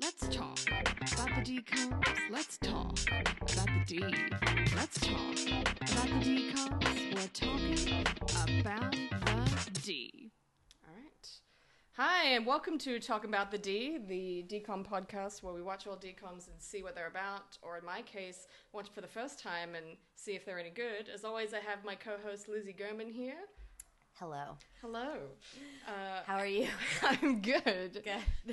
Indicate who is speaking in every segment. Speaker 1: Let's talk about the D comes. Let's talk about the D. Let's talk about the D comes. We're talking about the D.
Speaker 2: All right. Hi, and welcome to Talking About the D, the DCOM podcast where we watch all DCOMs and see what they're about, or in my case, watch for the first time and see if they're any good. As always, I have my co host Lizzie Gurman here.
Speaker 3: Hello.
Speaker 2: Hello. Uh,
Speaker 3: How are you?
Speaker 2: I'm good.
Speaker 3: Good.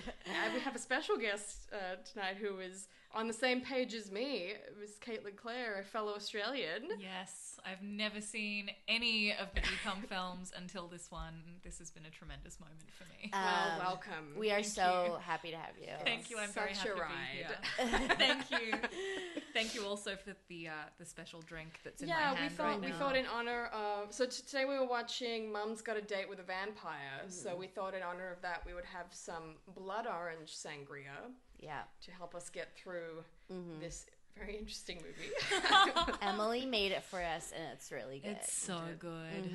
Speaker 2: And we have a special guest uh, tonight who is on the same page as me. It was Caitlin Clare, a fellow Australian.
Speaker 4: Yes, I've never seen any of the Decom films until this one. This has been a tremendous moment for me.
Speaker 2: well,
Speaker 3: Um,
Speaker 2: welcome.
Speaker 3: We are
Speaker 4: Thank
Speaker 3: so
Speaker 4: you.
Speaker 3: happy to have you.
Speaker 4: Thank you. I'm very
Speaker 2: such
Speaker 4: happy
Speaker 2: a
Speaker 4: to be here. Thank you. Thank you also for the uh, the special drink that's in
Speaker 2: yeah,
Speaker 4: my hand
Speaker 2: we thought
Speaker 4: right
Speaker 2: we
Speaker 4: now.
Speaker 2: thought in honor of so t- today we were watching Mum's Got a Date with a Vampire.
Speaker 3: Mm-hmm.
Speaker 2: So we thought in honor of that we would have some blood orange sangria
Speaker 3: Yeah.
Speaker 2: to help us get through
Speaker 3: Mm-hmm.
Speaker 2: this very interesting movie.
Speaker 3: Emily made it for us and it's really good.
Speaker 4: it's so good.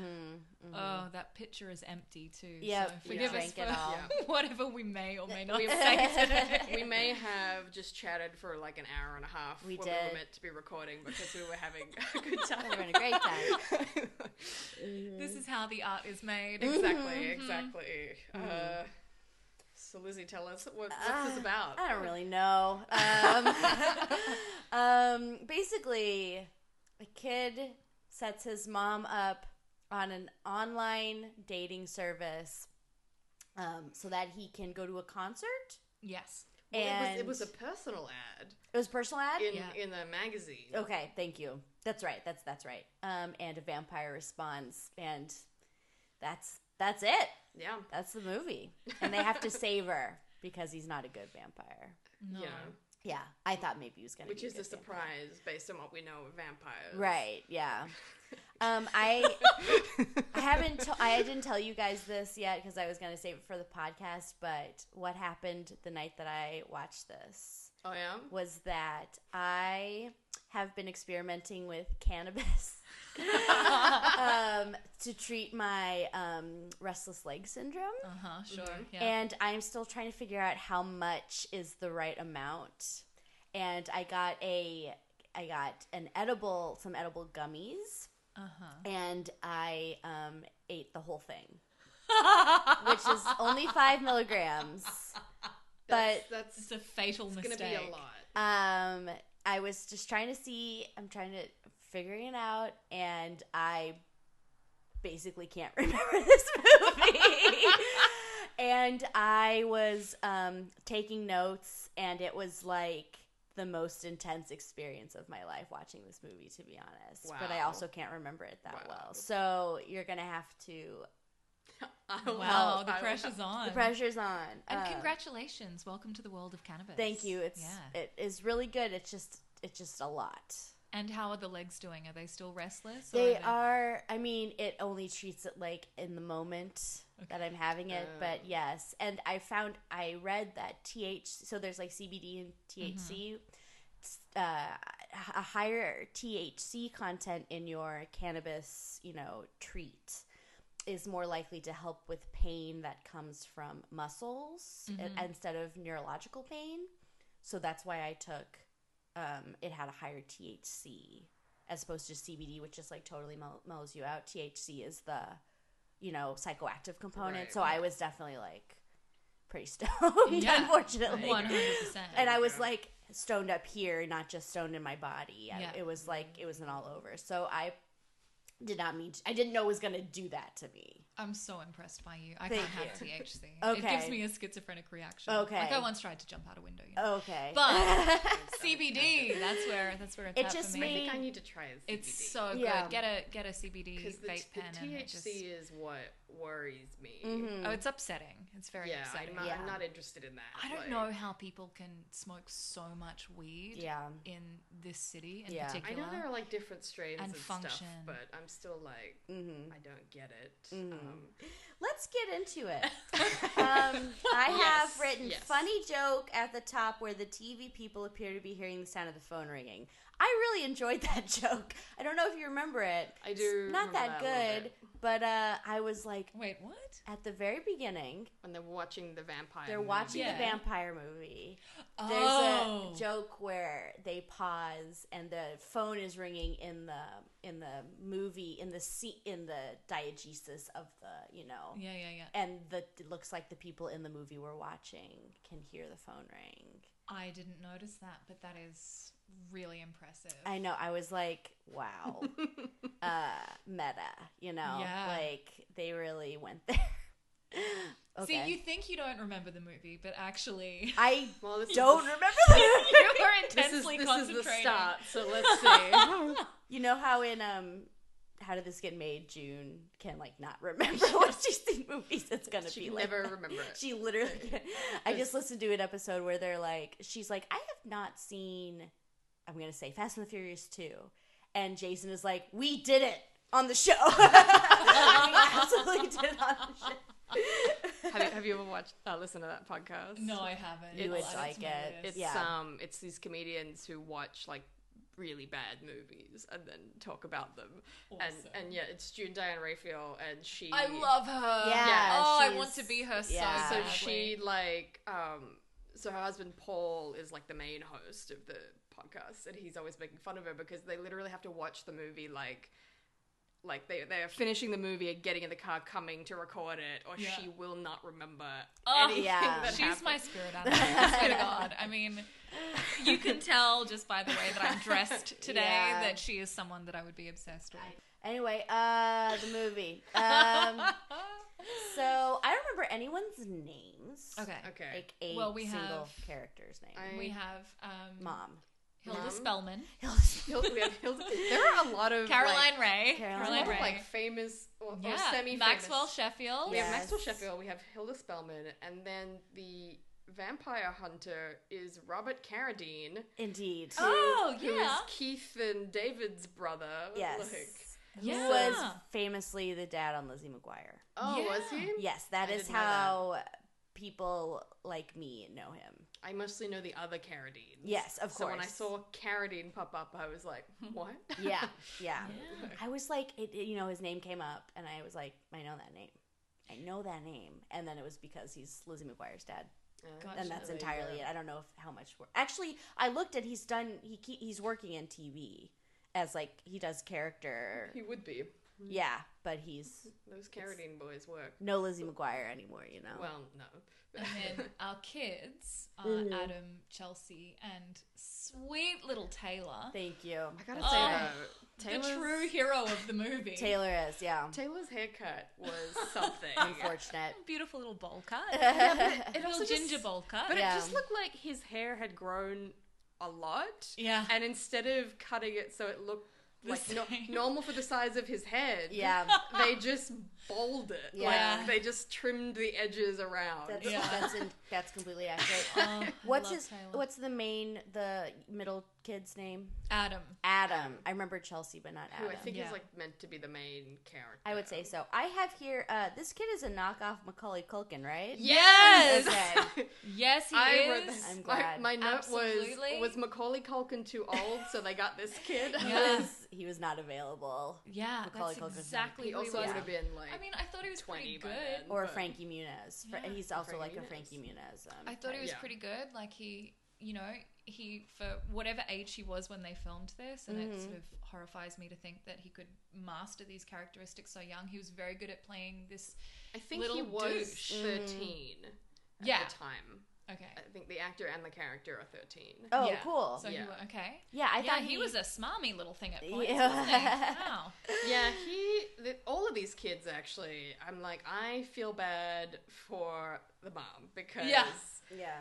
Speaker 4: Oh, that pitcher is empty too.
Speaker 3: Yep,
Speaker 4: so
Speaker 3: you
Speaker 4: forgive us
Speaker 3: drank
Speaker 4: for
Speaker 3: it all.
Speaker 2: Mm-hmm, Yeah.
Speaker 4: whatever we may or may not
Speaker 2: We-
Speaker 4: say today.
Speaker 2: we may have just chatted for like an hour and a half
Speaker 3: We
Speaker 2: when we
Speaker 3: did.
Speaker 2: were meant to be recording because we were having a good
Speaker 3: We're having
Speaker 2: time.
Speaker 3: a great time.
Speaker 4: This is how the art is made.
Speaker 2: Mm. exactly,
Speaker 4: Mm-hmm.
Speaker 2: exactly. Uh, so Lizzie, tell us what, what's this
Speaker 4: Uh,
Speaker 2: about?
Speaker 3: I don't really know. Um, um, basically, a kid sets his mom up on an online dating service um, so that he can go to a concert.
Speaker 4: Yes.
Speaker 2: Well,
Speaker 3: and
Speaker 2: it, was, it was a personal ad
Speaker 3: it was a personal ad.
Speaker 2: in
Speaker 4: Yeah. Oh.
Speaker 2: in the magazine.
Speaker 3: Okay, thank you. That's right. That's that's right. Um, and a vampire responds, and that's that's it.
Speaker 2: Yeah.
Speaker 3: That's the movie, and they have to save her because he's not a good vampire.
Speaker 2: Yeah.
Speaker 3: Yeah, I thought maybe he was gonna,
Speaker 2: Which
Speaker 3: be
Speaker 2: is
Speaker 3: good
Speaker 2: a surprise based on what we know of vampires.
Speaker 3: vampire. right? Yeah. Um, I I haven't to- I didn't tell you guys this yet because I was gonna save it for the podcast. But what happened the night that I watched this?
Speaker 2: Oh yeah.
Speaker 3: was that I have been experimenting with cannabis um, to treat my um, restless leg syndrome.
Speaker 4: Uh huh. Sure. Yeah.
Speaker 3: And I'm still trying to figure out how much is the right amount. And I got a I got an edible some edible gummies.
Speaker 4: uh-huh.
Speaker 3: And I um, ate the whole thing. Which is only five milligrams. But
Speaker 2: That's
Speaker 4: it's a fatal
Speaker 2: gonna
Speaker 4: mistake.
Speaker 2: be a lot.
Speaker 3: um, I was just trying to see. I'm trying to figuring it out, and I basically can't remember this movie. and I was um, taking notes, and it was like the most intense experience of my life watching this movie, to be honest. But I
Speaker 2: Wow.
Speaker 3: also can't remember it that
Speaker 2: Wow.
Speaker 3: well. So you're gonna have to.
Speaker 2: I
Speaker 4: Wow,
Speaker 2: will-
Speaker 4: the
Speaker 2: I will-
Speaker 4: pressure's on.
Speaker 3: The pressure's on.
Speaker 4: And
Speaker 3: Uh,
Speaker 4: congratulations, welcome to the world of cannabis.
Speaker 3: Thank you. It's
Speaker 4: yeah.
Speaker 3: it is really good. It's just it's just a lot.
Speaker 4: and how are the legs doing? Are they still restless? or
Speaker 3: They
Speaker 4: are.
Speaker 3: are. I mean, it only treats it like in the moment that I'm having it, but yes. And I found I read that TH. So there's like CBD and THC. It's, Uh, a higher THC content in your cannabis, you know, treat is more likely to help with pain that comes from muscles i- instead of neurological pain. So that's why I took um, it had a higher THC as opposed to CBD, which just like totally mel- mellows you out. THC is the you know psychoactive component.
Speaker 2: Right.
Speaker 3: so I was definitely like pretty stoned,
Speaker 4: Yeah.
Speaker 3: unfortunately.
Speaker 4: 100%.
Speaker 3: And I was like stoned up here, not just stoned in my body. I-
Speaker 4: Yeah.
Speaker 3: it was like it was an all over. So I did not mean to, I didn't know it was going to do that to me.
Speaker 4: I'm so impressed by you. I
Speaker 3: Thank
Speaker 4: can't have THC. It
Speaker 3: Okay.
Speaker 4: gives me a schizophrenic reaction.
Speaker 3: Okay.
Speaker 4: Like I once tried to jump out a window. You know?
Speaker 3: Okay.
Speaker 4: But CBD, that's where that's where it's
Speaker 3: It
Speaker 4: at
Speaker 3: just
Speaker 4: for
Speaker 2: I
Speaker 4: me.
Speaker 2: think I
Speaker 3: made-
Speaker 2: need to try a
Speaker 4: It's
Speaker 2: CBD.
Speaker 4: so good.
Speaker 3: Yeah.
Speaker 4: Get a get a CBD
Speaker 2: because the,
Speaker 4: vape
Speaker 2: the
Speaker 4: pen and
Speaker 2: THC
Speaker 4: it just,
Speaker 2: is what worries me.
Speaker 3: mm-hmm.
Speaker 4: Oh, it's upsetting. It's very
Speaker 2: Yeah, I'm
Speaker 4: upsetting.
Speaker 2: not,
Speaker 3: Yeah.
Speaker 2: I'm not interested in that.
Speaker 4: I don't
Speaker 2: like-
Speaker 4: know how people can smoke so much weed
Speaker 3: Yeah.
Speaker 4: in this city in
Speaker 3: Yeah. I know
Speaker 2: I
Speaker 4: particular.
Speaker 2: know there are like different strains and,
Speaker 4: And
Speaker 2: stuff,
Speaker 4: function.
Speaker 2: but I'm still like, I don't get it. Um,
Speaker 3: Let's get into it. um, I have
Speaker 2: Yes,
Speaker 3: written
Speaker 2: yes.
Speaker 3: funny joke at the top where the TV people appear to be hearing the sound of the phone ringing. I really enjoyed that joke. I don't know if you remember it.
Speaker 2: I do
Speaker 3: It's not
Speaker 2: remember that
Speaker 3: that,
Speaker 2: a little
Speaker 3: good, but uh, I was like,
Speaker 4: Wait, what? it?
Speaker 3: At the very beginning,
Speaker 2: when they're watching the vampire.
Speaker 3: they're
Speaker 2: movie.
Speaker 3: watching
Speaker 4: Yeah.
Speaker 3: the vampire movie. There's
Speaker 4: Oh,
Speaker 3: a joke where they pause and the phone is ringing in the in the movie in the se- in the diegesis of the you know
Speaker 4: yeah, yeah, yeah.
Speaker 3: and the it looks like the people in the movie we're watching can hear the phone ring.
Speaker 4: I didn't notice that, but that is really impressive.
Speaker 3: I know. I was like, wow, uh, meta. You know,
Speaker 4: Yeah.
Speaker 3: like they really went there. okay,
Speaker 4: See, you think you don't remember the movie, but actually,
Speaker 3: I
Speaker 2: Well, this is
Speaker 3: don't
Speaker 2: the-
Speaker 3: remember the movie.
Speaker 4: you are
Speaker 2: This is,
Speaker 4: intensely
Speaker 2: this is
Speaker 4: concentrating.
Speaker 2: the start, so let's see.
Speaker 3: You know how in um, how did this get made? June can like not remember what she's seen movies. It's gonna
Speaker 2: she
Speaker 3: be
Speaker 2: can
Speaker 3: like
Speaker 2: never
Speaker 3: that.
Speaker 2: remember it.
Speaker 3: She literally. can't- I just listened to an episode where they're like, she's like, I have not seen. I'm gonna say Fast and the Furious two, and Jason is like, we did it on the show. we absolutely did it on the show.
Speaker 2: have, you, have you ever watched, uh, listened to that podcast?
Speaker 4: No, I haven't.
Speaker 2: You
Speaker 4: I'll
Speaker 2: would
Speaker 4: add
Speaker 3: like
Speaker 4: to my
Speaker 3: it.
Speaker 4: list.
Speaker 2: It's
Speaker 3: Yeah.
Speaker 2: um, it's these comedians who watch like really bad movies and then talk about them.
Speaker 4: Awesome.
Speaker 2: And and yeah, it's June Diane Raphael, and she.
Speaker 4: I love her.
Speaker 3: Yeah,
Speaker 4: Oh, I
Speaker 3: she's-
Speaker 4: want to be her so
Speaker 3: yeah.
Speaker 2: So
Speaker 4: badly.
Speaker 2: she like um, so her husband Paul is like the main host of the podcast, and he's always making fun of her because they literally have to watch the movie like. Like they they are finishing the movie and getting in the car, coming to record it, or
Speaker 4: Yeah.
Speaker 2: she will not remember
Speaker 4: Oh,
Speaker 2: anything
Speaker 3: yeah.
Speaker 2: that
Speaker 4: She's
Speaker 2: happened.
Speaker 4: my spirit animal. I swear to God. I mean, you can tell just by the way that I'm dressed today
Speaker 3: Yeah.
Speaker 4: that she is someone that I would be obsessed with.
Speaker 3: Anyway, uh, the movie. Um,
Speaker 4: Uh,
Speaker 3: so I don't remember anyone's names.
Speaker 4: okay.
Speaker 2: okay.
Speaker 3: Like a
Speaker 4: Well, we
Speaker 3: single
Speaker 4: have-
Speaker 3: character's name.
Speaker 2: I-
Speaker 4: We have um,
Speaker 3: Mom.
Speaker 4: Hilda
Speaker 2: Mom.
Speaker 4: Spellman,
Speaker 2: Hilda, we have Hilda. There are a lot of
Speaker 4: Caroline Ray,
Speaker 2: like, a
Speaker 3: Caroline
Speaker 2: lot
Speaker 4: Caroline
Speaker 2: of,
Speaker 4: Ray,
Speaker 2: like famous or,
Speaker 4: yeah,
Speaker 2: or semi-famous.
Speaker 4: Maxwell Sheffield.
Speaker 2: Oh, We have
Speaker 3: Yeah.
Speaker 2: Maxwell
Speaker 3: Yes.
Speaker 2: Sheffield. We have Hilda Spellman, and then the vampire hunter is Robert Carradine,
Speaker 3: Indeed.
Speaker 4: Oh
Speaker 2: who is
Speaker 4: yeah,
Speaker 2: Keith and David's brother.
Speaker 3: yes.
Speaker 2: Like,
Speaker 3: Who
Speaker 4: Yeah.
Speaker 3: was famously the dad on Lizzie McGuire.
Speaker 2: oh,
Speaker 4: Yeah.
Speaker 2: was he?
Speaker 3: Yes, that
Speaker 2: I
Speaker 3: is
Speaker 2: didn't know that.
Speaker 3: how people like me know him.
Speaker 2: I mostly know the other Carradines.
Speaker 3: Yes, of
Speaker 2: So when I
Speaker 3: course.
Speaker 2: saw Carradine pop up, I was like, what?
Speaker 3: Yeah, yeah.
Speaker 4: Yeah.
Speaker 3: I was like, it, it- you know, his name came up, and I was like, I know that name. I know that name. And then it was because he's Lizzie McGuire's dad.
Speaker 4: Gotcha.
Speaker 3: and that's
Speaker 2: There you
Speaker 3: entirely
Speaker 2: go.
Speaker 3: it. I don't know if, how much work. Actually, I looked at he's done. He ke- he's working in TV as like he does character.
Speaker 2: He would be.
Speaker 3: Yeah, but he's
Speaker 2: Those Carradine boys work.
Speaker 3: no Lizzie McGuire anymore. You know.
Speaker 2: Well, no.
Speaker 4: And then our kids are
Speaker 3: Mm-hmm.
Speaker 4: Adam, Chelsea, and sweet little Taylor.
Speaker 3: Thank you.
Speaker 2: I gotta
Speaker 4: Oh,
Speaker 2: say though,
Speaker 4: the
Speaker 2: Taylor's-
Speaker 4: true hero of the movie.
Speaker 3: Taylor is yeah.
Speaker 2: Taylor's haircut was something.
Speaker 4: Oh
Speaker 3: Unfortunate.
Speaker 4: Beautiful little bowl cut.
Speaker 2: it
Speaker 4: little
Speaker 2: also just-
Speaker 4: ginger bowl cut.
Speaker 2: But
Speaker 3: Yeah.
Speaker 2: it just looked like his hair had grown a lot.
Speaker 4: Yeah.
Speaker 2: And instead of cutting it so it looked
Speaker 4: The
Speaker 2: like no-
Speaker 4: same.
Speaker 2: normal for the size of his head,
Speaker 3: yeah,
Speaker 2: they just bowled it.
Speaker 3: Yeah.
Speaker 2: Like they just trimmed the edges around.
Speaker 3: that's
Speaker 4: Yeah.
Speaker 3: that's in, that's completely accurate.
Speaker 4: Oh, I
Speaker 3: What's
Speaker 4: love
Speaker 3: his?
Speaker 4: Taylor.
Speaker 3: What's the main the middle kid's name?
Speaker 4: Adam?
Speaker 3: Adam. I remember Chelsea, but not
Speaker 2: who
Speaker 3: Adam.
Speaker 2: I think
Speaker 4: Yeah.
Speaker 2: is like meant to be the main character.
Speaker 3: I would say so. I have here. Uh, this kid is a knockoff Macaulay Culkin, right?
Speaker 4: Yes!
Speaker 3: Okay.
Speaker 4: Yes, he
Speaker 2: I
Speaker 4: is.
Speaker 2: wrote this.
Speaker 3: I'm
Speaker 2: My-
Speaker 3: glad.
Speaker 2: My, note
Speaker 4: Absolutely.
Speaker 2: was was Macaulay Culkin too old, so they got this kid.
Speaker 3: He
Speaker 4: Yeah.
Speaker 3: was he was not available.
Speaker 4: Yeah,
Speaker 3: Macaulay
Speaker 4: that's
Speaker 3: Culkin's name.
Speaker 4: exactly
Speaker 2: He
Speaker 4: who
Speaker 2: also
Speaker 4: he was.
Speaker 2: would have been like
Speaker 4: I mean, I thought he was
Speaker 2: 20
Speaker 4: pretty
Speaker 2: by
Speaker 4: good.
Speaker 2: then.
Speaker 3: Or
Speaker 2: But-
Speaker 3: Frankie Muniz. Fra-
Speaker 4: Yeah.
Speaker 3: He's also
Speaker 2: Frankie
Speaker 3: like a
Speaker 2: Muniz.
Speaker 3: Frankie Muniz. Um,
Speaker 4: I thought he was
Speaker 2: Yeah.
Speaker 4: pretty good. Like he, you know, he for whatever age he was when they filmed this, and
Speaker 3: Mm-hmm.
Speaker 4: it sort of horrifies me to think that he could master these characteristics so young. He was very good at playing this.
Speaker 2: I think he
Speaker 4: little
Speaker 2: was
Speaker 4: douche.
Speaker 3: Mm-hmm.
Speaker 2: thirteen at
Speaker 4: Yeah.
Speaker 2: the time.
Speaker 4: Okay.
Speaker 2: I think the actor and the character are 13.
Speaker 3: Oh,
Speaker 4: Yeah.
Speaker 3: cool.
Speaker 4: So
Speaker 2: Yeah.
Speaker 4: he wa- okay.
Speaker 3: yeah, I
Speaker 4: yeah,
Speaker 3: thought
Speaker 4: he, was a smarmy little thing at points.
Speaker 3: Yeah.
Speaker 4: Wasn't he? Wow.
Speaker 2: Yeah, he, the, all of these kids actually, I'm like, I feel bad for the mom because
Speaker 4: Yeah.
Speaker 3: Yeah.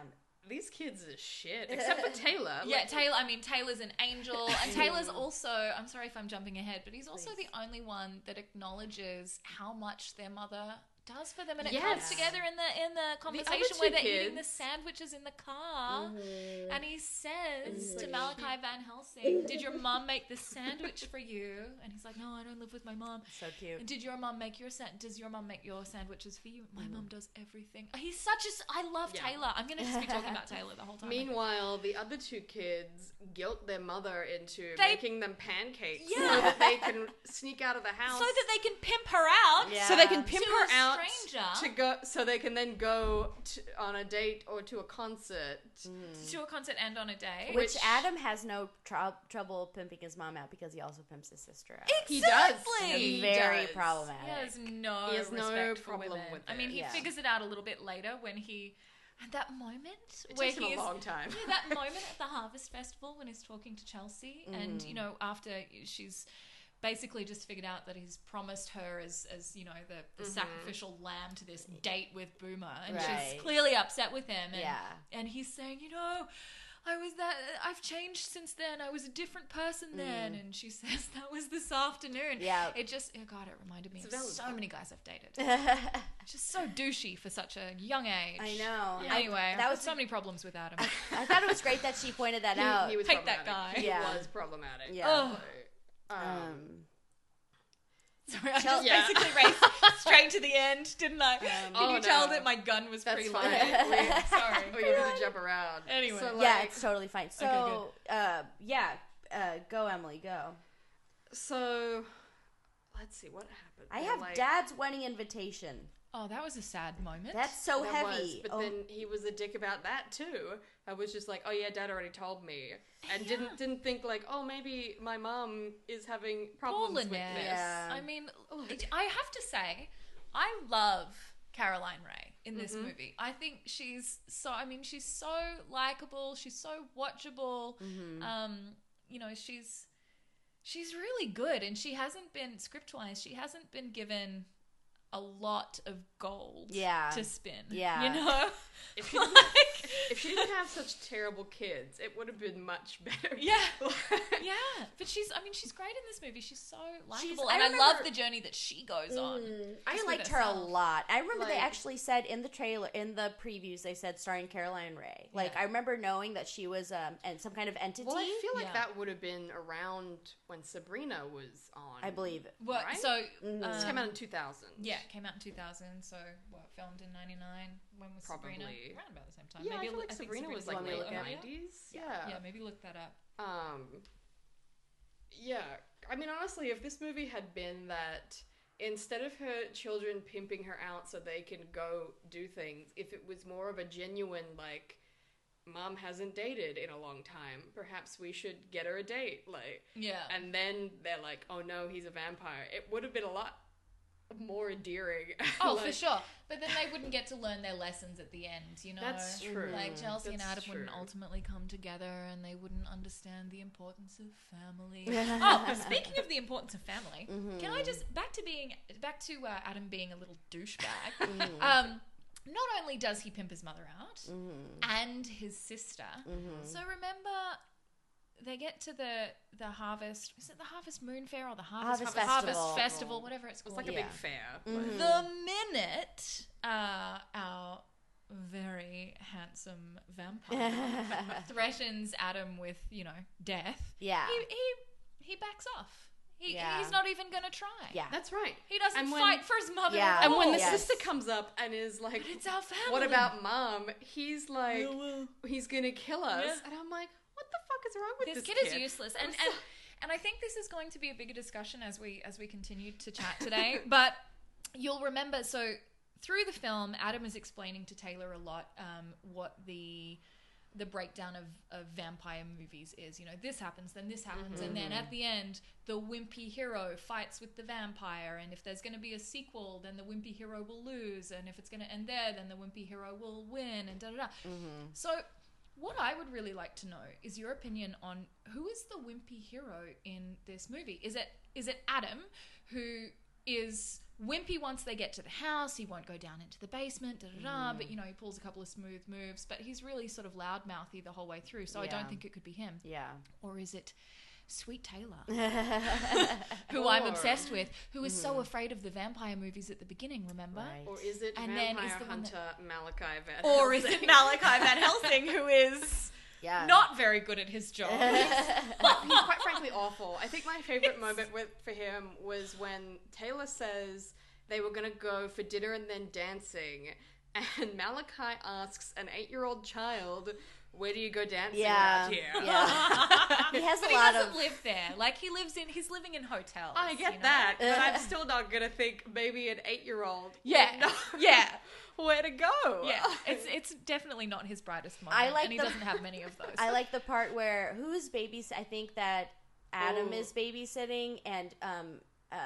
Speaker 2: these kids are shit, except for Taylor.
Speaker 4: Yeah,
Speaker 2: Like,
Speaker 4: Taylor. I mean, Taylor's an angel, and Taylor's also. I'm sorry if I'm jumping ahead, but he's also
Speaker 3: Please.
Speaker 4: the only one that acknowledges how much their mother does for them, and it comes
Speaker 2: Yes.
Speaker 4: together in the in the conversation
Speaker 2: two
Speaker 4: where they're eating the
Speaker 2: kids-
Speaker 4: sandwiches in the car, and he says
Speaker 2: It's
Speaker 4: to
Speaker 2: like
Speaker 4: Malachi Van Helsing, "Did your mum make this sandwich for you?" And he's like, "No, I don't live with my mom."
Speaker 3: So cute.
Speaker 4: And did your mum make your sand? Does your mum make your sandwiches for you? My mum does everything. He's such a. s- I love
Speaker 2: Mm. Yeah.
Speaker 4: Taylor. I'm gonna just be talking about Taylor the whole time.
Speaker 2: Meanwhile, the other two kids guilt their mother into
Speaker 4: They-
Speaker 2: making them pancakes so
Speaker 4: Yeah.
Speaker 2: that they can sneak out of the house.
Speaker 4: so that they can pimp her out.
Speaker 3: Yeah.
Speaker 1: So they can
Speaker 4: To
Speaker 1: pimp
Speaker 4: a
Speaker 1: her out.
Speaker 4: stranger
Speaker 2: to go, so they can then go to, on a date or to a concert.
Speaker 4: to a concert and on a date.
Speaker 3: Which
Speaker 2: Which-
Speaker 3: Adam has no trou- trouble pimping his mom out because he also pimps his sister out.
Speaker 2: He does.
Speaker 4: Exactly.
Speaker 2: he
Speaker 3: Very
Speaker 2: does.
Speaker 3: problematic.
Speaker 4: He has no
Speaker 2: He has no
Speaker 4: respect for
Speaker 2: problem
Speaker 4: women.
Speaker 2: with
Speaker 4: I mean,
Speaker 2: it.
Speaker 4: he
Speaker 3: Yeah.
Speaker 4: figures it out a little bit later when he, at that moment
Speaker 2: It
Speaker 4: where
Speaker 2: takes him a
Speaker 4: he's
Speaker 2: long time.
Speaker 4: yeah, that moment at the Harvest Festival when he's talking to Chelsea,
Speaker 3: Mm.
Speaker 4: and you know, after she's basically just figured out that he's promised her as, as you know, the, the
Speaker 3: Mm-hmm.
Speaker 4: sacrificial lamb to this date with Boomer, and
Speaker 3: Right.
Speaker 4: she's clearly upset with him. And,
Speaker 3: Yeah.
Speaker 4: and he's saying, you know. I was that I've changed since then. I was a different person then, and she says that was this afternoon.
Speaker 3: Mm. Yeah.
Speaker 4: it just oh god, it reminded me
Speaker 2: It's
Speaker 4: of
Speaker 2: a valid
Speaker 4: so
Speaker 2: point.
Speaker 4: many guys I've dated.
Speaker 3: I
Speaker 4: just so douchey for such a young age.
Speaker 3: know.
Speaker 2: Yeah.
Speaker 3: I,
Speaker 4: Anyway,
Speaker 3: that
Speaker 4: that
Speaker 3: was
Speaker 4: was so many problems with Adam.
Speaker 3: I thought it was great that she pointed that out.
Speaker 2: He, he was
Speaker 4: Hate that
Speaker 2: problematic.
Speaker 4: guy. Oh,
Speaker 2: He
Speaker 3: Yeah.
Speaker 2: was problematic.
Speaker 3: Yeah.
Speaker 4: Ugh.
Speaker 2: So, um,
Speaker 3: um,
Speaker 4: Sorry, I
Speaker 3: Chel-
Speaker 4: just
Speaker 2: Yeah.
Speaker 4: basically raced straight to the end, didn't I? Can
Speaker 2: Oh,
Speaker 4: you
Speaker 2: no.
Speaker 4: tell that my gun was
Speaker 2: That's
Speaker 4: pre-loaded?
Speaker 2: fine.
Speaker 4: Yeah,
Speaker 2: oh,
Speaker 4: Sorry.
Speaker 2: you didn't jump around.
Speaker 4: Anyway.
Speaker 2: So, like,
Speaker 3: yeah, it's totally fine. So,
Speaker 4: Okay,
Speaker 3: uh, yeah, uh, go Emily, go.
Speaker 2: so let's see what happened.
Speaker 3: I
Speaker 2: They're
Speaker 3: have
Speaker 2: like-
Speaker 3: Dad's wedding invitation.
Speaker 4: Oh, that was a sad moment.
Speaker 3: That's so
Speaker 2: There was,
Speaker 3: heavy.
Speaker 2: but
Speaker 3: Oh,
Speaker 2: then he was a dick about that too. I was just like, oh yeah, dad already told me, and didn't didn't think like, oh maybe my mom is having
Speaker 4: Poor
Speaker 2: problems with
Speaker 4: Lynette.
Speaker 2: this. Oh.
Speaker 3: Yeah.
Speaker 4: I mean, it- I have to say, I love Caroline Ray in this
Speaker 3: Mm-hmm.
Speaker 4: movie. I think she's so. I mean, she's so likable. She's so watchable.
Speaker 3: Mm-hmm.
Speaker 4: Um, you know, she's she's really good, and she hasn't been script-wise. She hasn't been given a lot of gold.
Speaker 3: Yeah.
Speaker 4: to spin.
Speaker 3: Yeah.
Speaker 4: you know.
Speaker 2: If she, didn't,
Speaker 4: Like-
Speaker 2: if she didn't have such terrible kids, it would have been much better.
Speaker 4: Yeah. yeah, but she's. I mean, she's great in this movie. She's so likable,
Speaker 3: I
Speaker 4: and I, love
Speaker 3: remember-
Speaker 4: the journey that she goes on.
Speaker 3: Mm. I
Speaker 4: Just with
Speaker 3: liked her a
Speaker 4: herself.
Speaker 3: lot. I remember they
Speaker 2: Like-
Speaker 3: actually said in the trailer, in the previews, they said starring Caroline Ray. Like
Speaker 4: Yeah.
Speaker 3: I remember knowing that she was um and some kind of entity.
Speaker 2: Well, I
Speaker 3: I,
Speaker 2: feel like
Speaker 4: Yeah.
Speaker 2: that would have been around when Sabrina was on.
Speaker 3: believe. Mm-hmm.
Speaker 4: Well,
Speaker 2: Right?
Speaker 4: so
Speaker 2: This
Speaker 4: um,
Speaker 2: came out in 2000.
Speaker 4: Yeah, it came out in 2000, so what, filmed in 99? When was Sabrina?
Speaker 2: Probably.
Speaker 4: Around about the same time.
Speaker 2: Yeah, I
Speaker 4: maybe
Speaker 2: feel
Speaker 4: li-
Speaker 2: like
Speaker 4: think
Speaker 2: Sabrina was like
Speaker 4: Sabrina's
Speaker 3: the one
Speaker 2: late
Speaker 3: we
Speaker 4: earlier.
Speaker 2: 90s.
Speaker 4: Yeah, maybe look that up.
Speaker 2: Um, yeah, I mean, honestly, if this movie had been that instead of her children pimping her out so they can go do things, if it was more of a genuine, like, mom hasn't dated in a long time, perhaps we should get her a date. Like,
Speaker 4: Yeah.
Speaker 2: and then they're like, oh no, he's a vampire. It would have been a lot more endearing.
Speaker 4: oh, for
Speaker 2: Like,
Speaker 4: sure. But then they wouldn't get to learn their lessons at the end, you know?
Speaker 2: That's true.
Speaker 4: Like Chelsea and
Speaker 2: That's
Speaker 4: Adam wouldn't
Speaker 2: true.
Speaker 4: ultimately come together and they wouldn't understand the importance of family. oh, speaking of the importance of family,
Speaker 2: Mm-hmm.
Speaker 4: can I just back to being back to uh, Adam being a little douchebag.
Speaker 2: Mm-hmm.
Speaker 4: um not only does he pimp his mother out
Speaker 2: Mm-hmm.
Speaker 4: and his sister. So remember they get to the the harvest. Is it the harvest moon fair or the harvest
Speaker 3: Harvest Festival.
Speaker 4: harvest festival, whatever it's
Speaker 2: It's
Speaker 4: called?
Speaker 2: like a
Speaker 3: Yeah.
Speaker 2: big fair. like-
Speaker 4: the minute uh, our very handsome vampire threatens Adam with, you know, death,
Speaker 3: yeah.
Speaker 4: he, he, he backs off. He,
Speaker 3: Yeah.
Speaker 4: He's not even going to try.
Speaker 3: Yeah.
Speaker 2: That's right.
Speaker 4: He doesn't
Speaker 2: And when-
Speaker 4: fight for his mother.
Speaker 3: Yeah.
Speaker 4: at
Speaker 2: And when
Speaker 4: all.
Speaker 2: the
Speaker 3: Yes.
Speaker 2: sister comes up and is like,
Speaker 4: But it's our family.
Speaker 2: what about mom? He's like,
Speaker 4: Yeah, well.
Speaker 2: he's gonna kill us.
Speaker 4: Yeah.
Speaker 2: And I'm like, what the fuck is wrong with
Speaker 4: this,
Speaker 2: this,
Speaker 4: kid, is useless and,
Speaker 2: I'm
Speaker 4: and and i think this is going to be a bigger discussion as we as we continue to chat today but you'll remember so through the film adam is explaining to taylor a lot um, what the the breakdown of, of vampire movies is you know this happens then this happens and
Speaker 2: Mm-hmm.
Speaker 4: then at the end the wimpy hero fights with the vampire and if there's going to be a sequel then the wimpy hero will lose and if it's going to end there then the wimpy hero will win and da da da
Speaker 2: Mm-hmm.
Speaker 4: so what I would really like to know is your opinion on who is the wimpy hero in this movie? Is it is it Adam who is wimpy once they get to the house, he won't go down into the basement, da
Speaker 3: Mm.
Speaker 4: da da, but you know, he pulls a couple of smooth moves, but he's really sort of loudmouthy the whole way through, so I
Speaker 3: Yeah.
Speaker 4: don't think it could be him.
Speaker 3: yeah.
Speaker 4: Or is it Sweet Taylor, who I'm
Speaker 2: Or-
Speaker 4: obsessed with, who is so afraid of the vampire movies at the beginning, remember?
Speaker 3: Mm. Right.
Speaker 2: Or is it
Speaker 4: And then
Speaker 2: vampire
Speaker 4: is the one
Speaker 2: hunter Malachi Van?
Speaker 4: Or is it
Speaker 2: Helsing?
Speaker 4: Malachi Van Helsing, who is
Speaker 3: Yeah.
Speaker 4: not very good at his job?
Speaker 2: Well, he's quite frankly awful. I think my favorite moment with, for him was when Taylor says they were gonna go for dinner and then dancing, and Malachi asks an eight-year-old child where do you go dancing
Speaker 3: Yeah.
Speaker 2: around here?
Speaker 3: Yeah. He has a
Speaker 4: but he
Speaker 3: lot
Speaker 4: doesn't
Speaker 3: of-
Speaker 4: live there. Like he lives in he's living in hotels.
Speaker 2: I
Speaker 4: you know?
Speaker 2: get that, but I'm still not gonna think maybe an eight year old.
Speaker 4: Yeah. Yeah.
Speaker 2: Where to go?
Speaker 4: Yeah, it's it's definitely not his brightest moment.
Speaker 3: I like
Speaker 4: and he
Speaker 3: the-
Speaker 4: doesn't have many of those.
Speaker 3: I like the part where who's babys. I think that Adam
Speaker 2: Ooh.
Speaker 3: is babysitting, and um, uh,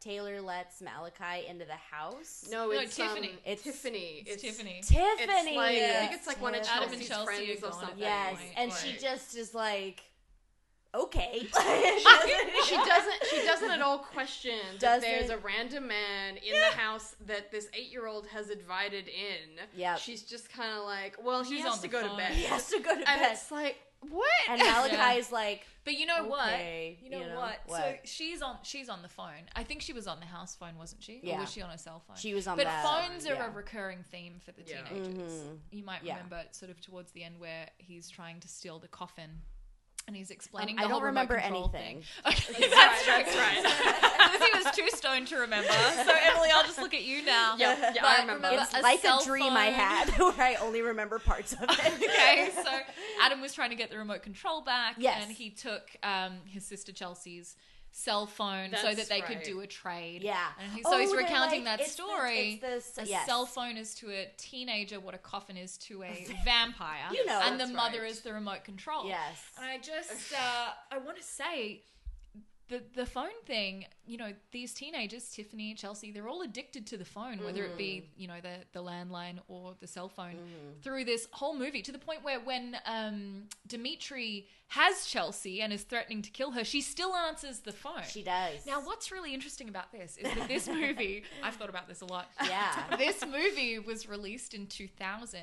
Speaker 3: Taylor lets Malachi into the house.
Speaker 2: no,
Speaker 4: No,
Speaker 2: it's Tiffany.
Speaker 4: Tiffany.
Speaker 3: It's-
Speaker 2: Tiffany.
Speaker 4: it's Tiffany.
Speaker 2: It's
Speaker 3: Tiffany.
Speaker 2: like, I think it's like one of
Speaker 3: Tiffany.
Speaker 4: Adam and
Speaker 2: Chelsea's
Speaker 4: Chelsea are
Speaker 2: friends or
Speaker 4: gone at
Speaker 2: something.
Speaker 4: that
Speaker 3: Yes,
Speaker 4: point,
Speaker 3: and
Speaker 4: like-
Speaker 3: she just is like, okay. She
Speaker 2: she
Speaker 3: doesn't-
Speaker 2: doesn't she doesn't at all question that there's a
Speaker 3: Doesn't.
Speaker 2: random man in the house that this eight year old has invited in.
Speaker 3: Yep.
Speaker 2: She's just kinda like, Well, he
Speaker 4: She's
Speaker 2: has
Speaker 4: on
Speaker 2: to
Speaker 4: the
Speaker 2: go to
Speaker 4: phone.
Speaker 2: bed.
Speaker 3: He has to go to
Speaker 2: and
Speaker 3: bed.
Speaker 2: it's like, What?
Speaker 3: And Malachi is like,
Speaker 4: But you know
Speaker 3: Okay,
Speaker 4: what? You know,
Speaker 3: you know,
Speaker 4: what? So
Speaker 3: what?
Speaker 4: she's on she's on the phone. I think she was on the house phone, wasn't she? Or
Speaker 3: Yeah.
Speaker 4: was she on her cell phone?
Speaker 3: She was on
Speaker 4: But
Speaker 3: the-
Speaker 4: phones are
Speaker 3: yeah.
Speaker 4: a recurring theme for the
Speaker 2: Yeah.
Speaker 4: teenagers.
Speaker 3: Mhm.
Speaker 4: You might
Speaker 3: Yeah.
Speaker 4: remember sort of towards the end where he's trying to steal the coffin and he's
Speaker 3: um,
Speaker 4: explaining the
Speaker 3: I don't
Speaker 4: whole remote
Speaker 3: remember
Speaker 4: control
Speaker 3: anything.
Speaker 4: thing.
Speaker 2: That's,
Speaker 4: That's
Speaker 2: right,
Speaker 4: true.
Speaker 2: that's right.
Speaker 4: Lizzie was too stoned to remember. So Emily, I'll just look at you now.
Speaker 2: yeah, yeah,
Speaker 4: But
Speaker 2: I remember.
Speaker 4: remember
Speaker 3: It's
Speaker 4: a
Speaker 3: like
Speaker 4: cell
Speaker 3: a dream I
Speaker 4: phone.
Speaker 3: had where I only remember parts of it.
Speaker 4: okay, so Adam was trying to get the remote control back,
Speaker 3: Yes.
Speaker 4: and he took um, his sister Chelsea's cell phone so
Speaker 2: That's
Speaker 4: that they could
Speaker 2: right.
Speaker 4: do a trade.
Speaker 3: Yeah.
Speaker 4: and he, so
Speaker 3: Oh,
Speaker 4: he's
Speaker 3: they're
Speaker 4: recounting
Speaker 3: like,
Speaker 4: that
Speaker 3: it's the-
Speaker 4: story.
Speaker 3: it's the-
Speaker 4: a
Speaker 3: yes.
Speaker 4: cell phone is to a teenager what a coffin is to a vampire.
Speaker 3: You know.
Speaker 4: and the
Speaker 2: That's
Speaker 4: mother
Speaker 2: right.
Speaker 4: is the remote control.
Speaker 3: Yes.
Speaker 4: and I just uh, I want to say. The, the phone thing, you know, these teenagers, Tiffany, Chelsea, they're all addicted to the phone, whether it
Speaker 3: Mm.
Speaker 4: be, you know, the, the landline or the cell phone, through this whole movie to the point where when um, Dimitri has Chelsea and is threatening to kill her, she still answers the phone.
Speaker 3: She does.
Speaker 4: Now, what's really interesting about this is that this movie, I've thought about this a lot.
Speaker 3: Yeah.
Speaker 4: this movie was released in 2000.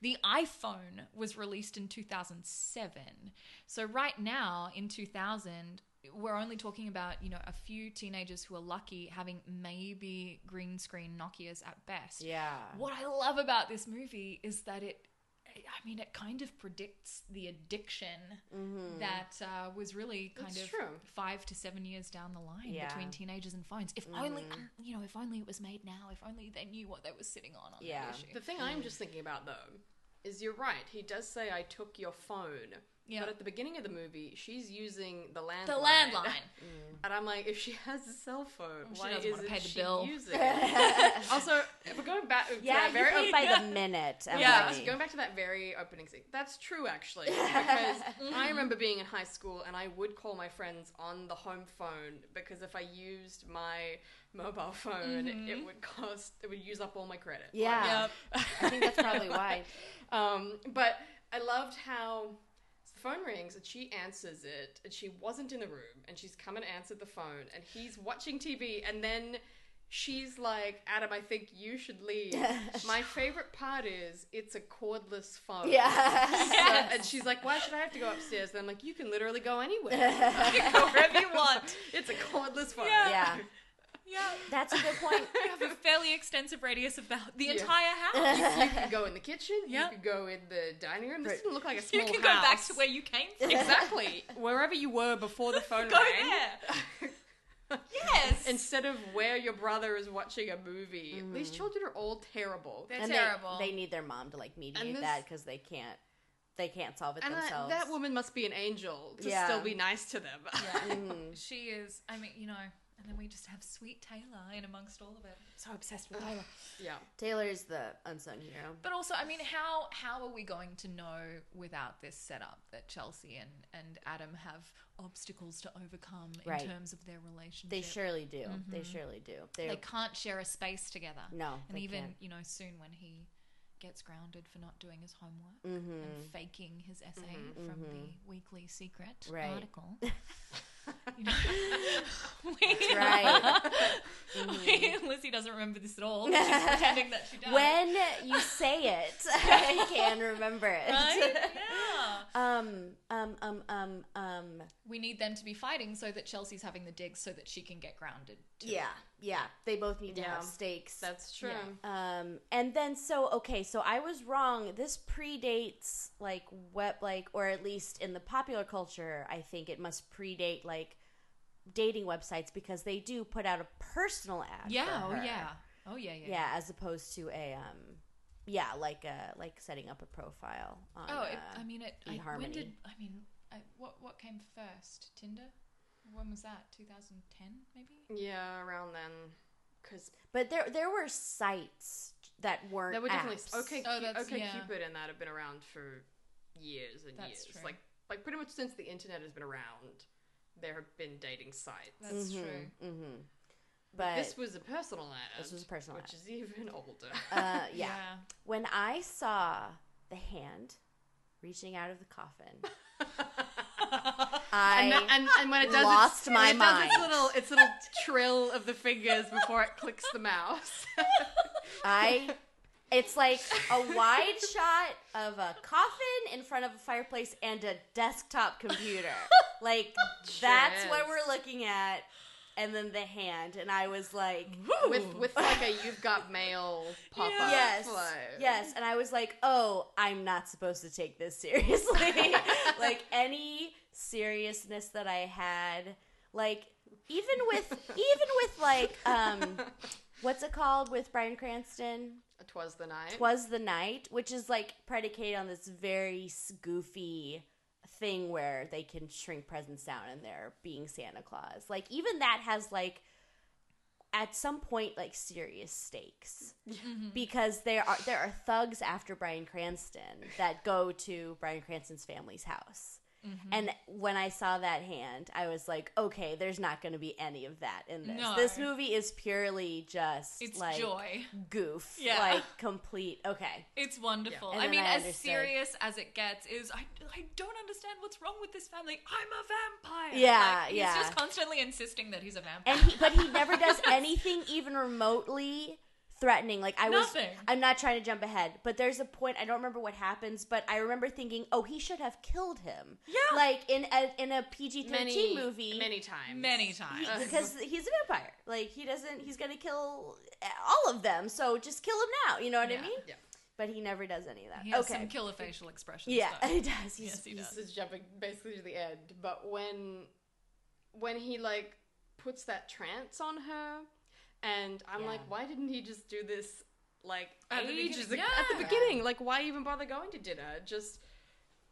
Speaker 4: The iPhone was released in 2007. So, right now in 2000, we're only talking about, you know, a few teenagers who are lucky having maybe green screen Nokias at best.
Speaker 3: Yeah.
Speaker 4: What I love about this movie is that it, I mean, it kind of predicts the addiction that uh, was really kind
Speaker 2: It's
Speaker 4: of
Speaker 2: Mm-hmm. true.
Speaker 4: five to seven years down the line
Speaker 3: Yeah.
Speaker 4: between teenagers and phones. If only,
Speaker 2: Mm-hmm.
Speaker 4: um, you know, if only it was made now. If only they knew what they were sitting on on
Speaker 3: Yeah.
Speaker 4: that issue.
Speaker 2: The thing I'm just thinking about though is you're right. He does say I took your phone.
Speaker 4: Yeah.
Speaker 2: But at the beginning of the movie, she's using the landline.
Speaker 4: The landline.
Speaker 2: And I'm like, if she has a cell phone,
Speaker 4: She
Speaker 2: why
Speaker 4: doesn't
Speaker 2: isn't
Speaker 4: wanna pay the
Speaker 2: she
Speaker 4: bill.
Speaker 2: using it? also, if we're going back. to
Speaker 3: yeah,
Speaker 2: that
Speaker 3: you
Speaker 2: very
Speaker 3: paid
Speaker 2: op-
Speaker 3: by the minute. Emily.
Speaker 4: Yeah.
Speaker 2: Actually, going back to that very opening scene, that's true actually because
Speaker 3: Mm-hmm.
Speaker 2: I remember being in high school and I would call my friends on the home phone because if I used my mobile phone, it would cost it would use up all my credit. Like,
Speaker 3: Mm-hmm. Yeah.
Speaker 4: Yep.
Speaker 3: I think that's probably why.
Speaker 2: Um, but I loved how the phone rings and she answers it, and she wasn't in the room, and she's come and answered the phone, and he's watching TV, and then she's like, "Adam, I think you should leave." My favorite part is it's a cordless phone.
Speaker 3: Yeah.
Speaker 2: So- and she's like, "Why should I have to go upstairs?" And I'm like, "You can literally go anywhere.
Speaker 4: Go wherever you want.
Speaker 2: It's a cordless phone."
Speaker 3: Yeah.
Speaker 4: Yeah. Yeah.
Speaker 3: That's a good point.
Speaker 4: You have a fairly extensive radius of the, the
Speaker 2: Yeah.
Speaker 4: entire house.
Speaker 2: You could go in the kitchen.
Speaker 4: Yep.
Speaker 2: You could go in the dining room. This
Speaker 3: Right.
Speaker 2: didn't look like a small
Speaker 4: You can
Speaker 2: house.
Speaker 4: go back to where you came from.
Speaker 2: exactly wherever you were before the phone
Speaker 4: Go
Speaker 2: rang.
Speaker 4: there. Yes.
Speaker 2: Instead of where your brother is watching a movie,
Speaker 4: Mm-hmm.
Speaker 2: these children are all terrible.
Speaker 4: They're
Speaker 3: And
Speaker 4: terrible.
Speaker 3: They, they need their mom to like mediate
Speaker 2: And this-
Speaker 3: that because they can't. They can't solve it
Speaker 2: and that,
Speaker 3: themselves.
Speaker 2: that woman must be an angel to
Speaker 3: Yeah.
Speaker 2: still be nice to them.
Speaker 4: Yeah.
Speaker 3: Mm.
Speaker 4: She is, I mean, you know, and then we just have sweet Taylor in amongst all of it. So obsessed with Taylor.
Speaker 2: yeah.
Speaker 3: Taylor's the unsung hero.
Speaker 4: But also, I mean, how how are we going to know without this setup that Chelsea and, and Adam have obstacles to overcome in
Speaker 3: Right.
Speaker 4: terms of their relationship?
Speaker 3: They surely do. They
Speaker 2: Mm-hmm.
Speaker 3: surely do. They're,
Speaker 4: They can't share a space together.
Speaker 3: No,
Speaker 4: And
Speaker 3: they
Speaker 4: even,
Speaker 3: can't.
Speaker 4: you know, soon when he gets grounded for not doing his homework and
Speaker 3: Mm-hmm.
Speaker 4: faking his essay from the Weekly Secret
Speaker 3: Right.
Speaker 4: article. you know, we-
Speaker 3: right. Mm-hmm.
Speaker 4: Lizzie doesn't remember this at all. She's pretending that she does.
Speaker 3: when you say it, I can remember it.
Speaker 4: Right? Yeah.
Speaker 3: Um, um, um, um, um.
Speaker 4: We need them to be fighting so that Chelsea's having the digs so that she can get grounded. Too.
Speaker 3: Yeah, yeah. They both need to
Speaker 2: Yeah.
Speaker 3: have stakes.
Speaker 2: That's true.
Speaker 4: Yeah.
Speaker 3: Um, and then so okay, so I was wrong. This predates like web, like or at least in the popular culture, I think it must predate like dating websites because they do put out a personal ad.
Speaker 4: Yeah.
Speaker 3: for
Speaker 4: Oh
Speaker 3: her.
Speaker 4: yeah. Oh yeah. Yeah.
Speaker 3: yeah, as opposed to a um yeah, like uh like setting up a profile on
Speaker 4: Oh, it,
Speaker 3: uh,
Speaker 4: I mean, it. I, when
Speaker 3: eHarmony.
Speaker 4: did I mean? I, what what came first? Tinder. When was that? 2010, maybe.
Speaker 2: Yeah, around then. Because
Speaker 3: But there there were sites that weren't
Speaker 2: there were definitely
Speaker 3: apps.
Speaker 2: okay,
Speaker 4: Oh,
Speaker 2: Cu-
Speaker 4: that's-
Speaker 2: okay,
Speaker 4: yeah.
Speaker 2: Cupid and that have been around for years and
Speaker 4: That's
Speaker 2: years.
Speaker 4: true.
Speaker 2: Like like pretty much since the internet has been around, there have been dating sites.
Speaker 4: That's true.
Speaker 3: hmm But
Speaker 2: this was a personal ad.
Speaker 3: This was a personal
Speaker 2: which
Speaker 3: ad.
Speaker 2: is even older.
Speaker 3: uh, yeah. When I saw the hand reaching out of the coffin, I Uh,
Speaker 2: and, that- and, and when it does
Speaker 3: lost
Speaker 2: its,
Speaker 3: my
Speaker 2: when it does its
Speaker 3: mind.
Speaker 2: little its little trill of the fingers before it clicks the mouse.
Speaker 3: I it's like a wide shot of a coffin in front of a fireplace and a desktop computer. Like that's
Speaker 2: is.
Speaker 3: what we're looking at. And then the hand, and I was like,
Speaker 2: with with like a you've got mail pop up.
Speaker 3: yes, yes. And I was like, oh, I'm not supposed to take this seriously. like any seriousness that I had, like even with even with like um, what's it called with Brian Cranston?
Speaker 2: Twas the night.
Speaker 3: was the night, which is like predicated on this very s- goofy thing where they can shrink presents down and they're being Santa Claus. Like even that has like at some point like serious stakes
Speaker 4: Mm-hmm.
Speaker 3: because there are there are thugs after Brian Cranston that go to Brian Cranston's family's house.
Speaker 4: Mm-hmm.
Speaker 3: And when I saw that hand, I was like, okay, there's not going to be any of that in this.
Speaker 4: No.
Speaker 3: This movie is purely just
Speaker 4: It's
Speaker 3: like
Speaker 4: joy.
Speaker 3: goof.
Speaker 4: Yeah.
Speaker 3: Like complete. Okay.
Speaker 4: It's wonderful.
Speaker 3: And
Speaker 4: I
Speaker 3: then
Speaker 4: mean,
Speaker 3: I
Speaker 4: as
Speaker 3: understood.
Speaker 4: serious as it gets is, I, I don't understand what's wrong with this family. I'm a vampire.
Speaker 3: Yeah,
Speaker 4: Like,
Speaker 3: yeah.
Speaker 4: He's just constantly insisting that he's a vampire.
Speaker 3: And he, but he never does anything even remotely threatening. Like I was
Speaker 4: Nothing.
Speaker 3: I'm not trying to jump ahead, but there's a point I don't remember what happens, but I remember thinking, "Oh, he should have killed him."
Speaker 4: Yeah.
Speaker 3: Like in a, in a PG-13
Speaker 2: many
Speaker 3: movie.
Speaker 2: many times.
Speaker 4: Many times.
Speaker 2: Uh,
Speaker 3: because he's a vampire. Like he doesn't he's going to kill eh, all of them. So just kill him now, you know what I
Speaker 4: Yeah.
Speaker 3: mean?
Speaker 2: Yeah.
Speaker 3: But he never does any of that.
Speaker 4: He has
Speaker 3: okay.
Speaker 4: some killer facial expressions.
Speaker 3: yeah,
Speaker 4: though.
Speaker 3: he does. He's,
Speaker 4: Yes, he
Speaker 3: he's-
Speaker 4: does.
Speaker 2: This is jumping basically to the end, but when when he like puts that trance on her, and I'm
Speaker 3: Yeah.
Speaker 2: like, why didn't he just do this like
Speaker 4: At the
Speaker 2: ages
Speaker 4: beginning.
Speaker 2: ago- at the
Speaker 4: Yeah.
Speaker 2: beginning? Like, why even bother going to dinner? Just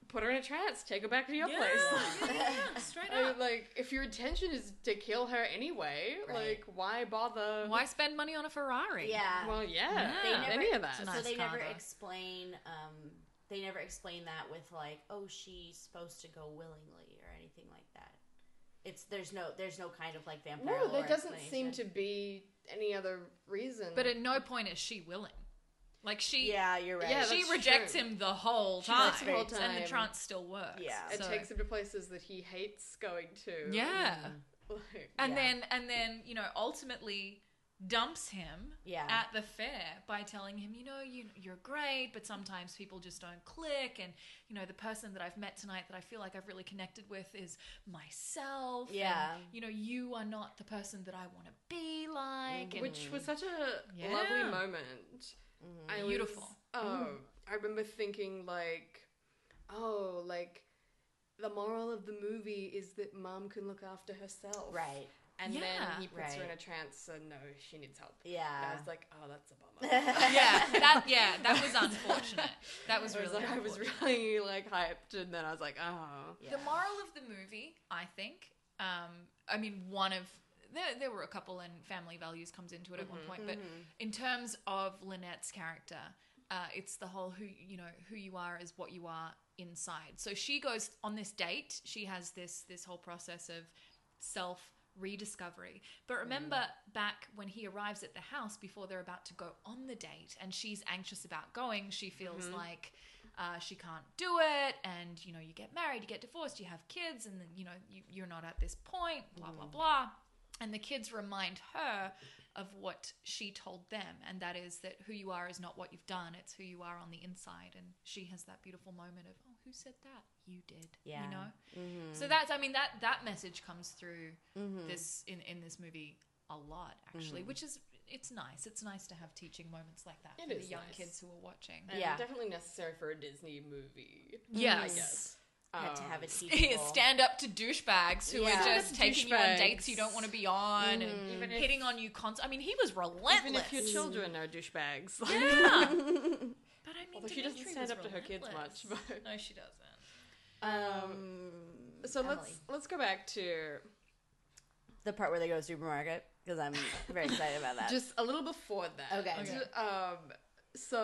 Speaker 2: put her in a trance, take her back to your
Speaker 4: Yeah,
Speaker 2: place.
Speaker 4: yeah, yeah, yeah, straight
Speaker 2: I mean,
Speaker 4: up.
Speaker 2: like, if your intention is to kill her anyway,
Speaker 3: Right.
Speaker 2: like, why bother?
Speaker 4: Why spend money on a Ferrari?
Speaker 3: Yeah.
Speaker 2: Well, yeah,
Speaker 4: They
Speaker 3: never-
Speaker 2: any of that.
Speaker 4: It's nice.
Speaker 3: so they never
Speaker 4: combo.
Speaker 3: explain um they never explain that with like oh she's supposed to go willingly or anything like that it's there's no there's no kind of like vampire
Speaker 2: No,
Speaker 3: lore
Speaker 2: there doesn't seem to
Speaker 3: explanation.
Speaker 2: be any other reason.
Speaker 4: But at no point is she willing. Like she,
Speaker 3: yeah you're right
Speaker 2: Yeah,
Speaker 4: she
Speaker 2: that's
Speaker 4: rejects
Speaker 2: true.
Speaker 4: him the whole
Speaker 2: She
Speaker 4: time,
Speaker 2: rejects him the whole
Speaker 4: and
Speaker 2: time.
Speaker 4: the trance still works.
Speaker 3: Yeah.
Speaker 2: it
Speaker 4: So-
Speaker 2: takes him to places that he hates going to.
Speaker 4: Yeah.
Speaker 2: Like,
Speaker 4: And
Speaker 3: Yeah.
Speaker 4: then and then, you know, ultimately dumps him
Speaker 3: Yeah.
Speaker 4: at the fair by telling him, you know, you you're great, but sometimes people just don't click and you know, the person that I've met tonight that I feel like I've really connected with is myself. and,
Speaker 3: Yeah.
Speaker 4: you know, you are not the person that I want to be like. And
Speaker 2: Which was such a
Speaker 4: Yeah. Mm-hmm.
Speaker 2: lovely moment. I was-
Speaker 4: Beautiful. Mm.
Speaker 2: oh, I remember thinking like, oh, like the moral of the movie is that mom can look after herself,
Speaker 3: right
Speaker 2: And
Speaker 4: Yeah.
Speaker 2: then he puts her in
Speaker 3: Right.
Speaker 2: a trance, and no, she needs help. And I
Speaker 3: yeah
Speaker 2: was like, oh, that's a bummer.
Speaker 4: yeah, that yeah, that was unfortunate. That was
Speaker 2: I
Speaker 4: really
Speaker 2: was like, I was
Speaker 4: unfortunate.
Speaker 2: really like hyped, and then I was like, oh,
Speaker 3: yeah.
Speaker 4: The moral of the movie, I think, um, I mean, one of there, there were a couple, and family values comes into it at one point. But in terms of Lynette's character, uh, it's the whole who you know who you are is what you are inside. So she goes on this date. She has this this whole process of self rediscovery. But remember back when he arrives at the house before they're about to go on the date, and she's anxious about going. She feels like uh, she can't do it, and you know, you get married, you get divorced, you have kids, and then you know, you, you're not at this point. Blah blah blah. And the kids remind her of what she told them, and that is that who you are is not what you've done; it's who you are on the inside. And she has that beautiful moment of, "Oh, who said that? You did."
Speaker 3: Yeah.
Speaker 4: You know. So that's I mean that that message comes through this in in this movie a lot actually, which is it's nice. It's nice to have teaching moments like that
Speaker 2: It
Speaker 4: for the
Speaker 2: is
Speaker 4: young
Speaker 2: nice.
Speaker 4: kids who are watching.
Speaker 2: And
Speaker 3: Yeah.
Speaker 2: definitely necessary for a Disney movie. I
Speaker 4: Yes.
Speaker 2: guess.
Speaker 3: had to
Speaker 2: Um,
Speaker 3: have a
Speaker 4: Yeah,
Speaker 3: teachable.
Speaker 4: stand up to douchebags who
Speaker 3: Yeah.
Speaker 4: are
Speaker 3: Stand
Speaker 2: up
Speaker 4: just
Speaker 2: to
Speaker 4: taking you on
Speaker 2: douchebags.
Speaker 4: dates you don't want to be on and
Speaker 2: Even if-
Speaker 4: hitting on you constantly. I mean, he was
Speaker 2: Even
Speaker 4: relentless.
Speaker 2: if your children are douchebags.
Speaker 4: yeah.
Speaker 2: Although she doesn't
Speaker 4: Dimitri
Speaker 2: stand
Speaker 4: was
Speaker 2: up to her kids
Speaker 4: relentless.
Speaker 2: much, but-
Speaker 4: no, she doesn't.
Speaker 2: Um, so let's
Speaker 3: Emily.
Speaker 2: let's go back to
Speaker 3: The part where they go to the supermarket because I'm very excited about that.
Speaker 2: just a little before that.
Speaker 3: Okay.
Speaker 4: Okay.
Speaker 2: Ju- Um, so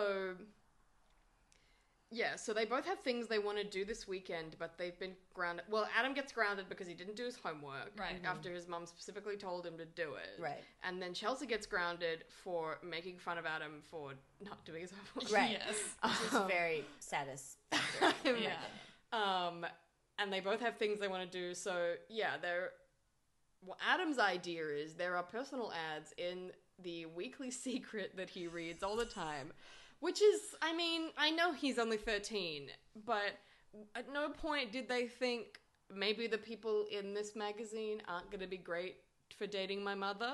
Speaker 2: yeah, so they both have things they want to do this weekend, but they've been grounded. Well, Adam gets grounded because he didn't do his homework
Speaker 4: Right. Mhm.
Speaker 2: after his mum specifically told him to do it.
Speaker 3: Mm-hmm. Right.
Speaker 2: And then Chelsea gets grounded for making fun of Adam for not doing his homework.
Speaker 3: Right.
Speaker 4: Yes.
Speaker 3: Which is very satisfying.
Speaker 4: Yeah.
Speaker 2: Um, and they both have things they want to do. So yeah, they're. Well, Adam's idea is there are personal ads in the Weekly Secret that he reads all the time, which is, I mean, I know he's only thirteen, but at no point did they think maybe the people in this magazine aren't going to be great for dating my mother.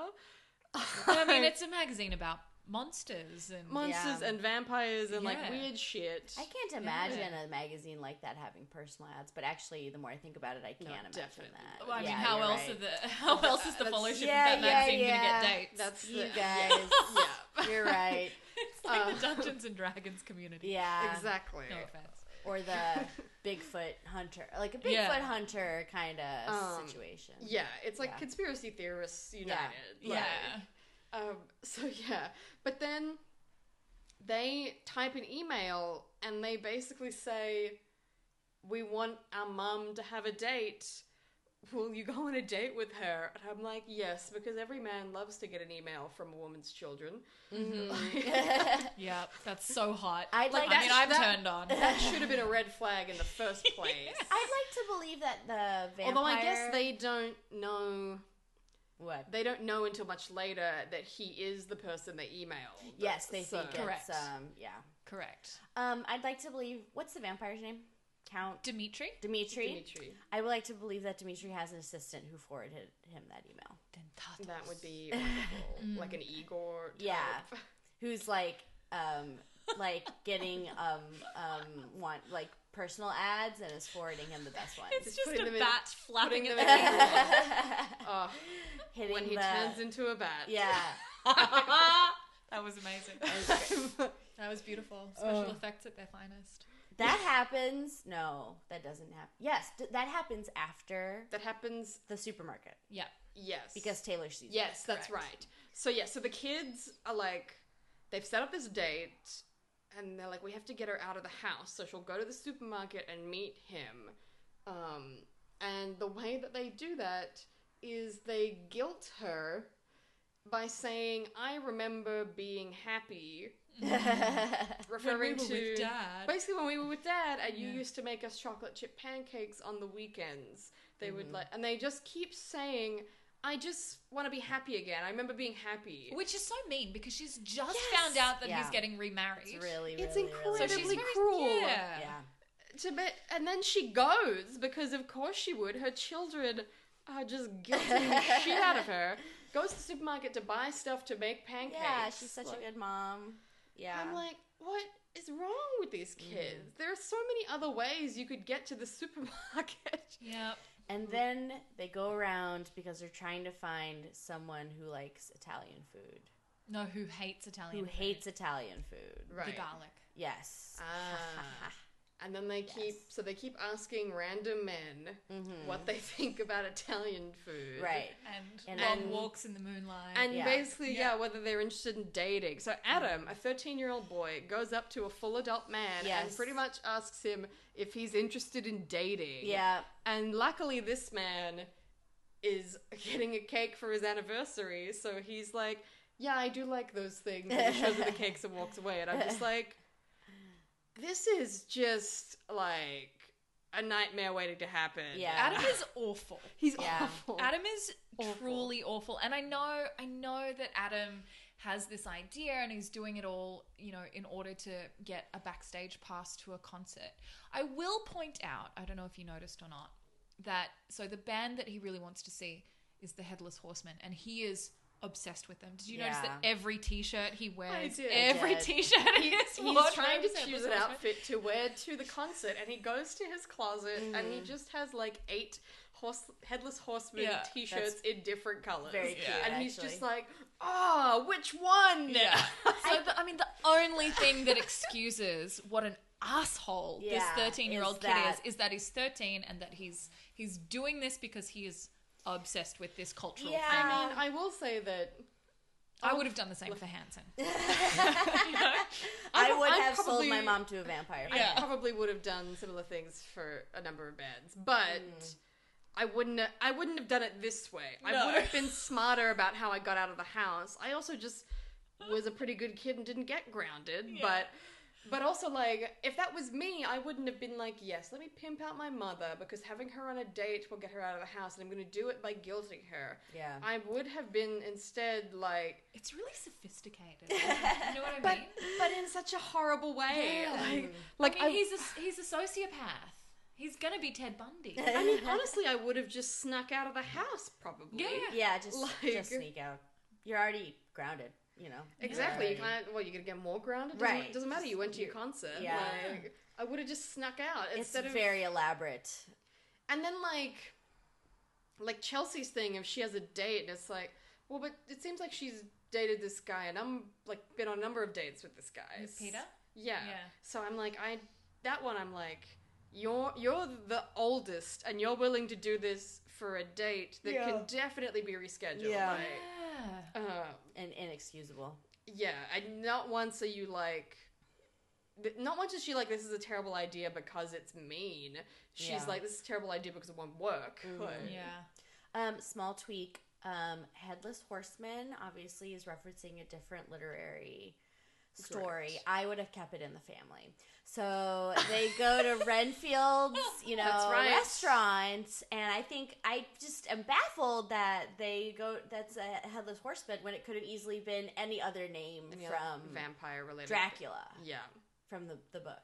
Speaker 4: I mean, it's a magazine about monsters and
Speaker 2: monsters
Speaker 3: Yeah.
Speaker 2: and vampires and like
Speaker 4: Yeah.
Speaker 2: weird shit.
Speaker 3: I can't imagine a magazine like that having personal ads, but actually, the more I think about it, I can imagine
Speaker 2: definitely.
Speaker 3: that.
Speaker 4: Well, I mean,
Speaker 3: Yeah,
Speaker 4: how
Speaker 3: you're
Speaker 4: else
Speaker 3: right.
Speaker 4: are the how else is the
Speaker 2: that's-
Speaker 4: followership
Speaker 3: yeah,
Speaker 4: of that
Speaker 3: yeah,
Speaker 4: magazine
Speaker 3: yeah.
Speaker 4: gonna get dates?
Speaker 2: That's
Speaker 3: You
Speaker 2: the-
Speaker 3: guys,
Speaker 2: yeah.
Speaker 3: you're right.
Speaker 4: it's like
Speaker 2: uh,
Speaker 4: the Dungeons and Dragons community.
Speaker 3: Yeah,
Speaker 2: Exactly.
Speaker 4: No offense.
Speaker 3: or the Bigfoot hunter, like a Bigfoot
Speaker 4: Yeah.
Speaker 3: hunter kind of
Speaker 2: Um,
Speaker 3: situation.
Speaker 2: Yeah, it's like
Speaker 3: Yeah.
Speaker 2: conspiracy theorists united.
Speaker 4: Yeah.
Speaker 2: like, Um, so yeah, but then they type an email and they basically say, "We want our mum to have a date. Will you go on a date with her?" And I'm like, "Yes," because every man loves to get an email from a woman's children.
Speaker 4: Yeah, that's so hot.
Speaker 3: I'd like
Speaker 4: I mean,
Speaker 2: that-
Speaker 4: I'm
Speaker 2: that-
Speaker 4: turned on.
Speaker 2: That should have been a red flag in the first place.
Speaker 3: I'd like to believe that the vampire.
Speaker 2: Although I guess they don't know
Speaker 3: what?
Speaker 2: they don't know until much later that he is the person they emailed.
Speaker 3: Yes, they
Speaker 2: So-
Speaker 3: think
Speaker 4: Correct.
Speaker 3: it's um yeah.
Speaker 4: Correct.
Speaker 3: Um, I'd like to believe what's the vampire's name? Count
Speaker 4: Dimitri.
Speaker 3: Dimitri.
Speaker 2: Dimitri.
Speaker 3: I would like to believe that Dimitri has an assistant who forwarded him that email,
Speaker 4: Dentatus.
Speaker 2: That would be wonderful. like an Igor. Type.
Speaker 3: Mm. Yeah. who's like um like getting um um want like personal ads and is forwarding him the best ones.
Speaker 4: It's just
Speaker 2: putting
Speaker 4: a
Speaker 2: them in-
Speaker 4: bat flapping
Speaker 2: putting them
Speaker 4: at the
Speaker 2: in- Oh,
Speaker 3: Hitting
Speaker 2: when he
Speaker 3: the,
Speaker 2: turns into a bat.
Speaker 3: yeah.
Speaker 4: That was amazing. that was beautiful.
Speaker 3: Oh.
Speaker 4: Special effects at their finest.
Speaker 3: That happens. No, that doesn't happen. Yes, d- that happens after
Speaker 2: That happens.
Speaker 3: the supermarket
Speaker 4: Yeah.
Speaker 2: Yes.
Speaker 3: because Taylor sees. it.
Speaker 2: Yes, that's
Speaker 4: Correct.
Speaker 2: right. So yeah, so the kids are like, they've set up this date, and they're like, we have to get her out of the house, so she'll go to the supermarket and meet him. Um, and the way that they do that is they guilt her by saying, "I remember being happy," Mm-hmm. referring
Speaker 4: When we were
Speaker 2: to
Speaker 4: with Dad.
Speaker 2: basically when we were with Dad, and you used to make us chocolate chip pancakes on the weekends. They
Speaker 3: Mm.
Speaker 2: would like, and they just keep saying. I just want to be happy again. I remember being happy.
Speaker 4: Which is so mean because she's just
Speaker 2: Yes.
Speaker 4: found out that
Speaker 3: Yeah.
Speaker 4: he's getting remarried.
Speaker 3: it's really, really
Speaker 2: It's
Speaker 3: really-
Speaker 4: so she's
Speaker 2: incredibly
Speaker 4: very,
Speaker 2: cruel.
Speaker 4: Yeah.
Speaker 3: yeah.
Speaker 2: to be, and then she goes because of course she would. Her children are just guilting the shit out of her. Goes to the supermarket to buy stuff to make pancakes.
Speaker 3: Yeah, she's such
Speaker 2: Like,
Speaker 3: a good mom. Yeah. Mm.
Speaker 2: I'm like, what is wrong with these kids? There are so many other ways you could get to the supermarket.
Speaker 4: Yeah.
Speaker 3: and
Speaker 2: mm.
Speaker 3: then they go around because they're trying to find someone who likes Italian food,
Speaker 4: No, who hates Italian?
Speaker 3: who
Speaker 4: food?
Speaker 3: hates Italian food.
Speaker 4: the garlic?
Speaker 3: Yes.
Speaker 2: Ah. And then they keep so they keep asking random men what they think about Italian food.
Speaker 3: Hmm. Mm-hmm. right.
Speaker 4: And,
Speaker 3: And
Speaker 4: long
Speaker 2: then-
Speaker 4: walks in the moonlight.
Speaker 2: And
Speaker 3: Yeah. Hmm.
Speaker 2: basically, yeah.
Speaker 4: Yeah.
Speaker 2: whether they're interested in dating. So Adam, a 13 year old boy, goes up to a full adult man and
Speaker 3: Yes.
Speaker 2: pretty much asks him if he's interested in dating.
Speaker 3: Yeah.
Speaker 2: And luckily, this man is getting a cake for his anniversary. So he's like, Yeah, I do like those things. And he shows her the cakes and walks away. And I'm just like, This is just like a nightmare waiting to happen.
Speaker 3: Yeah.
Speaker 4: Adam is awful.
Speaker 2: He's
Speaker 3: Yeah.
Speaker 2: awful.
Speaker 4: Adam is truly awful. And I know I know that Adam has this idea and he's doing it all, you know, in order to get a backstage pass to a concert. I will point out, I don't know if you noticed or not, that so the band that he really wants to see is the Headless Horseman and he is obsessed with them. Did you
Speaker 3: Yeah.
Speaker 4: notice that every T-shirt he wears,
Speaker 2: did.
Speaker 4: every
Speaker 3: Did.
Speaker 4: T-shirt he, is
Speaker 2: He's trying to choose an outfit to wear to the concert, and he goes to his closet, and he just has like eight horse headless horseman
Speaker 4: Yeah.
Speaker 2: t-shirts in different colors.
Speaker 3: very cute,
Speaker 2: and he's just
Speaker 3: actually.
Speaker 2: like, "Ah, which one?"
Speaker 4: Yeah. So, but, I mean, the only thing that excuses what an asshole this
Speaker 3: Yeah, is
Speaker 4: thirteen-year-old kid
Speaker 3: that-
Speaker 4: is is that he's thirteen and that he's he's doing this because he is obsessed with this cultural
Speaker 3: Yeah.
Speaker 4: thing.
Speaker 2: I mean, I will say that
Speaker 4: I would have done the same for Hanson.
Speaker 3: I
Speaker 2: I'm-
Speaker 3: would
Speaker 2: I'm
Speaker 3: have sold
Speaker 2: probably-
Speaker 3: my mom to a vampire.
Speaker 4: Yeah.
Speaker 2: I probably would have done similar things for a number of bands, but I wouldn't. Have, I wouldn't have done it this way. I
Speaker 4: Mm. No.
Speaker 2: would have been smarter about how I got out of the house. I also just was a pretty good kid and didn't get grounded, but. But also, like, if that was me, I wouldn't have been like, yes, let me pimp out my mother because having her on a date will get her out of the house, and I'm going to do it by guilting her.
Speaker 3: Yeah.
Speaker 2: I would have been instead like,
Speaker 4: It's really sophisticated. you know what I mean?
Speaker 2: but in such a horrible way.
Speaker 4: Yeah.
Speaker 2: Like, like
Speaker 4: I mean,
Speaker 2: I-
Speaker 4: he's a he's a sociopath. He's gonna be Ted Bundy.
Speaker 2: I mean, honestly, I would have just snuck out of the house probably.
Speaker 4: Yeah.
Speaker 3: Yeah, just
Speaker 2: Like-
Speaker 3: just sneak out. You're already grounded, you know.
Speaker 2: Exactly. You
Speaker 3: Already.
Speaker 2: can't. Well, you're gonna get more grounded. Doesn't,
Speaker 3: Right.
Speaker 2: Doesn't matter. You went to your concert.
Speaker 3: Yeah.
Speaker 2: Like, I would have just snuck out
Speaker 3: It's
Speaker 2: instead of.
Speaker 3: very elaborate.
Speaker 2: And then like, like Chelsea's thing. If she has a date, and it's like, well, but it seems like she's dated this guy, and I'm like been on a number of dates with this guy.
Speaker 4: With Peter?
Speaker 2: Yeah.
Speaker 4: Yeah.
Speaker 2: So I'm like, I that one. I'm like, you're you're the oldest, and you're willing to do this for a date that can definitely be rescheduled.
Speaker 3: Yeah.
Speaker 2: Like,
Speaker 4: Yeah.
Speaker 2: uh,
Speaker 3: and inexcusable.
Speaker 2: Yeah, and not once are you like, th- not once is she like, this is a terrible idea because it's mean. She's
Speaker 3: Yeah.
Speaker 2: like, this is a terrible idea because it won't work. Like,
Speaker 4: Yeah.
Speaker 3: Um, small tweak. Um, Headless Horseman obviously is referencing a different literary story.
Speaker 2: Correct.
Speaker 3: I would have kept it in the family. So they go to Renfield's, you know,
Speaker 2: That's right.
Speaker 3: restaurant, and I think I just am baffled that they go. That's a Headless Horseman when it could have easily been any other name
Speaker 2: any other
Speaker 3: from
Speaker 2: vampire related.
Speaker 3: Dracula
Speaker 2: Yeah.
Speaker 3: from the, the book.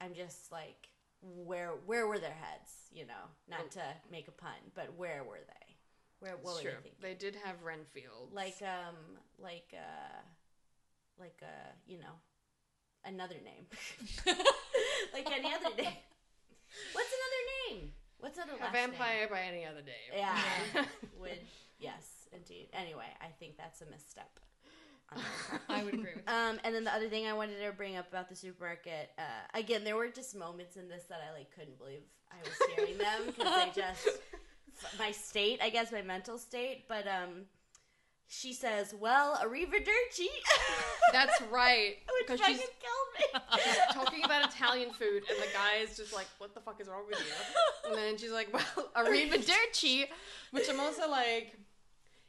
Speaker 3: I'm just like, where where were their heads? You know, not to make a pun, but where were they? Where what
Speaker 2: sure.
Speaker 3: were they thinking?
Speaker 2: They did have Renfield.
Speaker 3: Like um, like uh, like uh, you know, another name, like any other name. What's another name? What's another
Speaker 2: a
Speaker 3: last
Speaker 2: vampire by any other name.
Speaker 3: Yeah. name? Would yes, indeed. Anyway, I think that's a misstep. on my part.
Speaker 4: I would agree with that.
Speaker 3: Um, and then the other thing I wanted to bring up about the supermarket, uh, again, there were just moments in this that I like couldn't believe I was hearing them because they just f- my state, I guess, my mental state. But um, she says, "Well, arrivederci,"
Speaker 2: That's right.
Speaker 3: which
Speaker 2: Because
Speaker 3: fucking
Speaker 2: she's
Speaker 3: killed me.
Speaker 2: she's talking about Italian food, and the guy is just like, "What the fuck is wrong with you?" And then she's like, "Well, arrivederci," which I'm also like,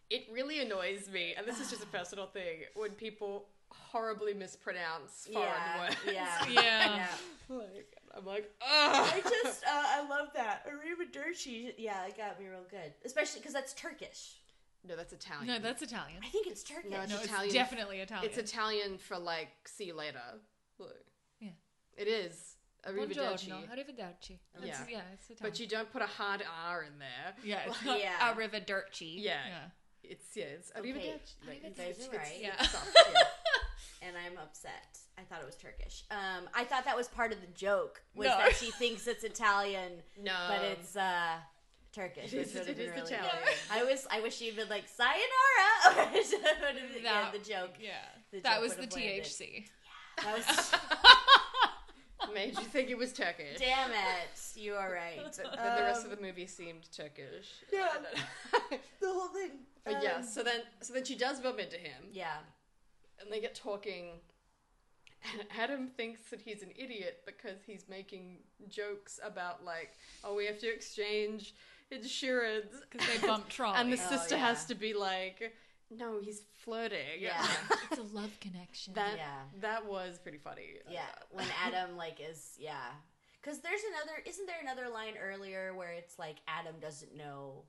Speaker 2: it really annoys me, and this is just a personal thing when people horribly mispronounce foreign
Speaker 3: yeah,
Speaker 2: words.
Speaker 3: yeah,
Speaker 4: Yeah.
Speaker 3: yeah.
Speaker 2: Like, I'm like, ugh.
Speaker 3: I just, uh, I love that arrivederci. Yeah, it got me real good, especially because that's Turkish.
Speaker 2: no, that's Italian.
Speaker 4: No, that's Italian.
Speaker 3: I think it's Turkish.
Speaker 2: No,
Speaker 4: No, it's
Speaker 2: Italian.
Speaker 4: definitely Italian.
Speaker 2: it's Italian for like see you later. Like,
Speaker 4: Yeah.
Speaker 2: it is arrivederci,
Speaker 4: Buongiorno, arrivederci. That's-
Speaker 2: Yeah.
Speaker 4: yeah, it's Italian.
Speaker 2: but you don't put a hard R in there.
Speaker 4: yeah, it's not
Speaker 3: Yeah.
Speaker 4: arrivederci.
Speaker 2: Yeah. It's yeah, it's
Speaker 3: Okay,
Speaker 2: arrivederci. Like,
Speaker 3: you
Speaker 2: it's-
Speaker 3: guys are right.
Speaker 4: Yeah.
Speaker 3: and I'm upset. I thought it was Turkish. Um, I thought that was part of the joke was
Speaker 4: No.
Speaker 3: that she thinks it's Italian,
Speaker 2: No,
Speaker 3: but it's uh, Turkish.
Speaker 2: Um, It
Speaker 3: which
Speaker 2: is-
Speaker 3: would have
Speaker 2: it is
Speaker 3: been
Speaker 2: Italian.
Speaker 3: good. I was. I wish she'd been like sayonara. Which would have been- yeah,
Speaker 4: That-
Speaker 3: the joke.
Speaker 4: Yeah.
Speaker 3: The
Speaker 4: that
Speaker 3: joke
Speaker 4: was
Speaker 3: would
Speaker 4: the
Speaker 3: have landed.
Speaker 4: THC.
Speaker 3: That was.
Speaker 2: made you think it was Turkish.
Speaker 3: damn it! You are right.
Speaker 2: Then the rest
Speaker 3: Um,
Speaker 2: of the movie seemed Turkish.
Speaker 3: yeah.
Speaker 2: but
Speaker 3: the whole thing. Um,
Speaker 2: yeah, so then so then she does bump into him,
Speaker 3: Yeah.
Speaker 2: and they get talking. And Adam thinks that he's an idiot because he's making jokes about like, oh, we have to exchange insurance,
Speaker 4: Because they bumped trolleys.
Speaker 2: and the
Speaker 3: Oh,
Speaker 2: sister
Speaker 3: yeah.
Speaker 2: has to be like, no, he's flirting.
Speaker 3: Yeah.
Speaker 4: it's a love connection.
Speaker 2: that
Speaker 3: Yeah.
Speaker 2: that was pretty funny. Uh,
Speaker 3: Yeah, when Adam like is yeah, because there's another. Isn't there another line earlier where it's like Adam doesn't know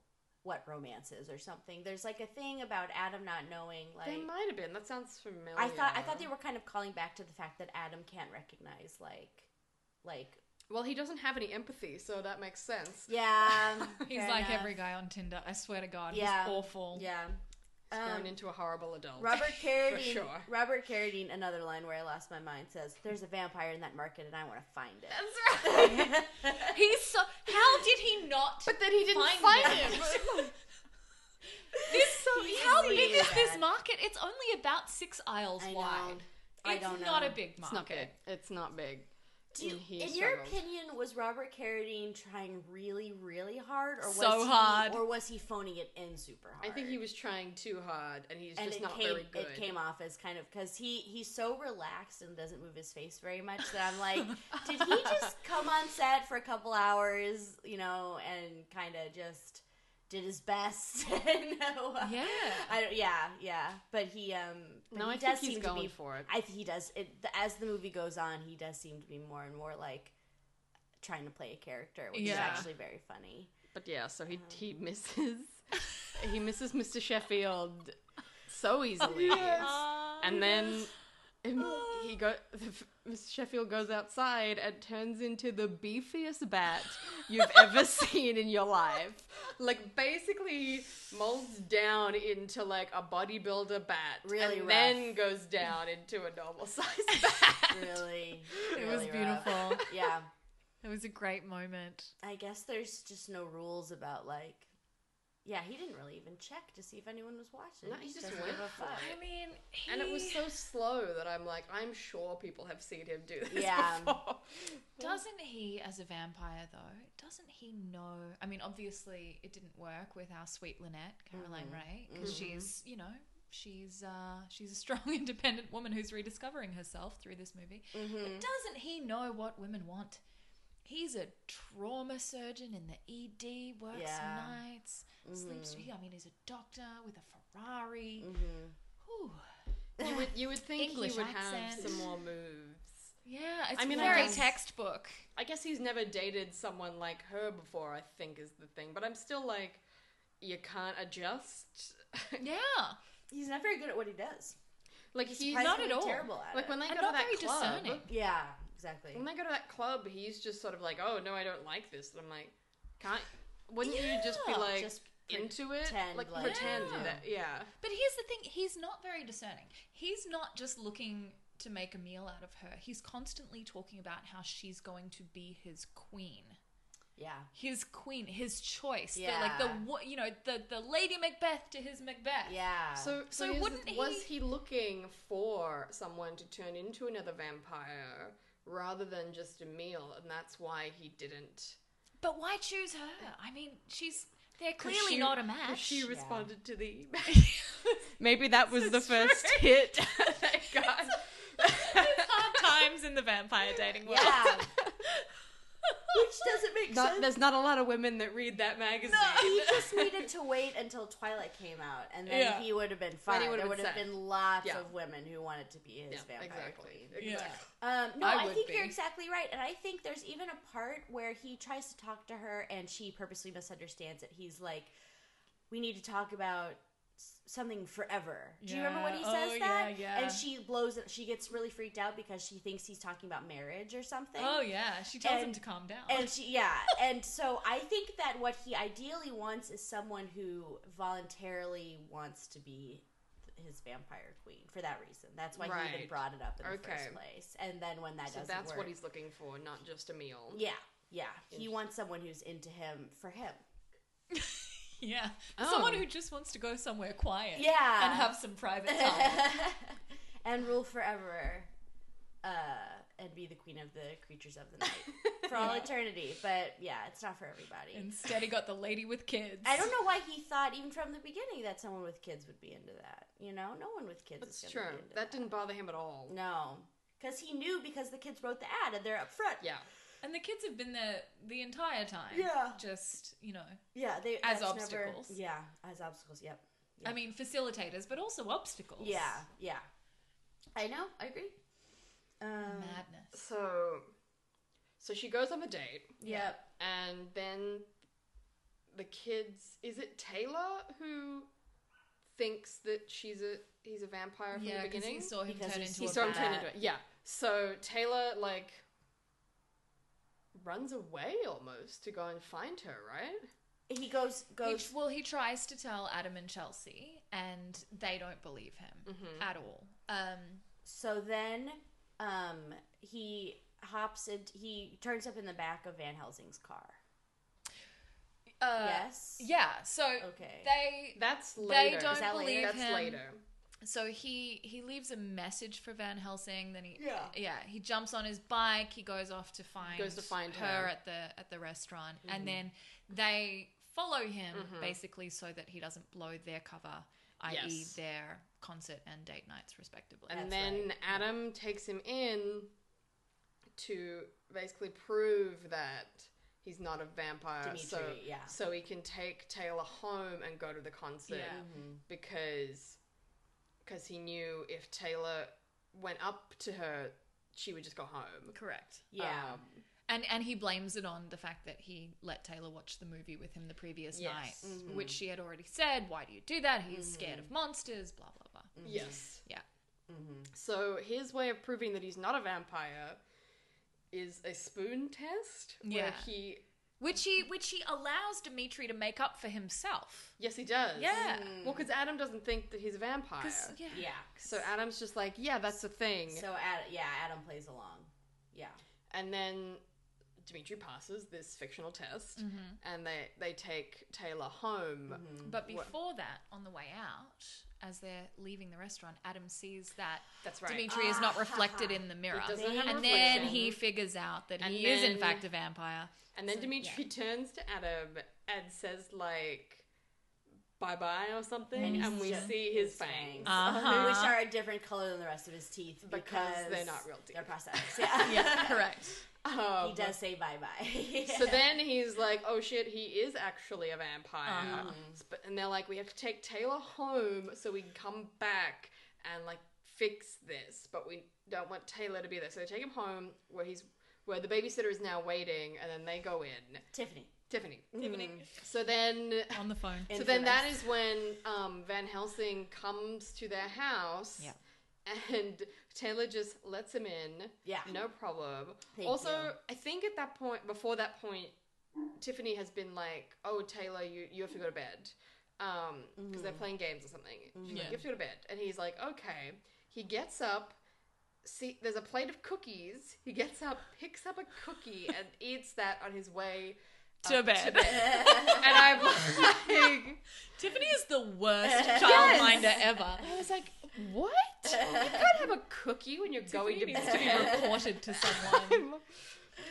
Speaker 3: what romance is or something? There's like a thing about Adam not knowing like.
Speaker 2: they might have been. That sounds familiar.
Speaker 3: I thought I thought they were kind of calling back to the fact that Adam can't recognize like, like
Speaker 2: Well, he doesn't have any empathy, so that makes sense.
Speaker 3: yeah.
Speaker 4: He's
Speaker 3: fair
Speaker 4: like
Speaker 3: enough.
Speaker 4: every guy on Tinder. I swear to God,
Speaker 3: Yeah.
Speaker 4: he's awful.
Speaker 3: yeah.
Speaker 2: grown
Speaker 3: Um,
Speaker 2: into a horrible adult.
Speaker 3: Robert Carradine.
Speaker 2: sure.
Speaker 3: Robert Carradine. Another line where I lost my mind says, "There's a vampire in that market, and I want to find it."
Speaker 4: That's right. He's so. How did he not?
Speaker 2: But then he didn't
Speaker 4: Find
Speaker 2: find,
Speaker 4: him.
Speaker 2: him.
Speaker 4: this how
Speaker 3: easy
Speaker 4: big
Speaker 3: to
Speaker 4: is this
Speaker 3: get.
Speaker 4: market? It's only about six aisles
Speaker 3: I know.
Speaker 4: wide.
Speaker 3: I
Speaker 4: it's
Speaker 3: don't
Speaker 4: not
Speaker 3: know.
Speaker 4: a big
Speaker 2: it's
Speaker 4: market.
Speaker 2: not big. It's not big.
Speaker 3: Do you,
Speaker 2: And he
Speaker 3: in your
Speaker 2: struggled.
Speaker 3: opinion, was Robert Carradine trying really, really hard, or was
Speaker 4: So
Speaker 3: he,
Speaker 4: hard.
Speaker 3: or was he phoning it in super hard?
Speaker 2: I think he was trying too hard, and he's
Speaker 3: and
Speaker 2: just
Speaker 3: it
Speaker 2: not
Speaker 3: came,
Speaker 2: very good.
Speaker 3: it came off as kind of because he he's so relaxed and doesn't move his face very much that I'm like, did he just come on set for a couple hours, you know, and kind of just did his best? no,
Speaker 4: Yeah.
Speaker 3: I don't, yeah, yeah. But he, um, but
Speaker 2: no,
Speaker 3: he
Speaker 2: I
Speaker 3: does
Speaker 2: think he's
Speaker 3: seem
Speaker 2: going
Speaker 3: to be.
Speaker 2: for it.
Speaker 3: I think he does. It, the, as the movie goes on, he does seem to be more and more like trying to play a character, which is
Speaker 4: Yeah.
Speaker 3: actually very funny.
Speaker 2: But yeah, so
Speaker 3: Um.
Speaker 2: he he misses he misses Mr. Sheffield so easily,
Speaker 4: Um,
Speaker 2: and then him- he go Mr. Sheffield goes outside and turns into the beefiest bat you've ever seen in your life. Like basically molds down into like a bodybuilder bat,
Speaker 3: Really
Speaker 2: and
Speaker 3: rough.
Speaker 2: then goes down into a normal sized bat.
Speaker 3: Really,
Speaker 4: it was
Speaker 3: really rough.
Speaker 4: beautiful.
Speaker 3: Yeah.
Speaker 4: it was a great moment.
Speaker 3: I guess there's just no rules about like. Yeah, he didn't really even check to see if anyone was watching.
Speaker 2: No, he just
Speaker 3: doesn't
Speaker 2: went
Speaker 3: give a
Speaker 2: for
Speaker 3: fuck.
Speaker 4: I mean,
Speaker 2: And it was
Speaker 4: he
Speaker 2: so slow that I'm like, I'm sure people have seen him do this
Speaker 3: Yeah.
Speaker 2: before.
Speaker 4: Doesn't he, as a vampire though, doesn't he know? I mean, obviously, it didn't work with our sweet Lynette,
Speaker 2: Mm-hmm.
Speaker 4: Caroline Ray, because she's, you know, she's uh, she's a strong, independent woman who's rediscovering herself through this movie.
Speaker 2: Mm-hmm.
Speaker 4: But doesn't he know what women want? He's a trauma surgeon in the ED, works
Speaker 3: Yeah.
Speaker 4: nights, sleeps.
Speaker 2: Mm-hmm.
Speaker 4: I mean, he's a doctor with a Ferrari.
Speaker 3: Mm-hmm.
Speaker 4: Whew.
Speaker 2: You would, you would think
Speaker 4: English
Speaker 2: he would
Speaker 4: accent.
Speaker 2: have some more moves.
Speaker 4: Yeah, it's
Speaker 2: I mean, I
Speaker 4: very
Speaker 2: guess-
Speaker 4: textbook.
Speaker 2: I guess he's never dated someone like her before, I think is the thing. But I'm still like, you can't adjust.
Speaker 4: Yeah,
Speaker 3: He's not very good at what he does.
Speaker 2: like he's
Speaker 3: Surprisingly
Speaker 4: not at all.
Speaker 3: Terrible at
Speaker 2: like
Speaker 3: it.
Speaker 2: when they
Speaker 4: and
Speaker 2: go
Speaker 4: not
Speaker 2: to that
Speaker 4: very
Speaker 2: club.
Speaker 4: discerning.
Speaker 3: Yeah, exactly.
Speaker 2: When they go to that club, he's just sort of like, oh no, I don't like this. And I'm like, can't. Wouldn't you just be
Speaker 4: Yeah.
Speaker 2: like
Speaker 3: Just
Speaker 2: into it?
Speaker 3: pretend
Speaker 2: Like,
Speaker 3: like-
Speaker 2: pretend
Speaker 4: Yeah.
Speaker 2: that yeah.
Speaker 4: But here's the thing: he's not very discerning. He's not just looking to make a meal out of her. He's constantly talking about how she's going to be his queen,
Speaker 3: Yeah.
Speaker 4: his queen, his choice. Yeah. like the
Speaker 3: Yeah.
Speaker 4: wo- you know the the Lady Macbeth to his Macbeth.
Speaker 3: Yeah.
Speaker 2: So, so,
Speaker 4: So
Speaker 2: here's the-
Speaker 4: wouldn't
Speaker 2: was he looking for someone to turn into another vampire rather than just a meal, and that's why he didn't?
Speaker 4: But why choose her? I mean, she's they're
Speaker 2: 'Cause
Speaker 4: clearly
Speaker 2: she-
Speaker 4: not a
Speaker 2: 'cause
Speaker 4: match.
Speaker 2: She responded to the email.
Speaker 4: It's
Speaker 2: Maybe that was the
Speaker 4: This is true.
Speaker 2: first hit. that got.
Speaker 4: Hard times in the vampire dating world.
Speaker 3: yeah. Which doesn't make
Speaker 2: Not-
Speaker 3: sense.
Speaker 2: there's not a lot of women that read that magazine.
Speaker 3: he just needed to wait until Twilight came out, and then
Speaker 4: Yeah.
Speaker 3: he would have been
Speaker 2: Then
Speaker 3: fine.
Speaker 2: he would've
Speaker 3: There
Speaker 2: been
Speaker 3: would have
Speaker 2: set.
Speaker 3: been lots
Speaker 2: Yeah.
Speaker 3: of women who wanted to be his
Speaker 2: Yeah,
Speaker 3: vampire
Speaker 2: exactly.
Speaker 3: queen.
Speaker 2: exactly.
Speaker 3: Um, no,
Speaker 2: I
Speaker 3: I,
Speaker 2: would
Speaker 3: think
Speaker 2: be.
Speaker 3: you're exactly right, and I think there's even a part where he tries to talk to her, and she purposely misunderstands it. He's like, "We need to talk about s- something forever." Do you remember when he
Speaker 4: Yeah.
Speaker 3: says
Speaker 4: Oh,
Speaker 3: that?
Speaker 4: yeah, yeah.
Speaker 3: And she blows it. She gets really freaked out because she thinks he's talking about marriage or something.
Speaker 4: Oh yeah, she tells him
Speaker 3: And-
Speaker 4: to calm down.
Speaker 3: And she, yeah, and so I think that what he ideally wants is someone who voluntarily wants to be his vampire queen for that reason. That's why he even
Speaker 2: Right.
Speaker 3: brought it up in the
Speaker 2: Okay.
Speaker 3: first place. And then when that
Speaker 2: So
Speaker 3: doesn't
Speaker 2: that's
Speaker 3: work,
Speaker 2: what he's looking for, not just a meal.
Speaker 3: yeah, yeah, he wants someone who's into him for him.
Speaker 4: Yeah.
Speaker 2: Oh.
Speaker 4: Someone who just wants to go somewhere quiet.
Speaker 3: Yeah.
Speaker 4: And have some private time.
Speaker 3: and rule forever uh, and be the queen of the creatures of the night for all eternity. But yeah, it's not for everybody.
Speaker 4: Instead, he got the lady with kids.
Speaker 3: I don't know why he thought, even from the beginning, that someone with kids would be into that. You know, no one with kids
Speaker 2: That's
Speaker 3: is
Speaker 2: true.
Speaker 3: going to be into
Speaker 2: That
Speaker 3: that.
Speaker 2: didn't bother him at all.
Speaker 3: No, because he knew because the kids wrote the ad and they're up front.
Speaker 2: Yeah.
Speaker 4: And the kids have been there the entire time.
Speaker 3: Yeah.
Speaker 4: Just, you know,
Speaker 3: yeah, they
Speaker 4: As
Speaker 3: that's
Speaker 4: obstacles.
Speaker 3: Never, yeah, as obstacles. Yep.
Speaker 4: I mean, facilitators, but also obstacles.
Speaker 3: Yeah, yeah. I know. I agree. Um,
Speaker 4: Madness.
Speaker 2: So, so she goes on the date.
Speaker 3: yep.
Speaker 2: and then the kids is it Taylor who thinks that she's a he's a vampire from
Speaker 4: Yeah,
Speaker 2: the
Speaker 4: because
Speaker 2: beginning?
Speaker 4: he saw him
Speaker 3: Because
Speaker 4: turn
Speaker 3: he's-
Speaker 4: into
Speaker 2: He
Speaker 4: a
Speaker 2: saw him turn
Speaker 4: bat.
Speaker 2: into it. Yeah. So Taylor like runs away almost to go and find her, right?
Speaker 3: he goes
Speaker 4: He,
Speaker 3: goes
Speaker 4: well, he tries to tell Adam and Chelsea, and they don't believe him
Speaker 2: Mm-hmm.
Speaker 4: at all. Um,
Speaker 3: so then um he hops and he turns up in the back of Van Helsing's car.
Speaker 4: uh,
Speaker 3: yes.
Speaker 4: Yeah. So
Speaker 3: Okay.
Speaker 4: they
Speaker 2: That's later.
Speaker 4: they don't
Speaker 3: Is that later?
Speaker 4: believe
Speaker 2: That's
Speaker 4: him.
Speaker 2: later.
Speaker 4: So he he leaves a message for Van Helsing. Then he
Speaker 3: Yeah.
Speaker 4: he jumps on his bike. He goes off to find
Speaker 2: Goes to find her. Mm-hmm.
Speaker 4: at the at the restaurant, and then they follow him basically so that he doesn't blow their cover, i.e.
Speaker 2: Yes.
Speaker 4: their concert and date nights respectively.
Speaker 2: And
Speaker 3: That's
Speaker 2: then
Speaker 3: right.
Speaker 2: Adam takes him in to basically prove that he's not a vampire. so,
Speaker 3: Dimitri, yeah.
Speaker 2: so he can take Taylor home and go to the concert
Speaker 4: Yeah.
Speaker 3: Mm-hmm.
Speaker 2: because because he knew if Taylor went up to her, she would just go home.
Speaker 4: Correct.
Speaker 3: Yeah.
Speaker 2: Um,
Speaker 4: And and he blames it on the fact that he let Taylor watch the movie with him the previous
Speaker 3: Yes.
Speaker 4: night,
Speaker 2: Mm-hmm.
Speaker 4: which she had already said, "Why do you do that? He's scared of monsters." Blah blah blah.
Speaker 2: Mm-hmm. Yes.
Speaker 4: Yeah.
Speaker 2: So his way of proving that he's not a vampire is a spoon test where
Speaker 4: Yeah.
Speaker 2: he
Speaker 4: Which he which he allows Dimitri to make up for himself.
Speaker 2: yes he does Mm.
Speaker 4: Yeah.
Speaker 2: well because Adam doesn't think that he's a vampire
Speaker 4: 'Cause- yeah.
Speaker 3: yeah.
Speaker 2: so Adam's just like yeah that's a thing
Speaker 3: So Ad, yeah, Adam plays along. Yeah.
Speaker 2: and then Dimitri passes this fictional test and they they take Taylor home
Speaker 4: But before that, on the way out, as they're leaving the restaurant, Adam sees that
Speaker 2: That's right.
Speaker 4: Dimitri is not reflected in the mirror.
Speaker 2: doesn't have
Speaker 4: and
Speaker 2: a
Speaker 4: then
Speaker 2: reflection.
Speaker 4: he figures out that
Speaker 2: And
Speaker 4: he is, in
Speaker 2: then-
Speaker 4: fact, a vampire.
Speaker 2: and then Dimitri turns to Adam and says like bye bye or something and,
Speaker 3: he's
Speaker 2: we
Speaker 3: just-
Speaker 2: see his fangs,
Speaker 4: Uh-huh.
Speaker 3: Which are a different color than the rest of his teeth
Speaker 2: Because
Speaker 3: because,
Speaker 2: they're not real teeth.
Speaker 3: They're prosthetics. Yeah.
Speaker 4: Yeah, correct.
Speaker 2: Um,
Speaker 3: He does say bye bye.
Speaker 2: So then he's like, "Oh shit, he is actually a vampire." Sp- And they're like, "We have to take Taylor home so we can come back and like fix this, but we don't want Taylor to be there." So they take him home where he's where the babysitter is now waiting, and then they go in.
Speaker 3: Tiffany.
Speaker 2: Tiffany. Tiffany. So then
Speaker 4: On the phone.
Speaker 2: so then
Speaker 3: Infamous.
Speaker 2: that is when um, Van Helsing comes to their house.
Speaker 4: Yeah.
Speaker 2: And Taylor just lets him in.
Speaker 3: Yeah.
Speaker 2: No problem.
Speaker 3: Thank
Speaker 2: also,
Speaker 3: you.
Speaker 2: I think at that point, before that point, Tiffany has been like, oh, Taylor, you, you have to go to bed. Because they're playing games or something. She's like,
Speaker 4: Yeah.
Speaker 2: you have to go to bed. And he's like, okay. He gets up. See, there's a plate of cookies. He gets up, picks up a cookie, and eats that on his way
Speaker 4: To
Speaker 2: up
Speaker 4: bed.
Speaker 2: and I'm like,
Speaker 4: Tiffany is the worst
Speaker 3: Yes.
Speaker 4: childminder ever.
Speaker 2: I was like, what? You can't have a cookie when you're going to
Speaker 4: Tiffany needs to be
Speaker 2: bed.
Speaker 4: reported to someone.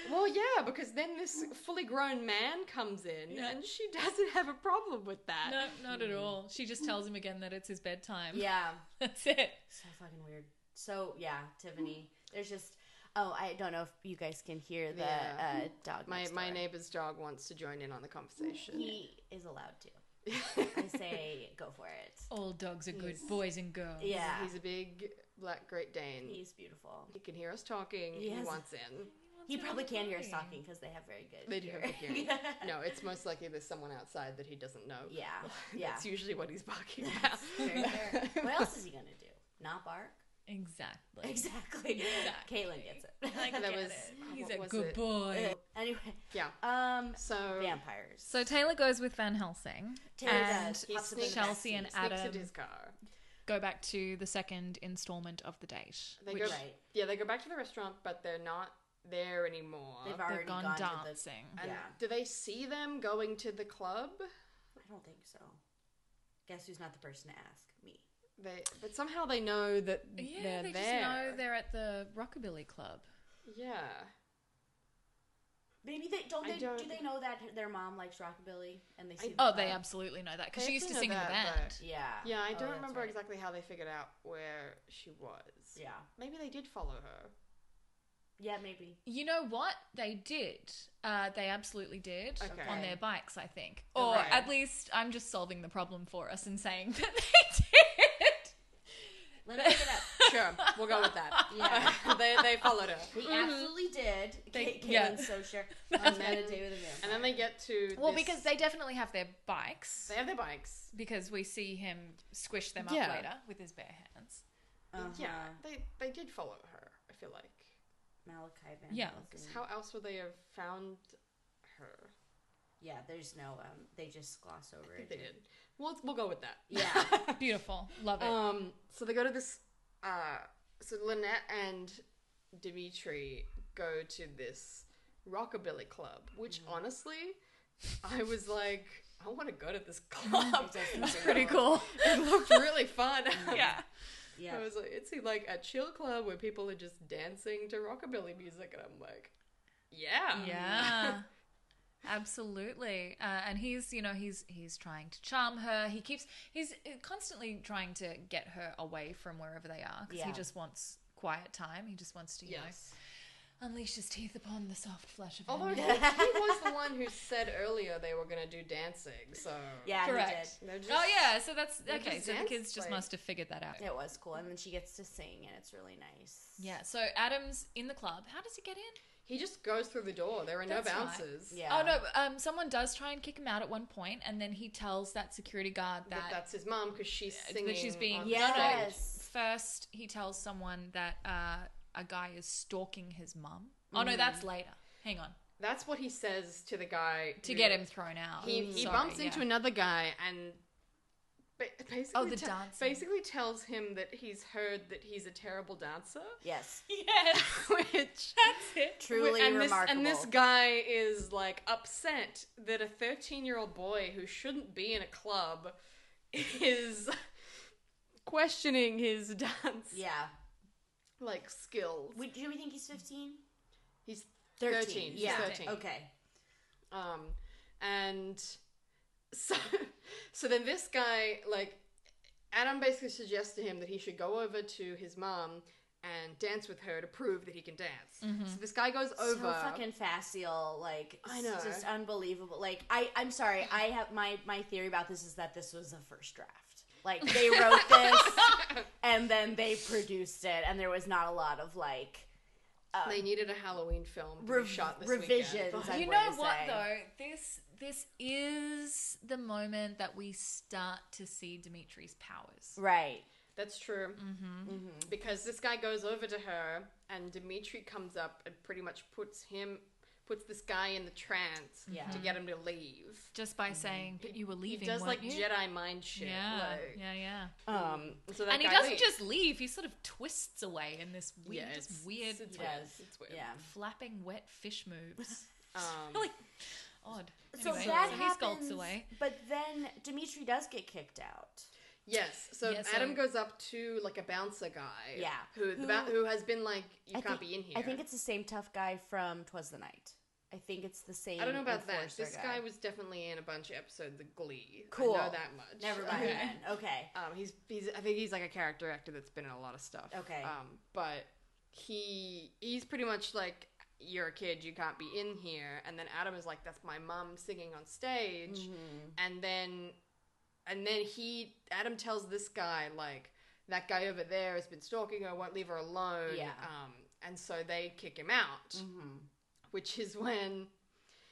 Speaker 2: Well, yeah, because then this fully grown man comes in,
Speaker 4: Yeah.
Speaker 2: and she doesn't have a problem with that.
Speaker 4: No, not at all. She just tells him again that it's his bedtime.
Speaker 3: Yeah.
Speaker 4: That's it.
Speaker 3: So fucking weird. So yeah, Tiffany. There's just oh, I don't know if you guys can hear the
Speaker 2: Yeah.
Speaker 3: uh, dog.
Speaker 2: My
Speaker 3: next
Speaker 2: my
Speaker 3: door.
Speaker 2: neighbor's dog wants to join in on the conversation.
Speaker 3: He is allowed to. I say go for it.
Speaker 4: All dogs are good boys and girls.
Speaker 3: Yeah.
Speaker 2: He's a big black Great Dane.
Speaker 3: He's beautiful.
Speaker 2: he can hear us talking. He
Speaker 3: Yes.
Speaker 2: wants in.
Speaker 3: He probably can hear us talking because they have very good.
Speaker 2: They do have good hearing.
Speaker 3: Yeah.
Speaker 2: No, it's most likely there's someone outside that he doesn't know.
Speaker 3: Yeah. Yeah.
Speaker 2: That's usually what he's barking about.
Speaker 3: Very fair. what else is he gonna do? Not bark?
Speaker 4: Exactly.
Speaker 3: Exactly. Caitlin gets it.
Speaker 2: That was
Speaker 4: He's
Speaker 2: what
Speaker 4: a
Speaker 2: was
Speaker 4: good
Speaker 2: it?
Speaker 4: boy.
Speaker 3: anyway,
Speaker 2: Yeah.
Speaker 3: um,
Speaker 2: So
Speaker 3: vampires.
Speaker 4: So Taylor goes with Van Helsing,
Speaker 3: Taylor
Speaker 4: and
Speaker 3: does. He pops up in the
Speaker 4: Chelsea and
Speaker 3: backseat.
Speaker 2: sneaks
Speaker 4: Adam
Speaker 2: into his car.
Speaker 4: go back to the second installment of the date.
Speaker 2: They
Speaker 4: which
Speaker 2: go,
Speaker 3: Right.
Speaker 2: yeah, they go back to the restaurant, but they're not there anymore.
Speaker 3: They've
Speaker 4: they've
Speaker 3: already
Speaker 4: gone,
Speaker 3: gone, to the.
Speaker 4: dancing.
Speaker 2: and
Speaker 3: yeah.
Speaker 2: do they see them going to the club?
Speaker 3: I don't think so. Guess who's not the person to ask? Me.
Speaker 2: They, but somehow they know that
Speaker 4: yeah,
Speaker 2: they're
Speaker 4: they
Speaker 2: there.
Speaker 4: just know they're at the Rockabilly Club.
Speaker 2: yeah,
Speaker 3: Maybe they don't.
Speaker 2: I
Speaker 3: They
Speaker 2: don't-
Speaker 3: do they know that their mom likes rockabilly and they
Speaker 2: I-
Speaker 3: see. the
Speaker 4: Oh, they
Speaker 3: club?
Speaker 4: absolutely know that because
Speaker 2: They
Speaker 4: she used to
Speaker 2: actually
Speaker 4: sing
Speaker 2: know
Speaker 4: in the
Speaker 2: that,
Speaker 4: band.
Speaker 3: Yeah.
Speaker 2: yeah. I
Speaker 3: Oh,
Speaker 2: don't
Speaker 3: that's
Speaker 2: remember
Speaker 3: right.
Speaker 2: exactly how they figured out where she was.
Speaker 3: Yeah.
Speaker 2: maybe they did follow her.
Speaker 3: Yeah, maybe.
Speaker 4: You know what? They did. Uh, they absolutely did
Speaker 2: Okay.
Speaker 4: on their bikes, I think. Or
Speaker 2: Right.
Speaker 4: at least I'm just solving the problem for us and saying that they did.
Speaker 3: Let me look it up.
Speaker 2: Sure, we'll go with that.
Speaker 3: Yeah.
Speaker 2: they they followed her,
Speaker 3: They absolutely did.
Speaker 4: They-
Speaker 3: They, Caitlin's
Speaker 4: yeah.
Speaker 3: so sure. I'm not a
Speaker 2: then-
Speaker 3: day with a vampire.
Speaker 2: and then they get to
Speaker 4: Well,
Speaker 2: this-
Speaker 4: because they definitely have their bikes.
Speaker 2: they have their bikes.
Speaker 4: Because we see him squish them up
Speaker 2: Yeah.
Speaker 4: later with his bare hands.
Speaker 2: Yeah,
Speaker 3: Uh-huh.
Speaker 2: they they did follow her. I feel like.
Speaker 3: Malachi Van
Speaker 4: Yeah.
Speaker 3: Helsing.
Speaker 2: How else would they have found her?
Speaker 3: yeah, there's no um they just gloss over
Speaker 2: I think
Speaker 3: it.
Speaker 2: they did. We'll we'll go with that.
Speaker 3: Yeah.
Speaker 4: Beautiful. Love it.
Speaker 2: Um, so they go to this. Uh, so Lynette and Dimitri go to this rockabilly club, which
Speaker 4: Mm-hmm.
Speaker 2: honestly, I was like, I want to go to this club.
Speaker 3: It does
Speaker 2: it's
Speaker 3: look
Speaker 2: pretty cool. It looked really fun.
Speaker 4: yeah.
Speaker 3: Yeah.
Speaker 2: I was like, it's like a chill club where people are just dancing to rockabilly music, and I'm like, yeah,
Speaker 4: Yeah. Absolutely, uh, and he's you know he's he's trying to charm her. He keeps he's uh, constantly trying to get her away from wherever they are because he
Speaker 3: Yeah.
Speaker 4: just wants quiet time. He just wants to you
Speaker 2: Yes.
Speaker 4: know unleash his teeth upon the soft flesh of
Speaker 2: Although
Speaker 4: her.
Speaker 2: he was the one who said earlier they were gonna do dancing, so
Speaker 3: Yeah, they
Speaker 4: Correct.
Speaker 2: They're just,
Speaker 4: Oh yeah, so that's
Speaker 2: They
Speaker 4: okay.
Speaker 2: just
Speaker 4: So the
Speaker 2: dance,
Speaker 4: kids just
Speaker 2: like-
Speaker 4: must have figured that out.
Speaker 3: did. It was cool. And then she gets to sing and it's really nice.
Speaker 4: Yeah. So Adam's in the club. How does he get in?
Speaker 2: He just goes through the door. There are
Speaker 4: That's
Speaker 2: no
Speaker 4: right.
Speaker 2: bouncers.
Speaker 3: Yeah.
Speaker 4: Oh no. Um, someone does try and kick him out at one point, and then he tells that security guard
Speaker 2: That,
Speaker 4: that,
Speaker 2: that's his mum because she's
Speaker 4: that
Speaker 2: singing.
Speaker 4: she's being-
Speaker 2: on the stage.
Speaker 3: Yes.
Speaker 4: first he tells someone that uh, a guy is stalking his mum. Oh no,
Speaker 2: Mm.
Speaker 4: that's later. Hang on.
Speaker 2: That's what he says to the guy
Speaker 4: To
Speaker 2: who-
Speaker 4: get him thrown out.
Speaker 2: He, he
Speaker 4: Sorry,
Speaker 2: bumps into
Speaker 4: yeah.
Speaker 2: another guy and ba- basically
Speaker 4: Oh, the
Speaker 2: te-
Speaker 4: dancing.
Speaker 2: basically tells him that he's heard that he's a terrible dancer,
Speaker 3: Yes.
Speaker 4: Yes,
Speaker 2: which
Speaker 4: that's it.
Speaker 3: Truly
Speaker 2: and this,
Speaker 3: remarkable.
Speaker 2: And this guy is like upset that a 13 year old boy who shouldn't be in a club is questioning his dance
Speaker 3: Yeah.
Speaker 2: like skills.
Speaker 3: We, do we think he's 15?
Speaker 2: He's
Speaker 3: 13.
Speaker 2: 13. He's
Speaker 3: Yeah.
Speaker 2: 13.
Speaker 3: Okay.
Speaker 2: Um, and so, so then this guy, like, Adam basically suggests to him that he should go over to his mom and dance with her to prove that he can dance.
Speaker 4: Mm-hmm.
Speaker 2: So this guy goes over.
Speaker 3: So fucking facile, like
Speaker 2: I
Speaker 3: I
Speaker 2: know.
Speaker 3: just unbelievable. Like I, I'm sorry. I have my my theory about this is that this was the first draft. Like they wrote this and then they produced it, and there was not a lot of like uh,
Speaker 2: they needed a Halloween film to be
Speaker 3: rev-
Speaker 2: shot this
Speaker 3: revisions.
Speaker 2: Weekend.
Speaker 3: I'd
Speaker 4: You know
Speaker 3: wanna
Speaker 4: what
Speaker 3: say.
Speaker 4: though? This this is the moment that we start to see Dimitri's powers.
Speaker 3: Right.
Speaker 2: That's true. Mm-hmm. Because this guy goes over to her, and Dimitri comes up and pretty much puts him, puts this guy in the trance
Speaker 3: Yeah.
Speaker 2: to get him to leave.
Speaker 4: Just by saying, but you were
Speaker 2: Mm-hmm. He
Speaker 4: leaving.
Speaker 2: does
Speaker 4: weren't
Speaker 2: like
Speaker 4: you?
Speaker 2: Jedi mind shit.
Speaker 4: Yeah,
Speaker 2: like-
Speaker 4: yeah, yeah.
Speaker 3: Mm,
Speaker 2: Um, so that
Speaker 4: And he
Speaker 2: guy
Speaker 4: doesn't
Speaker 2: leaves.
Speaker 4: just leave; he sort of twists away in this weird,
Speaker 2: Yeah,
Speaker 4: just
Speaker 2: it's-
Speaker 4: weird,
Speaker 2: It's
Speaker 3: Yeah.
Speaker 2: weird.
Speaker 3: Yes.
Speaker 2: It's weird.
Speaker 3: Yeah.
Speaker 4: flapping wet fish moves.
Speaker 2: Um,
Speaker 4: really odd.
Speaker 3: So
Speaker 4: Anyway,
Speaker 3: that
Speaker 4: so he
Speaker 3: happens.
Speaker 4: skulks away.
Speaker 3: But then Dimitri does get kicked out.
Speaker 2: yes. So
Speaker 4: Yeah, so-
Speaker 2: Adam goes up to like a bouncer guy.
Speaker 3: Yeah.
Speaker 2: Who the
Speaker 3: Who-
Speaker 2: bou- who has been like you
Speaker 3: I
Speaker 2: can't
Speaker 3: think-
Speaker 2: be in here.
Speaker 3: I think it's the same tough guy from Twas the Night. I think it's the same.
Speaker 2: I don't know about that.
Speaker 3: enforcer
Speaker 2: This guy. was definitely in a bunch of episodes of Glee.
Speaker 3: Cool.
Speaker 2: I know that much.
Speaker 3: Never mind.
Speaker 2: Okay.
Speaker 3: Then. Okay.
Speaker 2: Um, he's he's I think he's like a character actor that's been in a lot of stuff.
Speaker 3: Okay.
Speaker 2: Um, but he he's pretty much like you're a kid, you can't be in here. And then Adam is like, that's my mum singing on stage.
Speaker 3: Mm-hmm.
Speaker 2: And then and then he Adam tells this guy like that guy over there has been stalking her, won't leave her alone.
Speaker 3: Yeah. Mm-hmm.
Speaker 2: Um, and so they kick him out, which is when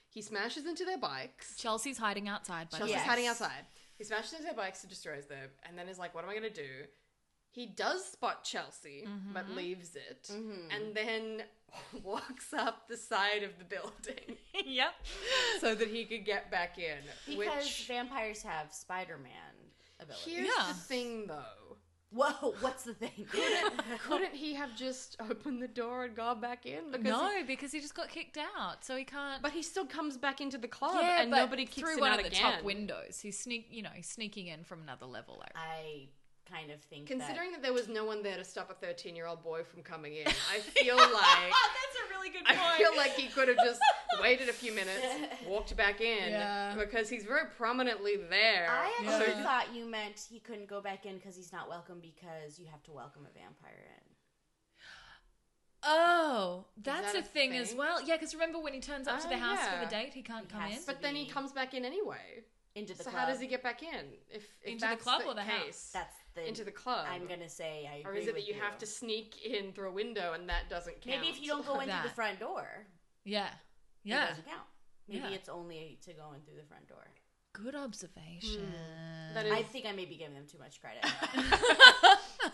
Speaker 2: he smashes into their bikes.
Speaker 4: Chelsea's hiding outside. By the
Speaker 2: Chelsea's
Speaker 4: way.
Speaker 3: Yes.
Speaker 2: hiding outside. He smashes into their bikes and destroys them, and then is like, "What am I gonna do?" He does spot Chelsea,
Speaker 4: Mm-hmm.
Speaker 2: but leaves it, and then walks up the side of the building
Speaker 4: yep.
Speaker 2: so that he could get back in.
Speaker 3: Because
Speaker 2: which
Speaker 3: vampires have Spider-Man ability.
Speaker 2: here's
Speaker 4: Yeah.
Speaker 2: the thing, though.
Speaker 3: Whoa, what's the thing?
Speaker 2: Couldn't he have just opened the door and gone back in? Because
Speaker 4: No,
Speaker 2: he-
Speaker 4: because he just got kicked out, so he can't.
Speaker 2: but he still comes back into the club,
Speaker 4: yeah,
Speaker 2: and
Speaker 4: but
Speaker 2: nobody kicks
Speaker 4: through
Speaker 2: him
Speaker 4: one
Speaker 2: out
Speaker 4: of the
Speaker 2: again.
Speaker 4: top windows. He's sneak, you know, he's sneaking in from another level. Like,
Speaker 3: I kind of think
Speaker 2: Considering that there was no one there to stop a 13 year old boy from coming in, I feel like
Speaker 4: that's a really good
Speaker 3: Oh
Speaker 4: point.
Speaker 2: I feel like he could have just waited a few minutes, walked back in,
Speaker 4: Yeah.
Speaker 2: because he's very prominently there.
Speaker 3: that I
Speaker 4: Yeah.
Speaker 3: actually
Speaker 4: Yeah.
Speaker 3: thought you meant he couldn't go back in because he's not welcome because you have to welcome a vampire in.
Speaker 4: oh, that's
Speaker 2: that a
Speaker 4: a thing, as
Speaker 2: thing?
Speaker 4: well. Yeah, because remember when he turns up to
Speaker 2: Oh,
Speaker 4: the house for
Speaker 2: yeah.
Speaker 4: the date, he can't
Speaker 3: He
Speaker 4: come
Speaker 3: has
Speaker 4: in.
Speaker 3: to
Speaker 2: but then he
Speaker 3: be
Speaker 2: comes back in anyway.
Speaker 3: into the
Speaker 2: so
Speaker 3: club.
Speaker 2: how does he get back in? If, if
Speaker 4: Into the
Speaker 2: that's
Speaker 4: club or the
Speaker 2: case,
Speaker 4: house?
Speaker 3: That's the
Speaker 2: into the club.
Speaker 3: I'm gonna say I.
Speaker 2: or
Speaker 3: agree
Speaker 2: is it
Speaker 3: with
Speaker 2: that you, have to sneak in through a window and that doesn't count?
Speaker 3: Maybe if you don't go in through
Speaker 4: That.
Speaker 3: the front door,
Speaker 4: yeah,
Speaker 3: it
Speaker 4: yeah.
Speaker 3: doesn't count. Maybe
Speaker 4: Yeah.
Speaker 3: it's only to go in through the front door.
Speaker 4: Good observation.
Speaker 2: Hmm. That is
Speaker 3: I think I may be giving them too much credit.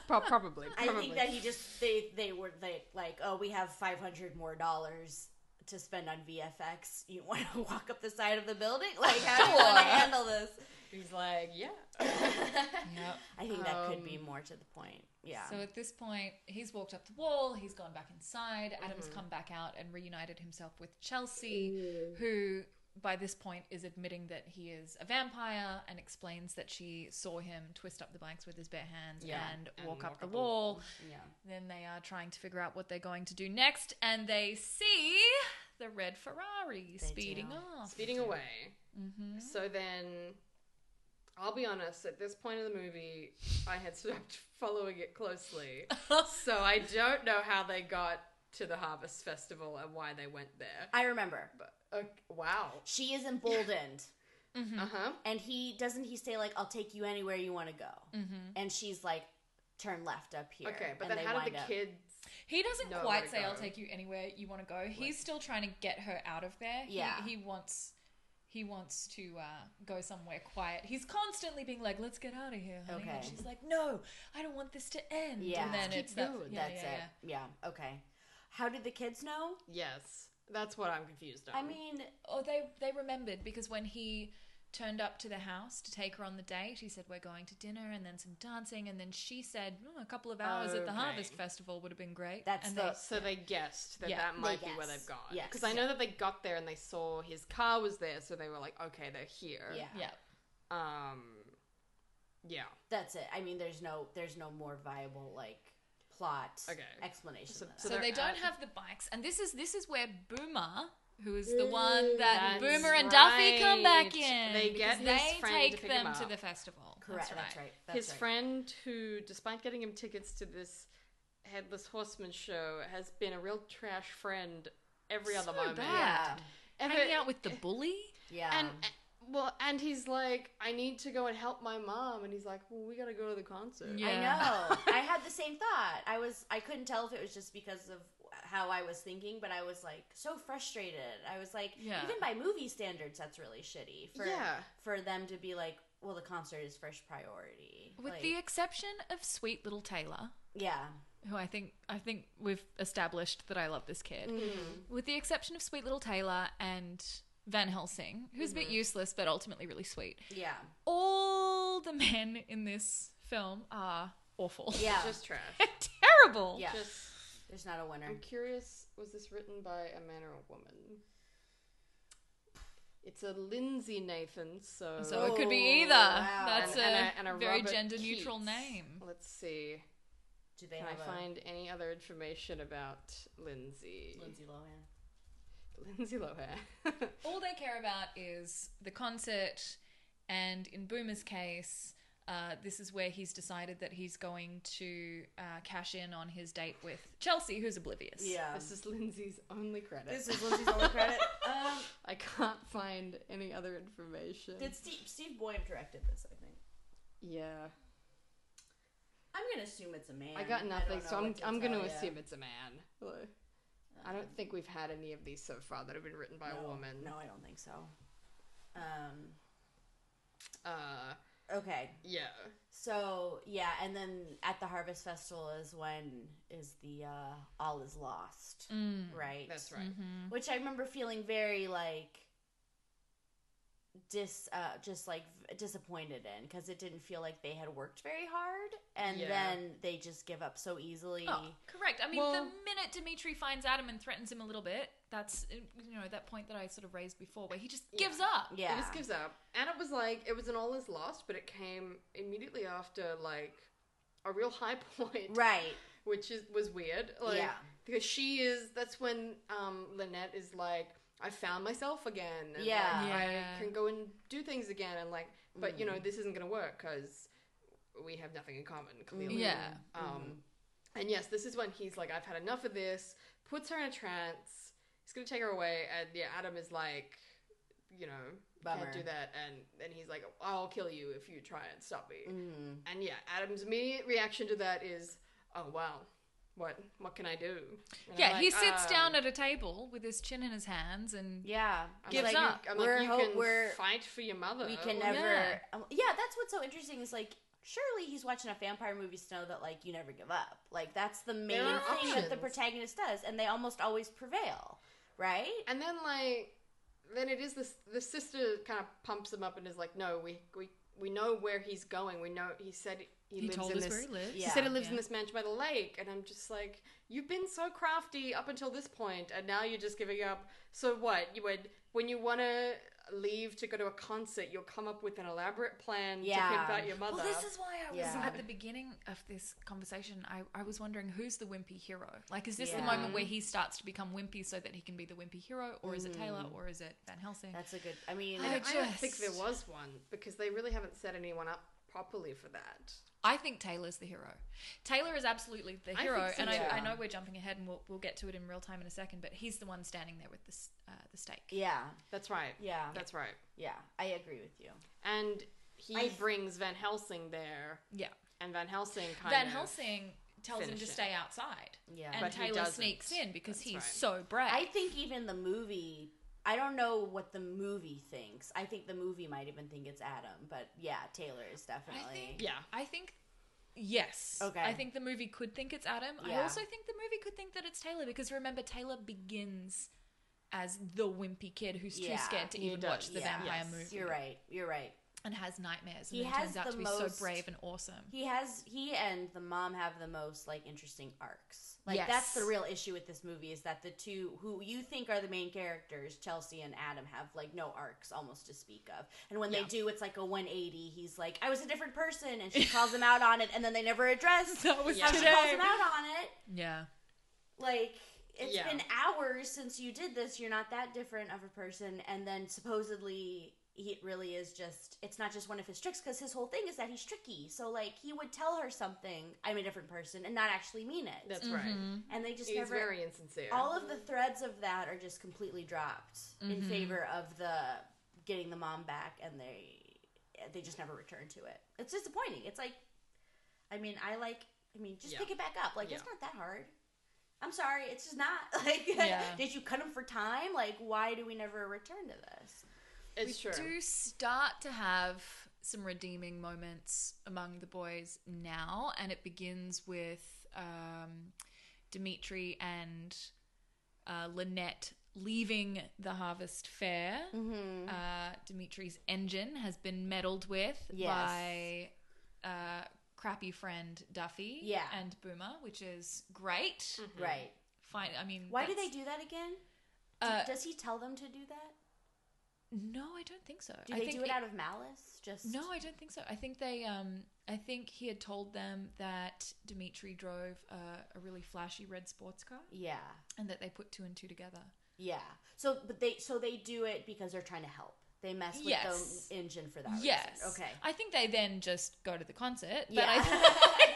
Speaker 2: pro- probably.
Speaker 3: I
Speaker 2: probably.
Speaker 3: think that he just they they were they like oh we have five hundred more dollars to spend on VFX, you want to walk up the side of the building? Like, how do you want to handle this?
Speaker 2: He's like, yeah.
Speaker 4: Yep.
Speaker 3: I think that could be
Speaker 2: Um,
Speaker 3: more to the point. Yeah.
Speaker 4: So at this point, he's walked up the wall, he's gone back inside.
Speaker 3: Mm-hmm.
Speaker 4: Adam's come back out and reunited himself with Chelsea, who by this point is admitting that he is a vampire and explains that she saw him twist up the bikes with his bare hands
Speaker 3: Yeah,
Speaker 4: and,
Speaker 2: and
Speaker 4: walk, up
Speaker 2: walk
Speaker 4: the
Speaker 2: up a
Speaker 4: wall.
Speaker 3: yeah.
Speaker 4: Then they are trying to figure out what they're going to do next, and they see the red Ferrari
Speaker 3: They
Speaker 4: speeding
Speaker 3: do.
Speaker 4: off.
Speaker 2: Speeding away.
Speaker 3: Mm-hmm.
Speaker 4: hmm
Speaker 2: So then, I'll be honest, at this point in the movie, I had stopped following it closely. so I don't know how they got to the Harvest Festival and why they went there.
Speaker 3: I remember.
Speaker 2: But uh, wow.
Speaker 3: She is emboldened. Hmm.
Speaker 2: Uh huh.
Speaker 3: and he doesn't he say like i'll take you anywhere you want to go
Speaker 4: Mm-hmm.
Speaker 3: and she's like turn left up here
Speaker 2: Mm-hmm. Okay, but
Speaker 3: and
Speaker 2: then
Speaker 3: they
Speaker 2: how did
Speaker 3: wind
Speaker 2: the
Speaker 3: up-
Speaker 2: kids?
Speaker 4: He doesn't
Speaker 2: know where
Speaker 4: quite
Speaker 2: to
Speaker 4: say, "I'll
Speaker 2: go.
Speaker 4: take you anywhere you want to go." He's still trying to get her out of there. He-
Speaker 3: Yeah.
Speaker 4: he, wants he wants to uh, go somewhere quiet. He's constantly being like, "Let's get out of here." Honey. And
Speaker 3: Okay.
Speaker 4: she's like, "No, I don't want this to end."
Speaker 3: Yeah.
Speaker 4: and then
Speaker 2: Keep
Speaker 4: it's that,
Speaker 2: going.
Speaker 4: yeah,
Speaker 3: that's
Speaker 4: yeah,
Speaker 3: it yeah. okay how did the kids know
Speaker 2: Yes, that's what I'm confused
Speaker 3: i
Speaker 2: on.
Speaker 3: mean
Speaker 4: yeah. Oh, they they remembered because when he turned up to the house to take her on the date, he said, "We're going to dinner and then some dancing," and then she said, "Mm, "A couple of hours at the
Speaker 2: Okay.
Speaker 4: Harvest Festival would have been great."
Speaker 3: That's
Speaker 4: and
Speaker 3: the-
Speaker 4: they-
Speaker 2: So they guessed that
Speaker 4: Yeah.
Speaker 2: that
Speaker 3: They
Speaker 2: might be where
Speaker 3: guessed.
Speaker 2: they've gone.
Speaker 3: Yes.
Speaker 2: Because I know that they got there and they saw his car was there, so they were like, okay, they're here.
Speaker 3: yeah,
Speaker 4: yeah.
Speaker 2: Um, yeah.
Speaker 3: that's it i mean there's no there's no more viable like plot
Speaker 2: Okay.
Speaker 3: explanation
Speaker 2: So-
Speaker 3: than
Speaker 2: so
Speaker 4: So,
Speaker 3: that.
Speaker 2: they're
Speaker 4: they don't
Speaker 2: out-
Speaker 4: have the bikes, and this is this is where Boomer, who is the one that
Speaker 2: Mm, That's
Speaker 4: Boomer and Duffy come back
Speaker 2: right.
Speaker 4: in,
Speaker 2: They get
Speaker 4: because
Speaker 2: his
Speaker 4: they
Speaker 2: friend to
Speaker 4: take
Speaker 2: pick him
Speaker 4: them to
Speaker 2: up.
Speaker 4: the festival.
Speaker 3: correct that's right, that's
Speaker 2: his
Speaker 3: right.
Speaker 2: friend who despite getting him tickets to this headless horseman show has been a real trash friend every
Speaker 4: So
Speaker 2: other moment
Speaker 4: bad.
Speaker 2: Ever-
Speaker 4: Hanging out with the bully.
Speaker 3: yeah
Speaker 2: and well and he's like i need to go and help my mom and he's like well we gotta go to the concert
Speaker 4: Yeah.
Speaker 3: I know. I had the same thought. I was I couldn't tell if it was just because of how I was thinking, but I was like so frustrated. I was like,
Speaker 4: Yeah.
Speaker 3: even by movie standards, that's really shitty for
Speaker 2: Yeah.
Speaker 3: for them to be like, well, the concert is first priority.
Speaker 4: With
Speaker 3: Like,
Speaker 4: the exception of sweet little Taylor,
Speaker 3: yeah,
Speaker 4: who I think I think we've established that I love this kid.
Speaker 2: Mm-hmm.
Speaker 4: With the exception of sweet little Taylor and Van Helsing, who's
Speaker 2: Mm-hmm.
Speaker 4: a bit useless but ultimately really sweet.
Speaker 3: yeah,
Speaker 4: All the men in this film are awful.
Speaker 3: yeah.
Speaker 2: just trash
Speaker 4: Terrible.
Speaker 3: yeah.
Speaker 2: just
Speaker 3: There's not a winner.
Speaker 2: i'm curious was this written by a man or a woman it's a Lindsay Nathan, so
Speaker 4: So it could
Speaker 3: Oh,
Speaker 4: be either.
Speaker 3: wow.
Speaker 4: That's
Speaker 2: And-
Speaker 4: a,
Speaker 2: and a- and a
Speaker 4: very
Speaker 2: Robert
Speaker 4: gender neutral
Speaker 2: Keats.
Speaker 4: name.
Speaker 2: Let's see.
Speaker 3: Do they
Speaker 2: Can
Speaker 3: have
Speaker 2: I
Speaker 3: a
Speaker 2: find any other information about Lindsay?
Speaker 3: Lindsay Lohan?
Speaker 2: Lindsay Lohan.
Speaker 4: All they care about is the concert, and in Boomer's case, uh, this is where he's decided that he's going to uh, cash in on his date with Chelsea, who's oblivious.
Speaker 3: Yeah,
Speaker 2: this is Lindsay's only credit.
Speaker 3: this is Lindsay's only credit. Um,
Speaker 2: I can't find any other information.
Speaker 3: did Steve Steve Boyd directed this? I think.
Speaker 2: yeah,
Speaker 3: I'm gonna assume it's a man.
Speaker 2: I got
Speaker 3: don't
Speaker 2: nothing,
Speaker 3: know
Speaker 2: so I'm
Speaker 3: what to
Speaker 2: I'm
Speaker 3: tell
Speaker 2: gonna
Speaker 3: ya. Um,
Speaker 2: assume it's a man. Like, I don't think we've had any of these so far that have been written by a
Speaker 3: No,
Speaker 2: woman.
Speaker 3: No, I don't think so. Um,
Speaker 2: Uh,
Speaker 3: okay.
Speaker 2: yeah.
Speaker 3: So yeah, and then at the Harvest Festival is when is the uh, all is lost,
Speaker 4: Mm.
Speaker 3: right?
Speaker 2: That's right.
Speaker 3: Mm-hmm. Which I remember feeling very like dis, uh, just like v- disappointed in because it didn't feel like they had worked very hard, and
Speaker 2: Yeah.
Speaker 3: then they just give up so easily.
Speaker 4: Oh, correct. I mean, the
Speaker 2: Well-
Speaker 4: minute Dimitri finds Adam and threatens him a little bit, that's uh, you know that point that I sort of raised before, where he just gives up.
Speaker 3: yeah,
Speaker 2: He just gives up. And it was like, it was an all is lost, but it came immediately after, like, a real high point.
Speaker 3: right.
Speaker 2: which is was weird. Like,
Speaker 3: Yeah.
Speaker 2: Because she is. That's when um, Lynette is like, I found myself again. And
Speaker 3: Yeah.
Speaker 2: Like,
Speaker 4: Yeah.
Speaker 2: I can go and do things again. And like, but you
Speaker 3: Mm.
Speaker 2: know, this isn't gonna work because we have nothing in common.
Speaker 3: Mm-hmm.
Speaker 2: Clearly.
Speaker 4: Yeah.
Speaker 2: Um, and yes, this is when he's like, I've had enough of this. Puts her in a trance. He's gonna take her away. And yeah, Adam is like, you know.
Speaker 3: Bummer.
Speaker 2: Can't do that, and and he's like, "I'll kill you if you try and stop me."
Speaker 3: Mm.
Speaker 2: And yeah, Adam's immediate reaction to that is, "Oh wow, what what can I do?" And
Speaker 4: Yeah,
Speaker 2: I'm
Speaker 4: he
Speaker 2: like,
Speaker 4: sits
Speaker 2: um,
Speaker 4: down at a table with his chin in his hands and
Speaker 3: Yeah,
Speaker 2: I'm
Speaker 4: gives
Speaker 2: like,
Speaker 4: up.
Speaker 2: You, I'm
Speaker 3: We're
Speaker 2: like, you
Speaker 3: ho-
Speaker 2: can
Speaker 3: we're-
Speaker 2: fight Oh, for your mother.
Speaker 3: we can
Speaker 2: Well,
Speaker 3: never
Speaker 4: yeah.
Speaker 3: yeah. yeah that's what's so interesting is like surely he's watching a vampire movie to know that like you never give up like that's the main
Speaker 2: There
Speaker 3: thing
Speaker 2: are
Speaker 3: that the
Speaker 2: options.
Speaker 3: protagonist does and they almost always prevail right?
Speaker 2: And then like then it is this the sister kind of pumps him up and is like, no, we we we know where he's going. We know he said he,
Speaker 4: He
Speaker 2: lives
Speaker 4: told
Speaker 2: in
Speaker 4: us
Speaker 2: this.
Speaker 4: where he lives.
Speaker 2: He
Speaker 3: Yeah.
Speaker 2: said he lives in
Speaker 4: Yeah.
Speaker 2: this mansion by the lake, and I'm just like, you've been so crafty up until this point, and now you're just giving up. So what? You would when you want to leave to go to a concert, you'll come up with an elaborate plan to
Speaker 3: Yeah.
Speaker 2: pimp out your mother.
Speaker 4: Well, this is why I was
Speaker 3: Yeah.
Speaker 4: at the beginning of this conversation. I, I was wondering who's the wimpy hero? Like, is this the
Speaker 3: Yeah.
Speaker 4: moment where he starts to become wimpy so that he can be the wimpy hero, or is it Taylor,
Speaker 2: Mm.
Speaker 4: or is it Van Helsing?
Speaker 3: That's a good. I mean,
Speaker 2: I, don't- I don't think
Speaker 4: just-
Speaker 2: there was one because they really haven't set anyone up properly for that.
Speaker 4: I think Taylor's the hero. Taylor is absolutely the
Speaker 2: I
Speaker 4: hero,
Speaker 2: think so
Speaker 4: and
Speaker 2: too.
Speaker 4: I, I know we're jumping ahead, and we'll, we'll get to it in real time in a second. But he's the one standing there with the s- uh, the stake.
Speaker 3: yeah,
Speaker 2: That's right.
Speaker 3: yeah,
Speaker 2: That's right.
Speaker 3: yeah. I agree with you.
Speaker 2: And he
Speaker 3: I-
Speaker 2: brings Van Helsing there,
Speaker 4: Yeah,
Speaker 2: and Van Helsing kind
Speaker 4: Van
Speaker 2: of
Speaker 4: Helsing tells him to
Speaker 2: finish it.
Speaker 4: stay outside,
Speaker 3: Yeah.
Speaker 4: and
Speaker 2: But he
Speaker 4: Taylor
Speaker 2: doesn't.
Speaker 4: sneaks in because
Speaker 2: That's
Speaker 4: he's
Speaker 2: right.
Speaker 4: so brave.
Speaker 3: I think even the movie. I don't know what the movie thinks. I think the movie might even think it's Adam, but yeah, Taylor is definitely.
Speaker 4: I think,
Speaker 2: Yeah.
Speaker 4: I think, yes.
Speaker 3: Okay.
Speaker 4: I think the movie could think it's Adam. I
Speaker 3: Yeah.
Speaker 4: also think the movie could think that it's Taylor because remember, Taylor begins as the wimpy kid who's too
Speaker 3: Yeah,
Speaker 4: scared to
Speaker 2: he
Speaker 4: even
Speaker 2: does.
Speaker 4: watch the
Speaker 3: Yeah.
Speaker 4: vampire
Speaker 2: Yes,
Speaker 4: movie
Speaker 3: You're right. You're right.
Speaker 4: and has nightmares. And
Speaker 3: He
Speaker 4: then
Speaker 3: has
Speaker 4: turns out
Speaker 3: the
Speaker 4: to be
Speaker 3: most-
Speaker 4: so brave and awesome.
Speaker 3: He has he and the mom have the most like interesting arcs. Like
Speaker 4: Yes.
Speaker 3: that's the real issue with this movie is that the two who you think are the main characters, Chelsea and Adam, have like no arcs almost to speak of. And when they
Speaker 4: Yeah.
Speaker 3: do, it's like a 180. He's like, I was a different person, and she calls him out on it, and then they never address
Speaker 4: that was
Speaker 2: Yeah.
Speaker 3: how she calls him out on it.
Speaker 4: Yeah.
Speaker 3: Like it's
Speaker 2: Yeah.
Speaker 3: been hours since you did this. You're not that different of a person, and then supposedly he it really is just. It's not just one of his tricks because his whole thing is that he's tricky. So like he would tell her something, I'm a different person, and not actually mean it.
Speaker 2: That's right.
Speaker 3: and they Mm-hmm. just
Speaker 2: He's
Speaker 3: never.
Speaker 2: very insincere.
Speaker 3: all of the threads of that are just completely dropped in
Speaker 4: Mhm.
Speaker 3: favor of the getting the mom back, and they they just never return to it. It's disappointing. It's like, I mean, I like. I mean, just
Speaker 2: Yeah.
Speaker 3: pick it back up. Like
Speaker 2: Yeah.
Speaker 3: it's not that hard. I'm sorry, it's just not like.
Speaker 4: Yeah.
Speaker 3: did you cut him for time? Like, why do we never return to this?
Speaker 2: it's
Speaker 4: we
Speaker 2: true.
Speaker 4: do start to have some redeeming moments among the boys now, and it begins with um, Dimitri and uh, Lynette leaving the harvest fair.
Speaker 3: Mm-hmm.
Speaker 4: Uh, Dimitri's engine has been meddled with
Speaker 3: Yes.
Speaker 4: by uh, crappy friend Duffy
Speaker 3: Yeah.
Speaker 4: and Boomer, which is great.
Speaker 3: Right.
Speaker 4: Fine. I mean,
Speaker 3: Why do
Speaker 4: Mm-hmm. that's-
Speaker 3: they do that again? Do-
Speaker 4: Uh,
Speaker 3: Does he tell them to do that?
Speaker 4: no, I don't think so.
Speaker 3: Do
Speaker 4: I
Speaker 3: they
Speaker 4: think
Speaker 3: do it
Speaker 4: it-
Speaker 3: out of malice? Just
Speaker 4: No, I don't think so. I think they, um, I think he had told them that Dimitri drove a, a really flashy red sports car,
Speaker 3: Yeah.
Speaker 4: and that they put two and two together.
Speaker 3: Yeah. So, but they so they do it because they're trying to help. They mess with
Speaker 4: Yes.
Speaker 3: the engine for that. reason.
Speaker 4: yes.
Speaker 3: Okay.
Speaker 4: I think they then just go to the concert. But
Speaker 3: Yeah.
Speaker 4: I,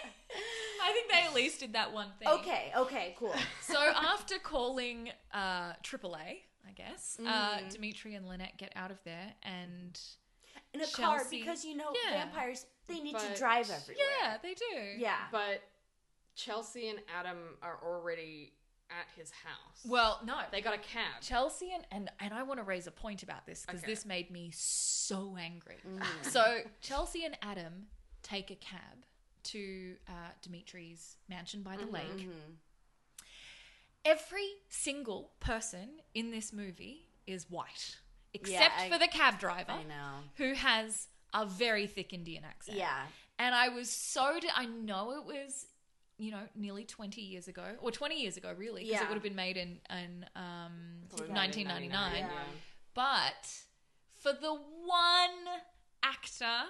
Speaker 4: I think they at least did that one thing.
Speaker 3: okay. Okay. Cool.
Speaker 4: So after calling uh, AAA, I guess uh,
Speaker 3: Mm-hmm.
Speaker 2: Mhm.
Speaker 4: Dimitri and Lynette get out of there, and
Speaker 3: In a car
Speaker 4: Chelsea-
Speaker 3: because you know
Speaker 4: Yeah.
Speaker 3: vampires they need
Speaker 2: But-
Speaker 3: to drive everywhere.
Speaker 4: yeah, they do.
Speaker 3: Yeah.
Speaker 2: But Chelsea and Adam are already at his house.
Speaker 4: Well, no,
Speaker 2: they got a cab.
Speaker 4: Chelsea and and, and I want to raise a point about this because
Speaker 2: Okay.
Speaker 4: this made me so angry.
Speaker 3: Mm.
Speaker 4: so Chelsea and Adam take a cab to uh, Dimitri's mansion by the
Speaker 3: Mm-hmm.
Speaker 4: lake. Every single person in this movie is white, except
Speaker 3: I-
Speaker 4: for the cab driver,
Speaker 3: I know.
Speaker 4: who has a very thick Indian accent.
Speaker 3: Yeah.
Speaker 4: And I was so, d- I know it was, you know, nearly 20 years ago, or 20 years ago, really, because
Speaker 3: Yeah.
Speaker 4: it would have been made in, in um,
Speaker 2: Probably
Speaker 4: 1999.
Speaker 2: Yeah.
Speaker 4: But for the one actor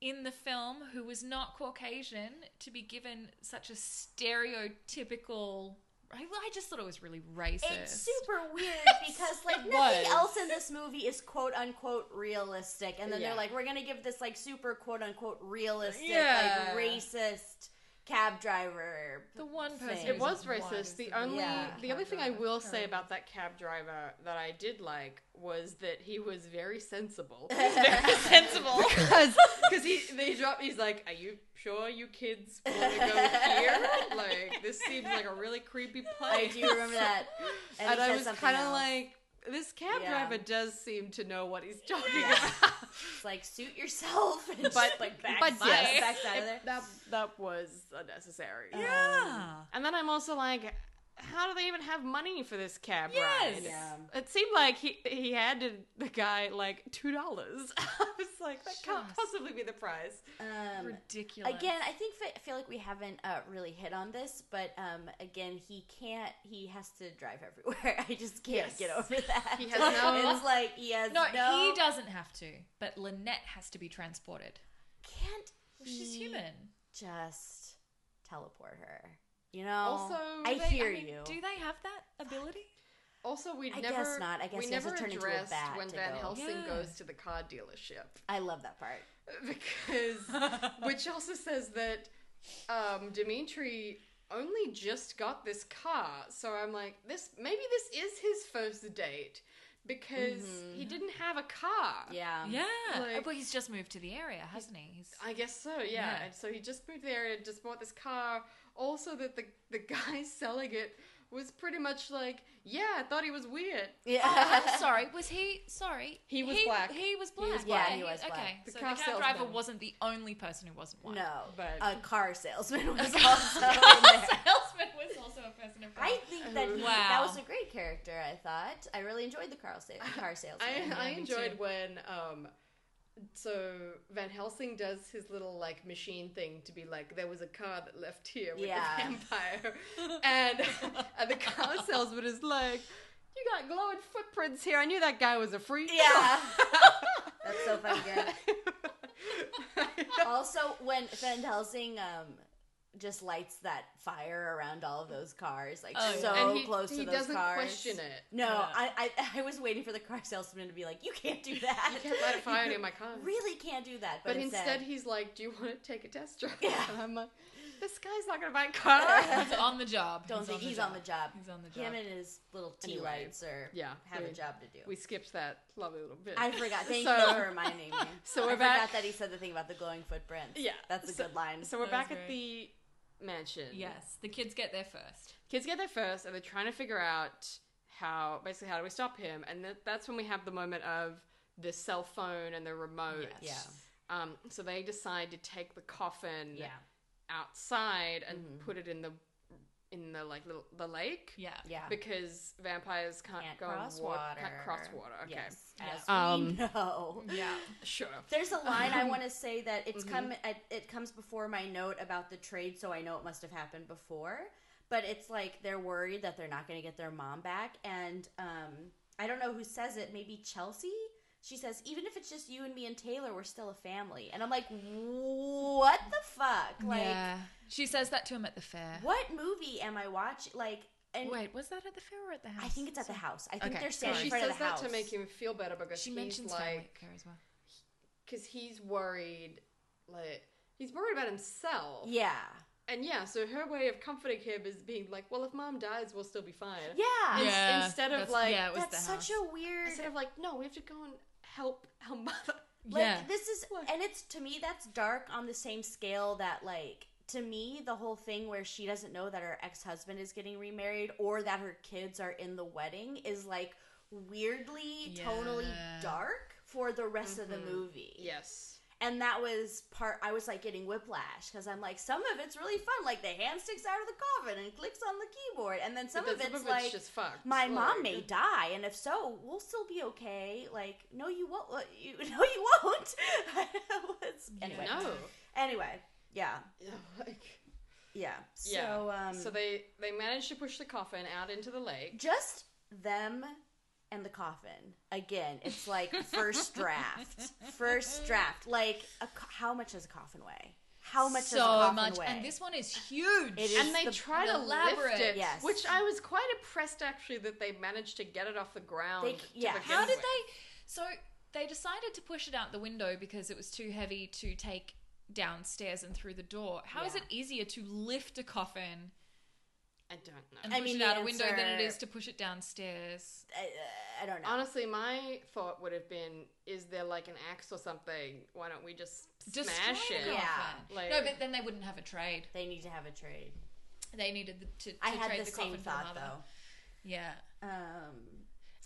Speaker 4: in the film who was not Caucasian to be given such a stereotypical. I, I just thought it was really racist.
Speaker 3: It's super weird because like
Speaker 2: It
Speaker 3: nothing
Speaker 2: was.
Speaker 3: else in this movie is quote unquote realistic, and then
Speaker 2: Yeah.
Speaker 3: they're like, "We're gonna give this like super quote unquote realistic,
Speaker 4: Yeah.
Speaker 3: like racist cab driver."
Speaker 4: the one person.
Speaker 3: thing.
Speaker 2: It
Speaker 4: who's
Speaker 2: was
Speaker 4: white is
Speaker 2: racist. The only
Speaker 3: Yeah.
Speaker 2: the only
Speaker 4: cab
Speaker 2: thing I
Speaker 4: driver.
Speaker 2: will
Speaker 4: Sorry.
Speaker 2: say about that cab driver that I did like was that he was very sensible. He was very sensible because because he they drop he's like, are you sure you kids want to go here? Like this seems like a really creepy
Speaker 3: I
Speaker 2: place.
Speaker 3: do remember that, and,
Speaker 2: and
Speaker 3: he
Speaker 2: I
Speaker 3: says
Speaker 2: was
Speaker 3: something
Speaker 2: kind of
Speaker 3: else.
Speaker 2: like, this cab
Speaker 3: Yeah.
Speaker 2: driver does seem to know what he's talking
Speaker 3: Yeah.
Speaker 2: about.
Speaker 3: It's like suit yourself and
Speaker 2: But-
Speaker 3: just like back,
Speaker 2: but
Speaker 3: back,
Speaker 2: yes.
Speaker 3: back out of there.
Speaker 2: That that was unnecessary.
Speaker 4: Yeah.
Speaker 2: And then I'm also like, how do they even have money for this cab
Speaker 4: Yes.
Speaker 2: ride?
Speaker 3: Yeah.
Speaker 2: It seemed like he he handed the guy like two dollars. I was like, that can't
Speaker 4: Just-
Speaker 2: possibly be the price.
Speaker 3: Um,
Speaker 4: Ridiculous.
Speaker 3: again, I think I feel like we haven't uh, really hit on this, but um, again, he can't. He has to drive everywhere. I just can't
Speaker 2: Yes.
Speaker 3: get over that.
Speaker 2: He has no-
Speaker 3: It's like he has
Speaker 4: no,
Speaker 3: no.
Speaker 4: he doesn't have to, but Lynette has to be transported.
Speaker 3: Can't.
Speaker 4: She's
Speaker 3: he
Speaker 4: human.
Speaker 3: Just teleport her. You know.
Speaker 2: Also,
Speaker 3: I
Speaker 2: they- I
Speaker 3: hear
Speaker 4: mean,
Speaker 3: you.
Speaker 4: Do they have that ability?
Speaker 2: Also, we
Speaker 3: I
Speaker 2: never.
Speaker 3: guess not. I guess
Speaker 2: we
Speaker 3: he has
Speaker 2: never
Speaker 3: to turn into a
Speaker 2: addressed
Speaker 3: bat
Speaker 2: when
Speaker 3: to
Speaker 2: Van
Speaker 3: go.
Speaker 2: Helsing
Speaker 4: Yeah.
Speaker 2: goes to the car dealership
Speaker 3: I love that part.
Speaker 2: because, which also says that um, Dimitri only just got this car. So I'm like, this maybe this is his first date because he didn't have a car.
Speaker 3: Yeah.
Speaker 4: yeah.
Speaker 2: like-
Speaker 4: but he's just moved to the area, hasn't he? He's,
Speaker 2: I guess so, yeah.
Speaker 4: Yeah.
Speaker 2: And so he just moved there and just bought this car. Also, that the the guy selling it was pretty much like, yeah, I thought he was weird.
Speaker 3: Yeah.
Speaker 4: Oh, I'm sorry. Was he sorry?
Speaker 2: He was black.
Speaker 4: He was black.
Speaker 3: was
Speaker 4: Yeah,
Speaker 3: black.
Speaker 4: he was
Speaker 3: black.
Speaker 4: Okay,
Speaker 2: The
Speaker 4: so
Speaker 2: car
Speaker 4: the cab driver
Speaker 2: salesman.
Speaker 4: wasn't the only person who wasn't white.
Speaker 3: No,
Speaker 2: But-
Speaker 3: a car salesman
Speaker 4: The
Speaker 3: was
Speaker 4: car
Speaker 3: also in there.
Speaker 4: salesman was also a person of color.
Speaker 3: I think that he-
Speaker 4: Wow.
Speaker 3: that was a great character. I thought I really enjoyed the car, sa- car salesman.
Speaker 2: I, I
Speaker 4: me too.
Speaker 2: enjoyed when um, so Van Helsing does his little like machine thing to be like, there was a car that left here with
Speaker 3: Yeah.
Speaker 2: the vampire, and and the car salesman is like, you got glowing footprints here. I knew that guy was a freak.
Speaker 3: Yeah. That's so fucking good. Also, when Van Helsing um, just lights that fire around all of those cars, like
Speaker 4: Oh, yeah.
Speaker 3: so
Speaker 2: and he,
Speaker 3: close
Speaker 2: he
Speaker 3: to those
Speaker 2: doesn't
Speaker 3: cars.
Speaker 2: question it.
Speaker 3: No,
Speaker 4: Yeah.
Speaker 3: I, I I was waiting for the car salesman to be like, "You can't do that.
Speaker 2: You can't light a fire near my car.
Speaker 3: really can't do that." But,
Speaker 2: But instead, he's like, "Do you want to take a test drive?"
Speaker 3: Yeah.
Speaker 2: And I'm like, "This guy's not gonna buy a car."
Speaker 4: he's on the job.
Speaker 3: don't think he's on the job.
Speaker 4: He's on the
Speaker 3: Him
Speaker 4: job.
Speaker 3: and his little tea
Speaker 2: Anyway,
Speaker 3: lights are
Speaker 2: yeah,
Speaker 3: have
Speaker 2: we-
Speaker 3: a job to do.
Speaker 2: we skipped that lovely little bit.
Speaker 3: I forgot. Thank
Speaker 2: So-
Speaker 3: you for reminding me.
Speaker 2: so
Speaker 3: I
Speaker 2: we're
Speaker 3: forgot
Speaker 2: back-
Speaker 3: that he said the thing about the glowing footprints.
Speaker 2: Yeah,
Speaker 3: that's a
Speaker 2: so-
Speaker 3: good line.
Speaker 2: so we're
Speaker 4: That
Speaker 2: back
Speaker 4: was
Speaker 2: at the mansion.
Speaker 4: Yes, the kids get there first.
Speaker 2: Kids get there first, and they're trying to figure out how basically how do we stop him, and that, that's when we have the moment of the cell phone and the remote.
Speaker 3: yeah,
Speaker 2: Um. So they decide to take the coffin.
Speaker 3: yeah, Mm-hmm.
Speaker 2: Outside and put it in the in the like little the lake.
Speaker 4: Yeah.
Speaker 3: yeah.
Speaker 2: Because vampires can't,
Speaker 3: Can't
Speaker 2: go
Speaker 3: cross
Speaker 2: on water,
Speaker 3: water.
Speaker 2: Can't cross water. Okay.
Speaker 3: Yes,
Speaker 4: Yeah.
Speaker 3: as we
Speaker 2: Um,
Speaker 3: know.
Speaker 4: Yeah.
Speaker 2: Sure.
Speaker 3: There's a line I want to say that it's
Speaker 2: Mm-hmm.
Speaker 3: come it, it comes before my note about the trade, so I know it must have happened before. But it's like they're worried that they're not going to get their mom back, and um, I don't know who says it. Maybe Chelsea. She says, "Even if it's just you and me and Taylor, we're still a family." And I'm like, "What the fuck? Like,
Speaker 4: yeah. She says that to him at the fair.
Speaker 3: what movie am I watching? Like, and
Speaker 4: Wait, was that at the fair or at the house?
Speaker 3: I think it's at the house. I think
Speaker 4: Okay,
Speaker 3: they're standing
Speaker 2: she
Speaker 3: in front
Speaker 2: says
Speaker 3: of the
Speaker 2: that
Speaker 3: house.
Speaker 2: to make him feel better because
Speaker 4: She
Speaker 2: he's
Speaker 4: mentions family
Speaker 2: like
Speaker 4: at the fair as well.
Speaker 2: because he's worried, like he's worried about himself.
Speaker 3: yeah,
Speaker 2: And yeah, so her way of comforting him is being like, "Well, if mom dies, we'll still be fine."
Speaker 3: yeah.
Speaker 2: Ins- instead of
Speaker 4: that's-
Speaker 2: like-
Speaker 4: yeah, it was
Speaker 3: That's
Speaker 4: the
Speaker 3: such
Speaker 4: house.
Speaker 3: a weird.
Speaker 2: Instead of like, "No, we have to go and help her mother."
Speaker 3: Like
Speaker 4: yeah.
Speaker 3: this is
Speaker 2: What?
Speaker 3: and it's to me that's dark on the same scale that like to me the whole thing where she doesn't know that her ex-husband is getting remarried or that her kids are in the wedding is like weirdly tonally
Speaker 4: Yeah.
Speaker 3: dark for the rest of the movie.
Speaker 2: Yes.
Speaker 3: And that was part I was like getting whiplash cuz I'm like some of it's really fun like the hand sticks out of the coffin and clicks on the keyboard and then some
Speaker 2: But
Speaker 3: of
Speaker 2: then
Speaker 3: it's like
Speaker 2: just fucked.
Speaker 3: my
Speaker 2: Like-
Speaker 3: mom may die, and if so, we'll still be okay. Like, no, you won't. uh, You, no, you won't. It's- anyway,
Speaker 2: No.
Speaker 3: anyway, yeah,
Speaker 2: Yeah, like- Yeah.
Speaker 3: yeah. So, um,
Speaker 2: so they they managed to push the coffin out into the lake.
Speaker 3: just them and the coffin again. It's like first draft, first draft. Like, a, co- how much does a coffin weigh? How much does a
Speaker 4: so
Speaker 3: coffin
Speaker 4: much,
Speaker 3: weigh?
Speaker 4: and this one is huge.
Speaker 3: It is
Speaker 2: And they
Speaker 3: the-
Speaker 2: try to
Speaker 4: elaborate.
Speaker 2: lift it,
Speaker 3: Yes.
Speaker 2: which I was quite impressed actually that they managed to get it off the ground.
Speaker 3: They-
Speaker 2: to
Speaker 3: yeah.
Speaker 2: begin
Speaker 4: How did
Speaker 2: with.
Speaker 4: they? So they decided to push it out the window because it was too heavy to take downstairs and through the door. How is
Speaker 3: Yeah.
Speaker 4: it easier to lift a coffin
Speaker 2: I don't know.
Speaker 4: and
Speaker 3: I
Speaker 4: push
Speaker 3: mean,
Speaker 4: it out
Speaker 3: the
Speaker 4: a window than it
Speaker 3: answer-
Speaker 4: is to push it downstairs?
Speaker 3: I, I don't know.
Speaker 2: Honestly, my thought would have been, is there like an axe or something? Why don't we just
Speaker 4: Destroy
Speaker 2: smash
Speaker 4: the
Speaker 2: it?
Speaker 3: Yeah.
Speaker 4: coffin.
Speaker 2: Like-
Speaker 4: no, but then they wouldn't have a trade.
Speaker 3: they need to have a trade.
Speaker 4: They needed the, to, to
Speaker 3: I had
Speaker 4: trade
Speaker 3: the,
Speaker 4: the,
Speaker 3: same
Speaker 4: coffin for
Speaker 3: thought
Speaker 4: the mother.
Speaker 3: though.
Speaker 4: Yeah.
Speaker 3: Um,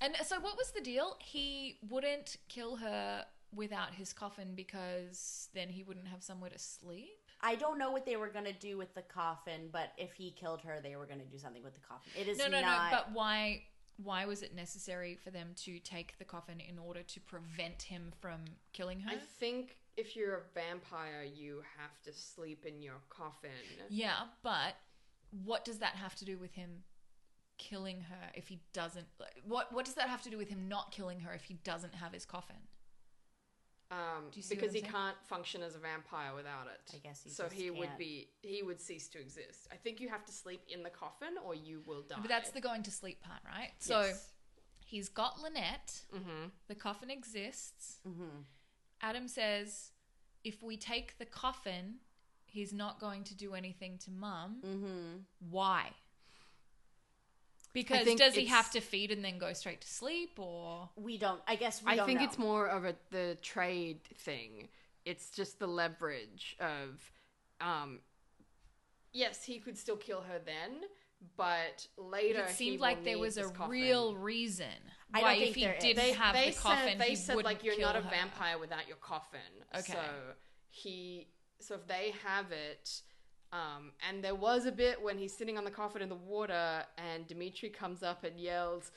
Speaker 4: And so, what was the deal? He wouldn't kill her without his coffin because then he wouldn't have somewhere to sleep.
Speaker 3: I don't know what they were gonna do with the coffin, but if he killed her, they were gonna do something with the coffin. It is
Speaker 4: No, no,
Speaker 3: not.
Speaker 4: no. But why? Why was it necessary for them to take the coffin in order to prevent him from killing her?
Speaker 2: I think if you're a vampire, you have to sleep in your coffin.
Speaker 4: yeah, but what does that have to do with him killing her if he doesn't? like, What What does that have to do with him not killing her if he doesn't have his coffin?
Speaker 2: Um,
Speaker 4: Do you see what
Speaker 2: because
Speaker 4: I'm
Speaker 2: he
Speaker 4: saying?
Speaker 2: can't function as a vampire without it.
Speaker 3: I guess he
Speaker 2: so.
Speaker 3: just
Speaker 2: he would
Speaker 3: can't.
Speaker 2: be. He would cease to exist. I think you have to sleep in the coffin, or you will die.
Speaker 4: But that's the going to sleep part, right? So
Speaker 2: Yes.
Speaker 4: he's got Lynette.
Speaker 2: Mm-hmm.
Speaker 4: The coffin exists.
Speaker 3: Mhm.
Speaker 4: Adam says, if we take the coffin, he's not going to do anything to mum.
Speaker 2: Mm-hmm.
Speaker 3: Mhm.
Speaker 4: Why? Because
Speaker 2: think
Speaker 4: does he
Speaker 2: it's-
Speaker 4: have to feed and then go straight to sleep or
Speaker 3: We don't. I guess we
Speaker 2: I
Speaker 3: don't
Speaker 2: think
Speaker 3: know.
Speaker 2: it's more of a the trade thing. It's just the leverage of, um, yes, he could still kill her then, but later
Speaker 4: it
Speaker 2: he
Speaker 4: seemed
Speaker 2: will
Speaker 4: like there
Speaker 2: need
Speaker 4: was a
Speaker 2: this coffin.
Speaker 4: real reason
Speaker 3: I
Speaker 4: why
Speaker 3: don't think
Speaker 4: if he
Speaker 3: there is.
Speaker 4: didn't
Speaker 2: They
Speaker 4: have
Speaker 2: they
Speaker 4: the coffin
Speaker 2: said they
Speaker 4: he
Speaker 2: said
Speaker 4: wouldn't
Speaker 2: like you're
Speaker 4: kill
Speaker 2: not a
Speaker 4: her.
Speaker 2: vampire without your coffin.
Speaker 4: Okay.
Speaker 2: So he so if they have it. Um, and there was a bit when he's sitting on the coffin in the water, and Dimitri comes up and yells,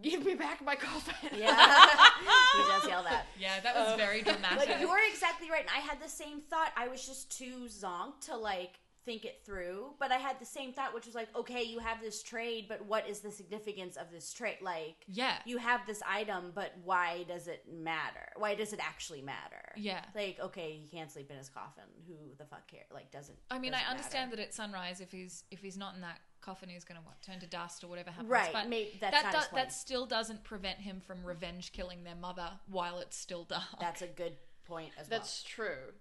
Speaker 2: "Give me back my coffin!"
Speaker 3: Yeah, he does yell that.
Speaker 4: Yeah, that was very dramatic.
Speaker 3: But you're exactly right, and I had the same thought. I was just too zonked to like think it through, but I had the same thought, which was like, okay, you have this trade, but what is the significance of this trade? Like,
Speaker 4: yeah.
Speaker 3: you have this item, but why does it matter? Why does it actually matter?
Speaker 4: Yeah.
Speaker 3: like okay, he can't sleep in his coffin. Who the fuck cares? Like, doesn't.
Speaker 4: I mean, I understand that at sunrise, if he's if he's not in that coffin, he's going to what turn to dust or whatever happens.
Speaker 3: Right,
Speaker 4: but
Speaker 3: may- that's
Speaker 4: that
Speaker 3: not
Speaker 4: do-
Speaker 3: his point.
Speaker 4: that still doesn't prevent him from revenge killing their mother while it's still dark.
Speaker 3: That's a good point as well.
Speaker 2: That's true.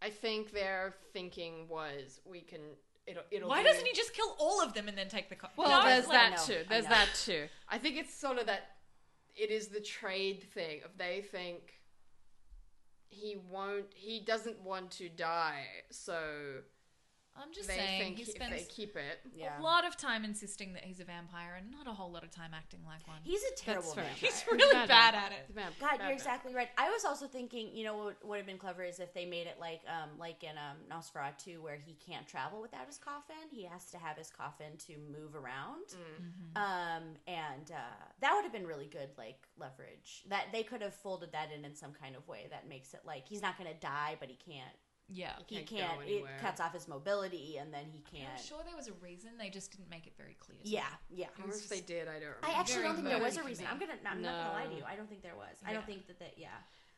Speaker 2: I think their thinking was we can. It'll. it'll
Speaker 4: Why
Speaker 2: be-
Speaker 4: doesn't he just kill all of them and then take the coffin?
Speaker 2: Well,
Speaker 3: No,
Speaker 2: there's
Speaker 3: I
Speaker 2: that
Speaker 3: know,
Speaker 2: too.
Speaker 3: I
Speaker 2: There's
Speaker 3: know.
Speaker 2: that too. I think it's sort of that. It is the trade thing of they think he won't. He doesn't want to die, so
Speaker 4: I'm just
Speaker 2: they
Speaker 4: saying
Speaker 2: think
Speaker 4: he
Speaker 2: if they
Speaker 4: spends
Speaker 2: keep it.
Speaker 3: Yeah,
Speaker 4: a lot of time insisting that he's a vampire and not a whole lot of time acting like one.
Speaker 3: he's a
Speaker 2: That's
Speaker 3: terrible
Speaker 2: fair.
Speaker 3: man.
Speaker 4: He's really bad, at it.
Speaker 2: Bad-
Speaker 3: God,
Speaker 2: bad
Speaker 3: you're
Speaker 2: man.
Speaker 3: exactly right. I was also thinking, you know, what would have been clever is if they made it like, um, like in um, Nosferatu, where he can't travel without his coffin. He has to have his coffin to move around.
Speaker 2: Mm.
Speaker 3: Um, and uh, that would have been really good, like leverage. That they could have folded that in in some kind of way that makes it like he's not going to die, but he can't.
Speaker 4: Yeah.
Speaker 3: He
Speaker 2: Can't go
Speaker 3: can't. It
Speaker 2: anywhere.
Speaker 3: cuts off his mobility, and then he
Speaker 4: I'm
Speaker 3: can't.
Speaker 4: sure there was a reason. They just didn't make it very clear. to
Speaker 3: Yeah,
Speaker 4: me.
Speaker 3: yeah.
Speaker 2: Or if they did, I don't. Remember.
Speaker 3: I actually
Speaker 4: Very
Speaker 3: don't think there was a
Speaker 4: vague.
Speaker 3: reason. I'm gonna. I'm not gonna lie to
Speaker 2: No.
Speaker 3: you. I don't think there was. I
Speaker 4: Yeah.
Speaker 3: don't think that. That. Yeah.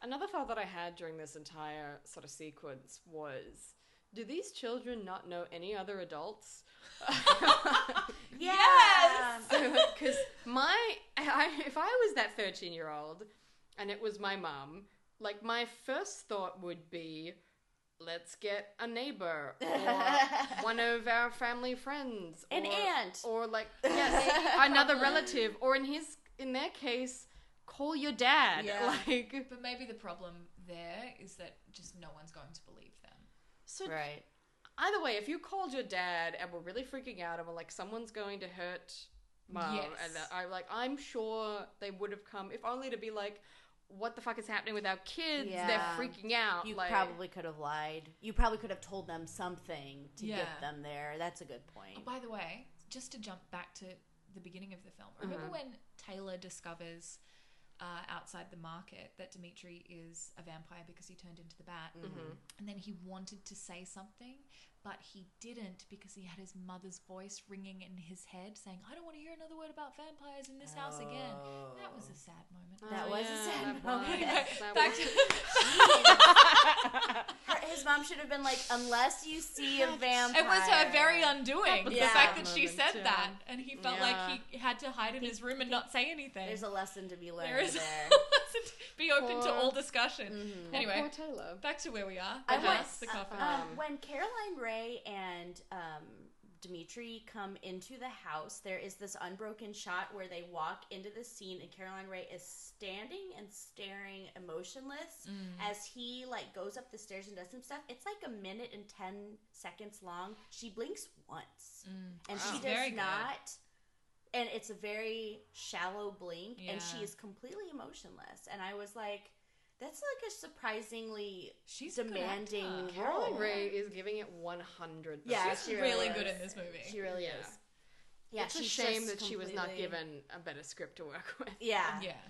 Speaker 2: Another thought that I had during this entire sort of sequence was do these children not know any other adults?
Speaker 3: Yes.
Speaker 2: Because my, I, if I was that 13 year old and it was my mum, like my first thought would be, let's get a neighbor or one of our family friends,
Speaker 3: An
Speaker 2: or,
Speaker 3: aunt.
Speaker 2: or like yes, another relative, or in his, in their case, call your dad.
Speaker 3: Yeah.
Speaker 2: Like,
Speaker 4: But maybe the problem there is that just no one's going to believe them.
Speaker 2: so
Speaker 3: Right.
Speaker 2: Either way, if you called your dad and were really freaking out and were like, someone's going to hurt mom,
Speaker 4: Yes.
Speaker 2: and that- I'm like, I'm sure they would have come, if only to be like, what the fuck is happening with our kids?
Speaker 3: Yeah.
Speaker 2: They're freaking out.
Speaker 3: You
Speaker 2: like,
Speaker 3: probably could have lied. You probably could have told them something to
Speaker 4: Yeah.
Speaker 3: get them there. That's a good
Speaker 4: Oh,
Speaker 3: point.
Speaker 4: by the way, just to jump back to the beginning of the film, remember when Taylor discovers uh, outside the market that Dimitri is a vampire because he turned into the bat?
Speaker 2: Mm-hmm.
Speaker 4: And then he wanted to say something, but he didn't because he had his mother's voice ringing in his head saying, I don't want to hear another word about vampires in this house again. That
Speaker 3: Oh.
Speaker 4: was a sad moment.
Speaker 3: That was a sad
Speaker 2: oh, that was-
Speaker 3: moment.
Speaker 2: Ah, that
Speaker 4: Back
Speaker 2: was-
Speaker 4: to-
Speaker 3: Oh. Her- His mom should have been like, unless you see a vampire.
Speaker 4: it was her very undoing. The
Speaker 3: Yeah.
Speaker 4: fact that she
Speaker 2: Moment,
Speaker 4: said
Speaker 2: yeah.
Speaker 4: that and he felt
Speaker 2: Yeah.
Speaker 4: like he had to hide in his room and not say anything.
Speaker 3: There's a lesson to be learned
Speaker 4: There
Speaker 3: there.
Speaker 4: is Listen, be open to
Speaker 2: Poor-
Speaker 4: all discussion.
Speaker 2: Poor
Speaker 4: Anyway,
Speaker 2: Taylor.
Speaker 4: back to where we are. The
Speaker 3: I
Speaker 4: house,
Speaker 3: was-
Speaker 4: the coffin.
Speaker 3: Um, when Caroline Ray and um, Dimitri come into the house, there is this unbroken shot where they walk into the scene, and Caroline Ray is standing and staring emotionless
Speaker 4: Mm.
Speaker 3: as he like goes up the stairs and does some stuff. It's like a minute and ten seconds long. She blinks once, and she
Speaker 4: She's
Speaker 3: does
Speaker 4: very good.
Speaker 3: not. And it's a very shallow blink, and
Speaker 4: Yeah.
Speaker 3: she is completely emotionless. And I was like, That's like a surprisingly
Speaker 4: She's a good
Speaker 3: demanding
Speaker 4: actor.
Speaker 2: Caroline
Speaker 3: role.
Speaker 2: Ray is giving it 100.
Speaker 3: Yeah,
Speaker 4: She's
Speaker 3: she really,
Speaker 4: really good
Speaker 3: is.
Speaker 4: in this movie.
Speaker 3: She really
Speaker 2: Yeah.
Speaker 3: is. Yeah,
Speaker 2: it's a
Speaker 3: she's
Speaker 2: shame
Speaker 3: just
Speaker 2: that she was not
Speaker 3: completely-
Speaker 2: given a better script to work with.
Speaker 3: Yeah,
Speaker 4: yeah.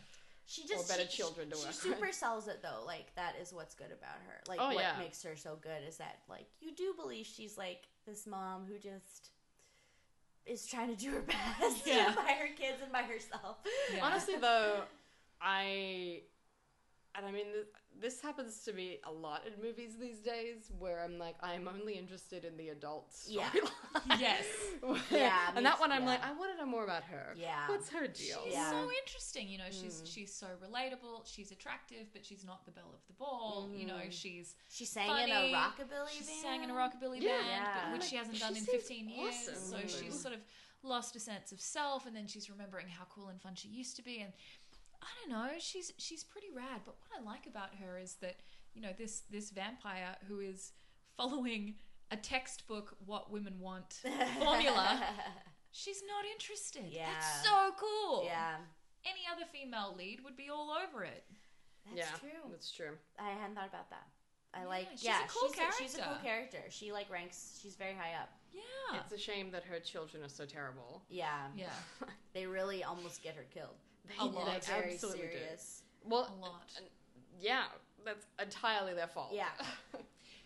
Speaker 3: she just
Speaker 2: better
Speaker 3: she,
Speaker 2: children to
Speaker 3: she
Speaker 2: work
Speaker 3: super
Speaker 2: with.
Speaker 3: sells it though. Like that is what's good about her. Like
Speaker 2: Oh,
Speaker 3: what
Speaker 2: yeah.
Speaker 3: makes her so good is that like you do believe she's like this mom who just is trying to do her best
Speaker 4: Yeah.
Speaker 3: by her kids and by herself.
Speaker 4: Yeah.
Speaker 2: Honestly, though, I and I mean th- this happens to me a lot in movies these days, where I'm like, I'm only interested in the adult
Speaker 3: Yeah.
Speaker 2: storyline.
Speaker 4: Yes.
Speaker 3: Yeah, me
Speaker 2: and that
Speaker 3: too,
Speaker 2: one, I'm
Speaker 3: yeah.
Speaker 2: like, I want to know more about her.
Speaker 3: Yeah.
Speaker 2: what's her deal?
Speaker 4: She's
Speaker 3: Yeah.
Speaker 4: so interesting, you know. She's she's so relatable. She's attractive, but she's not the belle of the ball. You know, she's
Speaker 3: She sang in
Speaker 4: funny.
Speaker 3: a rockabilly
Speaker 4: She
Speaker 3: band.
Speaker 4: sang in a rockabilly
Speaker 2: Yeah.
Speaker 4: band,
Speaker 3: Yeah.
Speaker 4: but which
Speaker 2: Like,
Speaker 4: she hasn't
Speaker 2: she
Speaker 4: done in
Speaker 2: seems
Speaker 4: 15 years.
Speaker 2: awesome.
Speaker 4: So
Speaker 2: Mhm.
Speaker 4: she's sort of lost a sense of self, and then she's remembering how cool and fun she used to be. And I don't know, she's she's pretty rad. But what I like about her is that you know this this vampire who is following a textbook what women want formula. She's not interested.
Speaker 3: Yeah.
Speaker 4: That's so cool.
Speaker 3: yeah,
Speaker 4: Any other female lead would be all over it.
Speaker 3: that's
Speaker 2: yeah,
Speaker 3: true.
Speaker 2: that's true.
Speaker 3: I hadn't thought about that. I
Speaker 4: Yeah,
Speaker 3: like
Speaker 4: she's a
Speaker 3: yeah,
Speaker 4: cool
Speaker 3: she's she's a cool
Speaker 4: character.
Speaker 3: character. She like ranks. She's very high up.
Speaker 4: Yeah.
Speaker 2: It's a shame that her children are so terrible.
Speaker 3: Yeah,
Speaker 4: yeah.
Speaker 3: they really almost get her killed.
Speaker 2: They
Speaker 4: A lot.
Speaker 3: Like, very
Speaker 2: absolutely do.
Speaker 3: serious.
Speaker 2: Well,
Speaker 4: A lot.
Speaker 2: and- yeah, that's entirely their fault.
Speaker 3: Yeah.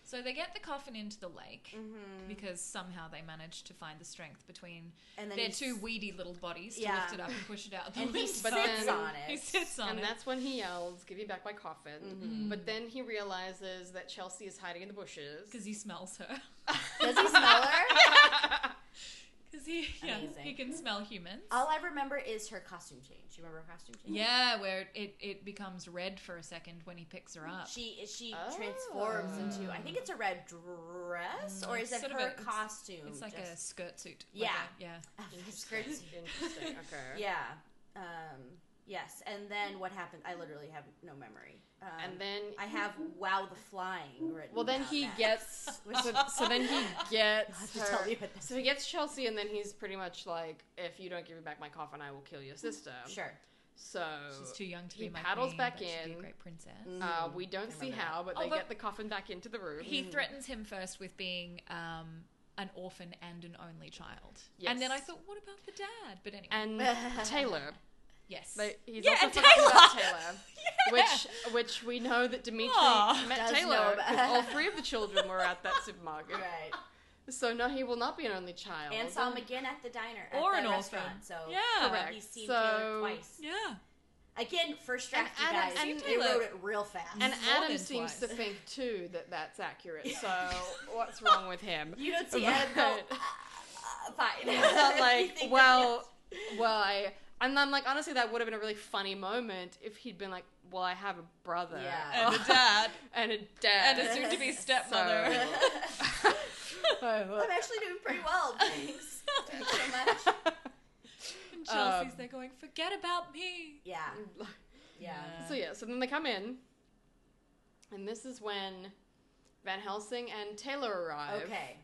Speaker 4: So they get the coffin into the lake
Speaker 3: Mhm.
Speaker 4: because somehow they managed to find the strength between
Speaker 3: And then
Speaker 4: their
Speaker 3: he s-
Speaker 4: two weedy little bodies
Speaker 3: Yeah.
Speaker 4: to lift it up and push it out the
Speaker 3: and he
Speaker 4: window.
Speaker 3: sits
Speaker 2: But then-
Speaker 3: on it.
Speaker 4: He sits on
Speaker 2: and
Speaker 4: it. Mm.
Speaker 2: that's when he yells, "Give me back my coffin!"
Speaker 3: Mm-hmm.
Speaker 2: But then he realizes that Chelsea is hiding in the bushes.
Speaker 4: because he smells her.
Speaker 3: Does he smell her?
Speaker 4: Because he, yeah, he
Speaker 3: Amazing.
Speaker 4: can smell humans.
Speaker 3: All I remember is her costume change. You remember her costume change?
Speaker 4: yeah, where it, it becomes red for a second when he picks her up.
Speaker 3: She she
Speaker 2: Oh.
Speaker 3: transforms into I think it's a red dress or is
Speaker 4: It's
Speaker 3: it
Speaker 4: Mm, sort
Speaker 3: her
Speaker 4: of a- it's-
Speaker 3: costume?
Speaker 4: It's like a
Speaker 3: just,
Speaker 4: skirt suit. like
Speaker 3: Yeah.
Speaker 4: a- yeah.
Speaker 3: skirt
Speaker 2: Interesting. Interesting. Okay.
Speaker 3: Yeah. Um, yes. And then what happened? I literally have no memory. Um,
Speaker 2: And then
Speaker 3: I have wow the flying written.
Speaker 2: well, then
Speaker 3: down
Speaker 2: he
Speaker 3: next.
Speaker 2: gets
Speaker 3: Which-
Speaker 2: so, so then he
Speaker 3: I'll have
Speaker 2: gets
Speaker 3: to
Speaker 2: her.
Speaker 3: tell you what that's
Speaker 2: so he gets Chelsea, and then he's pretty much like, "If you don't give me back my coffin, I will kill your sister."
Speaker 3: Mm, sure.
Speaker 2: So
Speaker 4: She's too young to
Speaker 2: he
Speaker 4: be my
Speaker 2: paddles
Speaker 4: queen,
Speaker 2: back
Speaker 4: but she'd be
Speaker 2: in.
Speaker 4: a great princess.
Speaker 3: Mm.
Speaker 2: uh, we don't
Speaker 3: I
Speaker 2: see
Speaker 3: remember
Speaker 2: how, but
Speaker 4: Oh,
Speaker 2: they
Speaker 4: but-
Speaker 2: get the coffin back into the room.
Speaker 4: He threatens him first with being um, an orphan and an only child. And then I
Speaker 2: Yes.
Speaker 4: thought, what about the dad? But anyway,
Speaker 2: and Taylor.
Speaker 4: yes.
Speaker 2: They, he's
Speaker 4: Yeah,
Speaker 2: also
Speaker 4: and
Speaker 2: talking about
Speaker 4: Taylor!
Speaker 2: Taylor.
Speaker 4: Yeah.
Speaker 2: Which, which we know that Dimitri
Speaker 4: Aw.
Speaker 2: met
Speaker 3: Does know
Speaker 2: Taylor
Speaker 3: about-
Speaker 2: because all three of the children were at that supermarket.
Speaker 3: Right.
Speaker 2: So no, he will not be an only child.
Speaker 3: And saw him again at the diner at
Speaker 4: Or
Speaker 3: the
Speaker 4: an orphan.
Speaker 3: restaurant. So
Speaker 4: Yeah.
Speaker 2: Correct.
Speaker 3: he's seen
Speaker 2: So-
Speaker 3: Taylor twice.
Speaker 4: yeah.
Speaker 3: Again, first draft,
Speaker 2: And
Speaker 3: you
Speaker 2: Adam-
Speaker 3: guys.
Speaker 2: and
Speaker 3: they
Speaker 4: Taylor-
Speaker 3: wrote it real fast.
Speaker 2: And
Speaker 4: More
Speaker 2: Adam
Speaker 4: than
Speaker 2: seems to
Speaker 4: twice.
Speaker 2: think too that that's accurate. So what's wrong with him?
Speaker 3: you don't see Adam go,
Speaker 2: Right.
Speaker 3: "Ah, ah, fine.
Speaker 2: He's not
Speaker 3: You
Speaker 2: like,
Speaker 3: think
Speaker 2: well, well, I. And I'm like, honestly, that would have been a really funny moment if he'd been like, well, I have a brother.
Speaker 3: Yeah.
Speaker 4: And a dad.
Speaker 2: and a dad.
Speaker 4: And a soon-to-be stepmother.
Speaker 3: I'm actually doing pretty well, thanks. Thanks so much.
Speaker 4: And Chelsea's
Speaker 2: Um,
Speaker 4: there going, forget about me.
Speaker 3: Yeah, yeah.
Speaker 4: Yeah.
Speaker 2: So yeah, so then they come in, and this is when Van Helsing and Taylor arrive.
Speaker 3: Okay.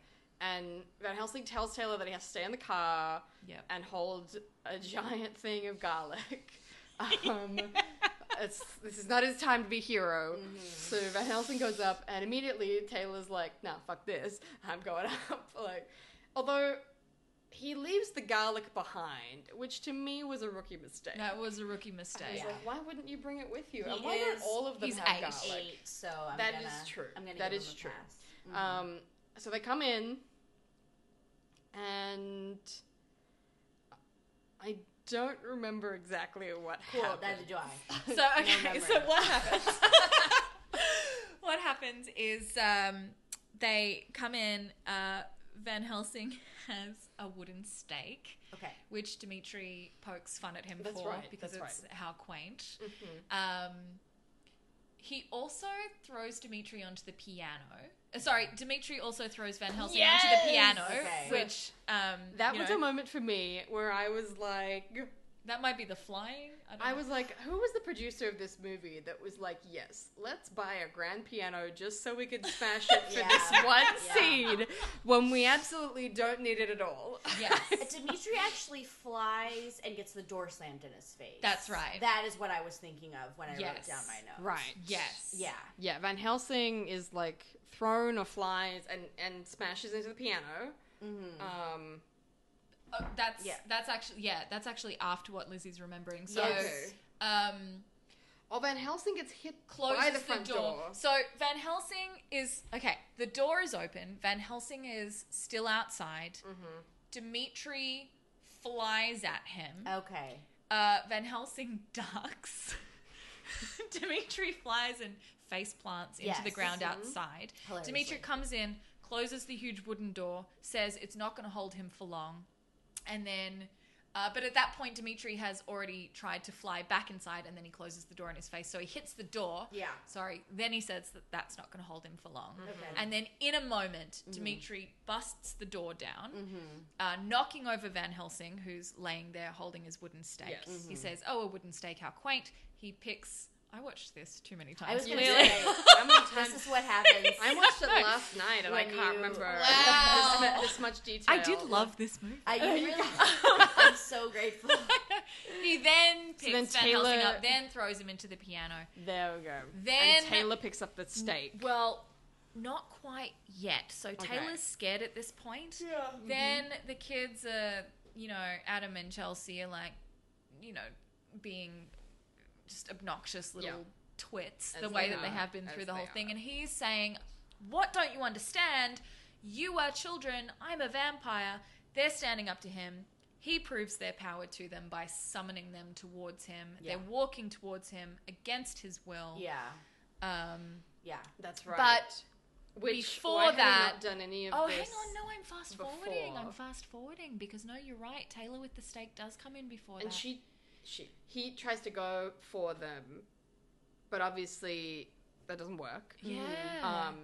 Speaker 2: And Van Helsing tells Taylor that he has to stay in the car
Speaker 4: Yep.
Speaker 2: and hold a giant thing of garlic. Um, it's, this is not his time to be a hero. So Van Helsing goes up, and immediately Taylor's like, "Nah, fuck this. I'm going up." Like, although he leaves the garlic behind, which to me was a rookie mistake.
Speaker 4: That was a rookie mistake.
Speaker 2: I was like, why wouldn't you bring it with you?
Speaker 3: He
Speaker 2: and why don't
Speaker 3: is-
Speaker 2: all of them
Speaker 4: he's
Speaker 2: have
Speaker 4: eight.
Speaker 2: garlic?
Speaker 3: Eight, so I'm
Speaker 2: That
Speaker 3: gonna,
Speaker 2: is true.
Speaker 3: I'm gonna
Speaker 2: That
Speaker 3: give
Speaker 2: is
Speaker 3: him a
Speaker 2: true.
Speaker 3: pass.
Speaker 2: Um, so they come in, and I don't remember exactly what
Speaker 3: Cool,
Speaker 2: happened.
Speaker 3: neither do I.
Speaker 4: So okay,
Speaker 3: memory.
Speaker 4: so what happens? what happens is um, they come in. Uh, Van Helsing has a wooden stake,
Speaker 3: Okay.
Speaker 4: which Dimitri pokes fun at him
Speaker 2: That's
Speaker 4: for
Speaker 2: right,
Speaker 4: because
Speaker 2: that's
Speaker 4: it's how quaint. Um, he also throws Dimitri onto the piano. Uh, Sorry, Dimitri also throws Van Helsing onto the piano,
Speaker 3: Okay.
Speaker 4: which um,
Speaker 2: That
Speaker 4: you
Speaker 2: was
Speaker 4: know,
Speaker 2: a moment for me where I was like,
Speaker 4: that might be the flying. I, don't
Speaker 2: I
Speaker 4: know.
Speaker 2: was like, who was the producer of this movie that was like, yes, let's buy a grand piano just so we could smash it for
Speaker 3: Yeah.
Speaker 2: this one
Speaker 3: Yeah.
Speaker 2: scene when we absolutely don't need it at all?
Speaker 4: Yes.
Speaker 3: Dimitri actually flies and gets the door slammed in his face.
Speaker 4: That's right.
Speaker 3: That is what I was thinking of when I wrote
Speaker 4: Yes.
Speaker 3: down my notes.
Speaker 2: Right.
Speaker 4: Yes.
Speaker 3: Yeah.
Speaker 2: Yeah, Van Helsing is like thrown or flies and, and smashes into the piano. Um,
Speaker 4: Oh, that's
Speaker 3: Yeah.
Speaker 4: that's actually yeah, that's actually after what Lizzie's remembering. So
Speaker 3: Yes.
Speaker 4: um
Speaker 2: oh, Van Helsing gets hit
Speaker 4: closes
Speaker 2: by the front
Speaker 4: door. So Van Helsing is okay, the door is open. Van Helsing is still outside. Dimitri flies at him.
Speaker 3: Okay.
Speaker 4: Uh, Van Helsing ducks. Dimitri flies and face plants into the
Speaker 3: Yes.
Speaker 4: ground outside.
Speaker 3: Hilariously.
Speaker 4: Dimitri comes in, closes the huge wooden door, says it's not going to hold him for long, and then. Uh, but at that point, Dimitri has already tried to fly back inside, and then he closes the door in his face. So he hits the door.
Speaker 3: Yeah.
Speaker 4: Sorry. Then he says that that's not going to hold him for long.
Speaker 3: Okay.
Speaker 4: And then in a moment, Dimitri busts the door down, uh, knocking over Van Helsing, who's laying there holding his wooden stake.
Speaker 2: Yes.
Speaker 4: He says, "Oh, a wooden stake, how quaint." He picks. I watched this too many times.
Speaker 3: I was
Speaker 2: gonna
Speaker 3: going
Speaker 2: Clearly.
Speaker 3: to say,
Speaker 2: How many times?
Speaker 3: this is what happens.
Speaker 2: I watched it last night and I
Speaker 3: When
Speaker 2: can't
Speaker 3: you-
Speaker 2: remember
Speaker 4: Wow.
Speaker 2: this, this much detail.
Speaker 4: I did love this movie.
Speaker 3: I really, I'm so grateful.
Speaker 4: he then picks
Speaker 2: then
Speaker 4: Van
Speaker 2: Taylor-
Speaker 4: Helsing up, then throws him into the piano.
Speaker 2: There we go.
Speaker 4: Then-
Speaker 2: and Taylor picks up the stake.
Speaker 4: Well, not quite yet. So Taylor's scared at this point. Yeah. Then the kids are, you know, Adam and Chelsea are like, you know, being just obnoxious little twits
Speaker 2: As
Speaker 4: the way
Speaker 2: they
Speaker 4: that they
Speaker 2: are,
Speaker 4: have been through
Speaker 2: as
Speaker 4: the whole
Speaker 2: they
Speaker 4: thing.
Speaker 2: are.
Speaker 4: And he's saying, What don't you understand? You are children. I'm a vampire. They're standing up to him. He proves their power to them by summoning them towards him.
Speaker 3: Yeah.
Speaker 4: They're walking towards him against his will.
Speaker 3: Yeah.
Speaker 4: Um,
Speaker 3: Yeah.
Speaker 2: That's right.
Speaker 4: But
Speaker 2: Which,
Speaker 4: before
Speaker 2: why have we
Speaker 4: that-
Speaker 2: not done any of
Speaker 4: Oh,
Speaker 2: this?
Speaker 4: hang on. No, I'm fast forwarding. I'm
Speaker 2: before.
Speaker 4: fast forwarding because no, you're right. Taylor with the steak does come in before
Speaker 2: And
Speaker 4: that.
Speaker 2: she, she, he tries to go for them, but obviously that doesn't work.
Speaker 4: yeah.
Speaker 2: Um,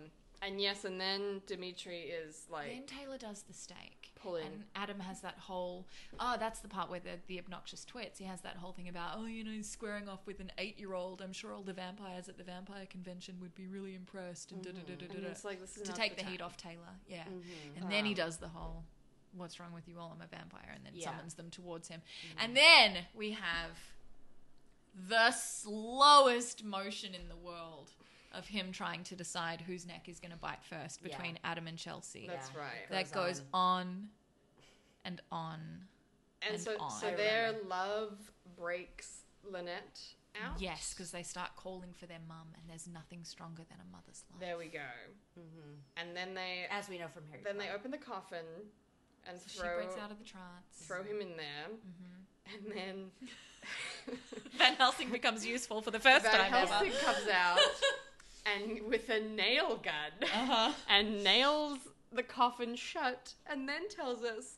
Speaker 2: and yes, and then Dimitri is like,
Speaker 4: then Taylor does the steak.
Speaker 2: Pull in.
Speaker 4: And Adam has that whole. Oh, that's the part where the, the obnoxious twits. He has that whole thing about, oh, you know, squaring off with an eight year old. I'm sure all the vampires at the vampire convention would be really impressed. And da da da da
Speaker 2: Mm-hmm. and
Speaker 4: da
Speaker 2: it's like this is
Speaker 4: To
Speaker 2: not
Speaker 4: take the
Speaker 2: time.
Speaker 4: heat off Taylor. Yeah. And then he does the whole, what's wrong with you all? I'm a vampire. And then
Speaker 3: Yeah.
Speaker 4: summons them towards him. And then we have the slowest motion in the world of him trying to decide whose neck is going to bite first
Speaker 3: Yeah.
Speaker 4: between Adam and Chelsea.
Speaker 2: That's
Speaker 3: Yeah,
Speaker 2: right.
Speaker 3: it
Speaker 4: that goes on and on.
Speaker 2: And,
Speaker 4: and
Speaker 2: so,
Speaker 4: on.
Speaker 2: so
Speaker 4: I
Speaker 2: their love breaks Lynette out.
Speaker 4: Yes, because they start calling for their mum, and there's nothing stronger than a mother's love.
Speaker 2: There we go. And then they,
Speaker 3: As we know from Harry
Speaker 2: then they
Speaker 3: Potter.
Speaker 2: open the coffin and
Speaker 4: so
Speaker 2: throw
Speaker 4: she breaks out of the Mm-hmm. trance.
Speaker 2: throw him in there, and then
Speaker 4: Van Helsing becomes useful for the first
Speaker 2: Van
Speaker 4: time
Speaker 2: Helsing
Speaker 4: ever.
Speaker 2: comes out and with a nail gun
Speaker 4: Uh-huh.
Speaker 2: and nails the coffin shut, and then tells us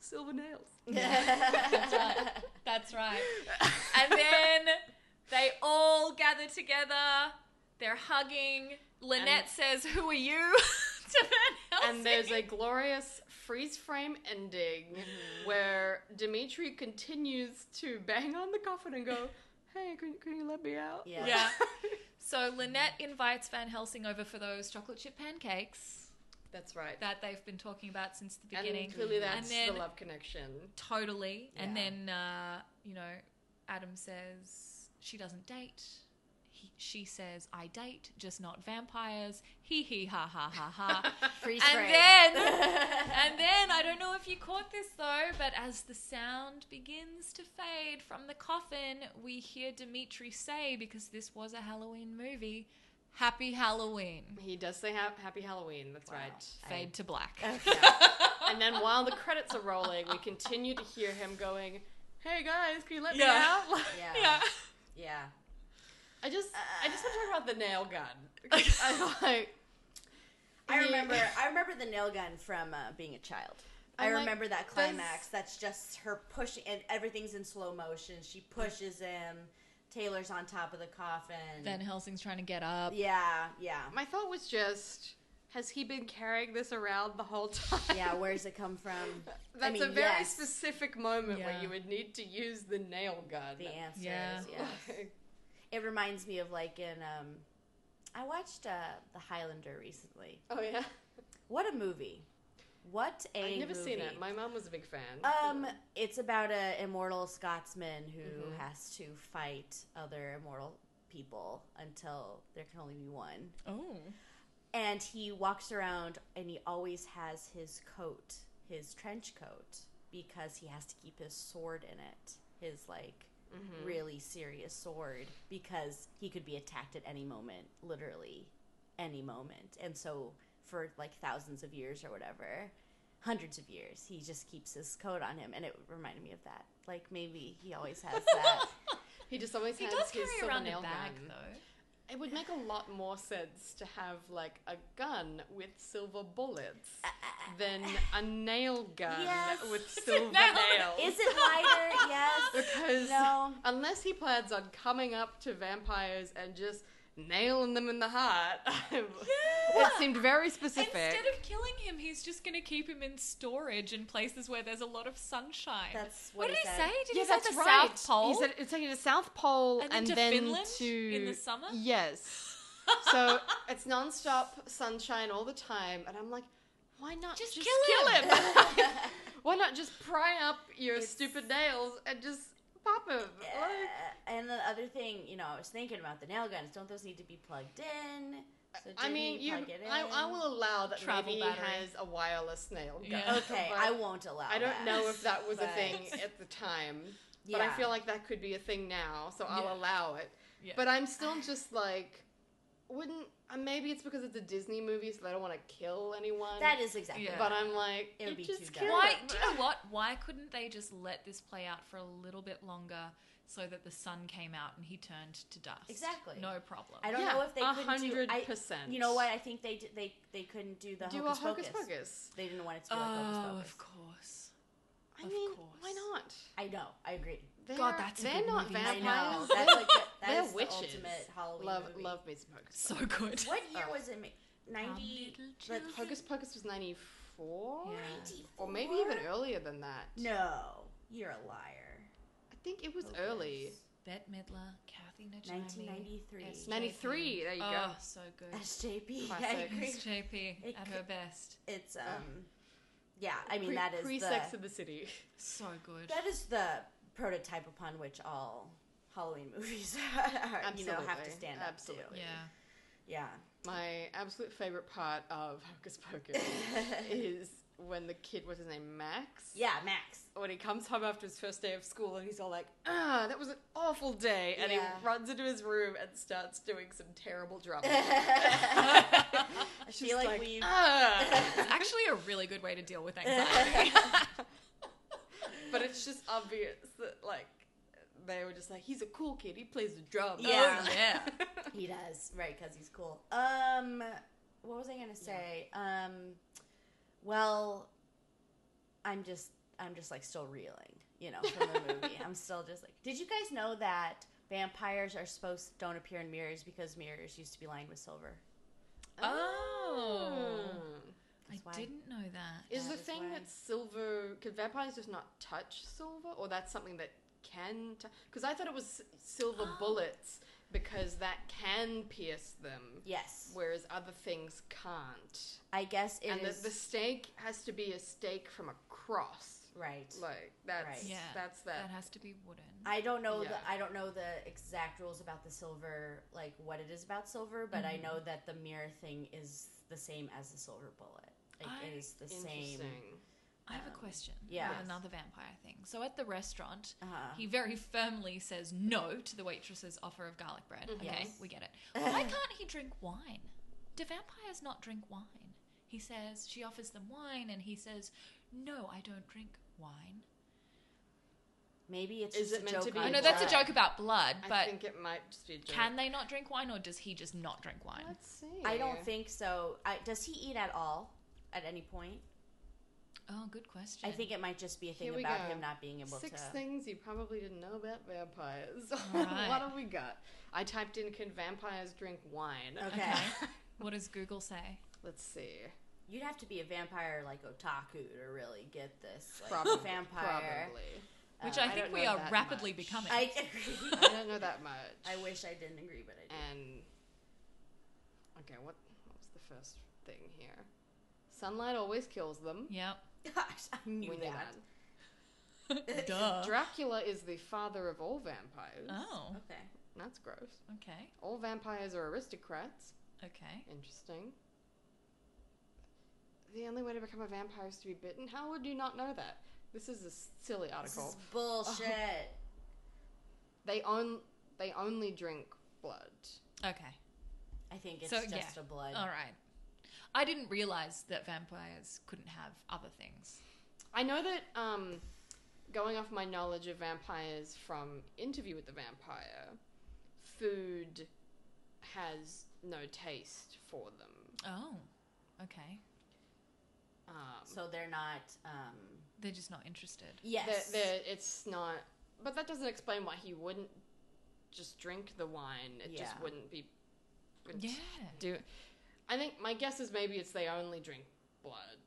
Speaker 2: silver nails.
Speaker 4: That's right. That's right. And then they all gather together. They're hugging. Lynette
Speaker 2: And-
Speaker 4: says, "Who are you?" to Van Helsing.
Speaker 2: And there's a glorious freeze frame ending where Dimitri continues to bang on the coffin and go, "Hey, can, can you let me out?"
Speaker 3: Yeah.
Speaker 4: yeah. So Lynette invites Van Helsing over for those chocolate chip pancakes
Speaker 2: that's right.
Speaker 4: that they've been talking about since the
Speaker 2: and
Speaker 4: beginning.
Speaker 2: clearly, that's
Speaker 4: And then-
Speaker 2: the love connection.
Speaker 4: Totally. And
Speaker 3: Yeah.
Speaker 4: then, uh, you know, Adam says she doesn't date. He, she says, I date, just not vampires. Hee hee ha ha ha ha.
Speaker 3: Freeze
Speaker 4: and
Speaker 3: frame.
Speaker 4: then, and then, I don't know if you caught this though, but as the sound begins to fade from the coffin, we hear Dimitri say, because this was a Halloween movie, Happy Halloween.
Speaker 2: He does say ha- "Happy Halloween." That's right.
Speaker 4: Fade to black.
Speaker 2: And then while the credits are rolling, we continue to hear him going, "Hey guys, can you let
Speaker 4: Yeah.
Speaker 2: me out?"
Speaker 3: Yeah.
Speaker 4: yeah.
Speaker 3: Yeah.
Speaker 2: I just, I just want to talk about the nail gun. I like,
Speaker 3: I remember. I remember the nail gun from uh, being a child. I
Speaker 2: I'm like,
Speaker 3: remember that
Speaker 2: does-
Speaker 3: climax. That's just her pushing, and everything's in slow motion. She pushes him. Taylor's on top of the coffin.
Speaker 4: Van Helsing's trying to get up.
Speaker 3: yeah, yeah.
Speaker 2: my thought was just, has he been carrying this around the whole time?
Speaker 3: Yeah, where's it come from?
Speaker 2: That's
Speaker 3: mean,
Speaker 2: a very
Speaker 3: yes.
Speaker 2: specific moment
Speaker 4: Yeah.
Speaker 2: where you would need to use the nail gun.
Speaker 3: The answer
Speaker 4: Yeah.
Speaker 3: is yes. It reminds me of like in um, I watched uh, The Highlander recently.
Speaker 2: oh yeah,
Speaker 3: What a movie! What a
Speaker 2: I've never seen
Speaker 3: movie.
Speaker 2: it. My mum was a big fan.
Speaker 3: Um, it's about a immortal Scotsman who
Speaker 2: Mhm.
Speaker 3: has to fight other immortal people until there can only be one.
Speaker 4: Oh.
Speaker 3: And he walks around and he always has his coat, his trench coat, because he has to keep his sword in it. His like
Speaker 2: Mm-hmm.
Speaker 3: really serious sword because he could be attacked at any moment, literally any moment. And so for like thousands of years or whatever, hundreds of years, he just keeps his coat on him and it reminded me of that. Like maybe he always has that.
Speaker 2: he just always
Speaker 4: He
Speaker 2: has
Speaker 4: does
Speaker 2: his
Speaker 4: carry
Speaker 2: silver
Speaker 4: around
Speaker 2: nail
Speaker 4: a bag,
Speaker 2: gun.
Speaker 4: though.
Speaker 2: It would make a lot more sense to have like a gun with silver bullets
Speaker 4: Uh,
Speaker 2: than a nail gun
Speaker 3: Yes.
Speaker 2: with silver
Speaker 4: nail.
Speaker 2: nails.
Speaker 3: Is it lighter? yes.
Speaker 2: Because
Speaker 3: No.
Speaker 2: unless he plans on coming up to vampires and just nailing them in the heart, it seemed very specific.
Speaker 4: Instead of killing him, he's just going to keep him in storage in places where there's a lot of sunshine.
Speaker 3: That's what
Speaker 4: did
Speaker 3: he said.
Speaker 4: he say? Did he say the South Pole?
Speaker 2: He said it's taking to South Pole
Speaker 4: And
Speaker 2: and,
Speaker 4: then to
Speaker 2: then
Speaker 4: Finland
Speaker 2: to
Speaker 4: in the summer?
Speaker 2: Yes. so it's nonstop sunshine all the time, and I'm like, why not
Speaker 4: Just
Speaker 2: just,
Speaker 4: kill
Speaker 2: kill,
Speaker 4: him.
Speaker 2: him? why not just pry up your
Speaker 3: It's-
Speaker 2: stupid nails and just pop him? Like,
Speaker 3: Uh, and the other thing, you know, I was thinking about the nail guns. Don't those need to be plugged in? So
Speaker 2: I
Speaker 3: didn't
Speaker 2: mean,
Speaker 3: he
Speaker 2: you.
Speaker 3: plug it in?
Speaker 2: I, I will allow that
Speaker 4: Travel
Speaker 2: maybe he
Speaker 4: battery.
Speaker 2: has a wireless nail gun.
Speaker 4: Yeah.
Speaker 3: Okay,
Speaker 2: but
Speaker 3: I won't allow.
Speaker 2: I don't
Speaker 3: that,
Speaker 2: know if that was a
Speaker 3: but-
Speaker 2: thing at the time, but I
Speaker 3: Yeah.
Speaker 2: feel like that could be a thing now, so I'll
Speaker 4: Yeah.
Speaker 2: allow it.
Speaker 4: Yeah.
Speaker 2: But I'm still just like, wouldn't uh, maybe it's because it's a Disney movie, so they don't want to kill anyone.
Speaker 3: That is exactly.
Speaker 4: Yeah.
Speaker 3: right.
Speaker 2: But I'm like,
Speaker 3: It would
Speaker 2: you
Speaker 3: be too
Speaker 2: just
Speaker 3: dumb.
Speaker 2: kill
Speaker 4: Why?
Speaker 2: them.
Speaker 4: Do you know what? Why couldn't they just let this play out for a little bit longer so that the sun came out and he turned to dust?
Speaker 3: Exactly.
Speaker 4: No problem.
Speaker 3: I don't
Speaker 2: Yeah,
Speaker 3: know if they
Speaker 2: a
Speaker 3: couldn't do. I-
Speaker 2: 100%.
Speaker 3: You know what? I think they d- they they couldn't do the
Speaker 2: do a
Speaker 3: hocus
Speaker 2: hocus
Speaker 3: pocus.
Speaker 2: pocus?
Speaker 3: They didn't want it to be like hocus
Speaker 4: oh,
Speaker 3: pocus.
Speaker 4: of course.
Speaker 2: I
Speaker 4: Of
Speaker 2: mean,
Speaker 4: course.
Speaker 2: why not?
Speaker 3: I know. I agree.
Speaker 2: They're,
Speaker 4: God, that's a
Speaker 2: they're
Speaker 4: good
Speaker 2: not
Speaker 4: movie. I
Speaker 3: I
Speaker 2: vampires.
Speaker 3: know.
Speaker 2: They're,
Speaker 3: That's like the, that
Speaker 2: they're
Speaker 3: is the
Speaker 2: witches.
Speaker 3: ultimate Halloween
Speaker 2: love,
Speaker 3: movie.
Speaker 2: love me some hocus.
Speaker 4: So good. Um,
Speaker 3: What year
Speaker 2: Oh.
Speaker 3: was it? made? Ninety.
Speaker 4: little
Speaker 3: like-
Speaker 4: children.
Speaker 2: Hocus Pocus was ninety four,
Speaker 4: Yeah.
Speaker 2: or Um, maybe even earlier than that.
Speaker 3: No, you're a liar.
Speaker 2: I think it was
Speaker 3: Hocus.
Speaker 2: early.
Speaker 4: Bette Midler, Kathy Najimy.
Speaker 3: 1993.
Speaker 4: SJP.
Speaker 2: 93, there you
Speaker 4: oh,
Speaker 2: go.
Speaker 4: so good.
Speaker 3: SJP. I
Speaker 2: Classic.
Speaker 3: agree.
Speaker 4: SJP
Speaker 3: It
Speaker 4: at
Speaker 3: c-
Speaker 4: her best.
Speaker 3: It's um, yeah. I mean
Speaker 2: Pre-
Speaker 3: that is the
Speaker 2: pre-Sex in the City.
Speaker 4: So good.
Speaker 3: that is the prototype upon which all Halloween movies are, you know have to
Speaker 2: Absolutely.
Speaker 3: stand up
Speaker 2: Absolutely.
Speaker 3: to.
Speaker 4: yeah.
Speaker 3: Yeah.
Speaker 2: My absolute favorite part of Hocus Pocus is when the kid, what's his name, Max?
Speaker 3: Yeah, Max.
Speaker 2: When he comes home after his first day of school and he's all like, ah, that was an awful day. And
Speaker 3: Yeah.
Speaker 2: he runs into his room and starts doing some terrible drumming.
Speaker 3: I
Speaker 2: She's
Speaker 3: feel like, we've
Speaker 2: "Ah."
Speaker 4: It's actually a really good way to deal with anxiety.
Speaker 2: But it's just obvious that, like, they were just like, he's a cool kid. He plays the drums.
Speaker 3: Yeah.
Speaker 4: Oh, yeah.
Speaker 3: he does right because he's cool. Um, what was I gonna say? Um, well, I'm just I'm just like still reeling, you know, from the movie. I'm still just like, did you guys know that vampires are supposed don't appear in mirrors because mirrors used to be lined with silver?
Speaker 4: Oh.
Speaker 2: Mm.
Speaker 4: I
Speaker 3: That's why.
Speaker 4: didn't know that.
Speaker 2: Is
Speaker 3: That
Speaker 2: the
Speaker 3: is
Speaker 2: thing
Speaker 3: why.
Speaker 2: that silver could vampires just not touch silver, or that's something that can? Because I thought it was s- silver
Speaker 3: Ah.
Speaker 4: Oh.
Speaker 2: bullets because that can pierce them,
Speaker 3: Yes,
Speaker 2: whereas other things can't.
Speaker 3: I guess it is
Speaker 2: and the, the stake has to be a stake from a cross,
Speaker 3: right.
Speaker 2: like that's
Speaker 3: Right.
Speaker 4: Yeah.
Speaker 2: that's
Speaker 4: That
Speaker 2: that.
Speaker 4: has to be wooden.
Speaker 3: I don't know
Speaker 2: Yeah.
Speaker 3: the I don't know the exact rules about the silver, like what it is about silver, but I
Speaker 2: Mm-hmm.
Speaker 3: know that the mirror thing is the same as the silver bullet. Like
Speaker 4: I-
Speaker 3: it is the
Speaker 2: Interesting.
Speaker 3: same.
Speaker 4: I have a
Speaker 3: um,
Speaker 4: question.
Speaker 3: yeah.
Speaker 4: With another vampire thing. So at the restaurant,
Speaker 3: Uh-huh.
Speaker 4: he very firmly says no to the waitress's offer of garlic bread. Okay,
Speaker 3: Yes.
Speaker 4: we get it. Why can't he drink wine? Do vampires not drink wine? He says she offers them wine, and he says, "No, I don't drink wine."
Speaker 3: Maybe it's
Speaker 2: Is it
Speaker 3: just a
Speaker 2: meant to
Speaker 3: joke
Speaker 2: be
Speaker 3: on
Speaker 4: I
Speaker 2: I
Speaker 4: know
Speaker 2: know
Speaker 3: blood.
Speaker 4: that's a joke about blood,
Speaker 2: I
Speaker 4: but
Speaker 2: think it might just be a joke.
Speaker 4: can they not drink wine, or does he just not drink wine?
Speaker 2: Let's see.
Speaker 3: I don't think so. I, does he eat at all at any point?
Speaker 4: Oh, good question.
Speaker 3: I think it might just be a thing
Speaker 2: Here we
Speaker 3: about
Speaker 2: go.
Speaker 3: him not being able
Speaker 2: Six
Speaker 3: to.
Speaker 2: things you probably didn't know about vampires.
Speaker 4: right.
Speaker 2: what have we got? I typed in "Can vampires drink wine?"
Speaker 3: Okay.
Speaker 4: What does Google say?
Speaker 2: Let's see.
Speaker 3: You'd have to be a vampire like otaku to really get this. Like,
Speaker 2: Probably.
Speaker 3: vampire.
Speaker 2: Probably.
Speaker 4: Which
Speaker 3: Um,
Speaker 4: I
Speaker 2: I
Speaker 4: think
Speaker 2: don't
Speaker 4: we
Speaker 2: know
Speaker 4: are
Speaker 2: that
Speaker 4: rapidly
Speaker 2: much.
Speaker 4: becoming.
Speaker 3: I
Speaker 2: I
Speaker 3: agree.
Speaker 2: don't know that much.
Speaker 3: I wish I didn't agree, but I do.
Speaker 2: And okay, what what was the first thing here? Sunlight always kills them.
Speaker 4: yep.
Speaker 3: Gosh, I
Speaker 2: We
Speaker 3: knew
Speaker 2: knew
Speaker 3: that.
Speaker 4: Duh.
Speaker 2: Dracula is the father of all vampires.
Speaker 4: Oh.
Speaker 3: Okay.
Speaker 2: That's gross.
Speaker 4: Okay.
Speaker 2: All vampires are aristocrats.
Speaker 4: Okay.
Speaker 2: Interesting. The only way to become a vampire is to be bitten. How would you not know that? This is a s- silly
Speaker 3: This is
Speaker 2: article.
Speaker 3: bullshit.
Speaker 2: They own they only drink blood.
Speaker 4: Okay.
Speaker 3: I think it's
Speaker 4: So,
Speaker 3: just
Speaker 4: yeah.
Speaker 3: a blood.
Speaker 4: All right. I didn't realize that vampires couldn't have other things.
Speaker 2: I know that um, going off my knowledge of vampires from Interview with the Vampire, food has no taste for them.
Speaker 4: Oh. Okay.
Speaker 2: Um,
Speaker 3: So they're not. Um,
Speaker 4: They're just not interested.
Speaker 3: yes.
Speaker 2: they're- they're- it's not, but that doesn't explain why he wouldn't just drink the wine. It just
Speaker 3: Yeah.
Speaker 2: wouldn't be. wouldn't
Speaker 4: Yeah.
Speaker 2: Do I think my guess is maybe it's they only drink blood.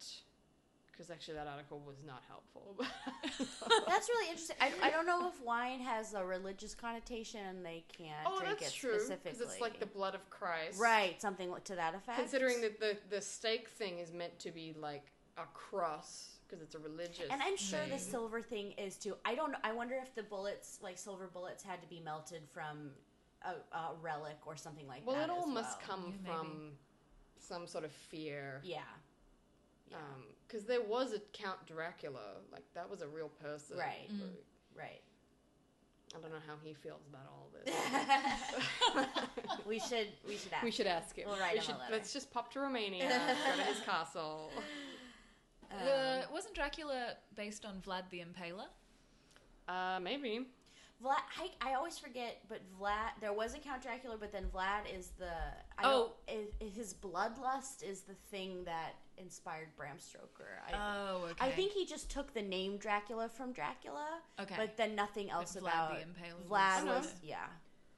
Speaker 2: Because actually, that article was not helpful.
Speaker 3: That's really interesting. I, I don't know if wine has a religious connotation and they can't
Speaker 2: oh,
Speaker 3: drink
Speaker 2: that's
Speaker 3: it
Speaker 2: true. Because
Speaker 3: specifically.
Speaker 2: it's like the blood of Christ.
Speaker 3: right something to that effect.
Speaker 2: Considering that the, the stake thing is meant to be like a cross because it's a religious.
Speaker 3: And I'm sure the
Speaker 2: thing.
Speaker 3: silver thing is too. I don't. I wonder if the bullets, like silver bullets, had to be melted from a, a relic or something like
Speaker 2: Well,
Speaker 3: that.
Speaker 2: it all
Speaker 3: as
Speaker 2: must
Speaker 3: well.
Speaker 2: come
Speaker 4: Yeah,
Speaker 2: from
Speaker 4: maybe.
Speaker 2: some sort of fear.
Speaker 3: Yeah. Yeah.
Speaker 2: Because there was a Count Dracula. Like, that was a real person.
Speaker 3: Right.
Speaker 4: Mm.
Speaker 2: Like,
Speaker 3: right.
Speaker 2: I don't know how he feels about all this.
Speaker 3: we should. We should ask.
Speaker 2: we should ask him.
Speaker 3: We'll write
Speaker 2: We
Speaker 3: him a
Speaker 2: should-
Speaker 3: letter.
Speaker 2: Let's just pop to Romania, go to his castle.
Speaker 3: Um,
Speaker 4: The- Uh, wasn't Dracula based on Vlad the Impaler?
Speaker 2: Uh, maybe.
Speaker 3: Vlad. I, I always forget, but Vlad. There was a Count Dracula, but then Vlad is the. I don't-
Speaker 4: Oh.
Speaker 3: i i- his bloodlust is the thing that inspired Bram Stoker. I,
Speaker 4: Oh, okay.
Speaker 3: I think he just took the name Dracula from Dracula.
Speaker 4: Okay.
Speaker 3: But then nothing else
Speaker 4: Vlad
Speaker 3: about
Speaker 4: the Impaler
Speaker 3: Vlad
Speaker 2: was-
Speaker 3: was yeah.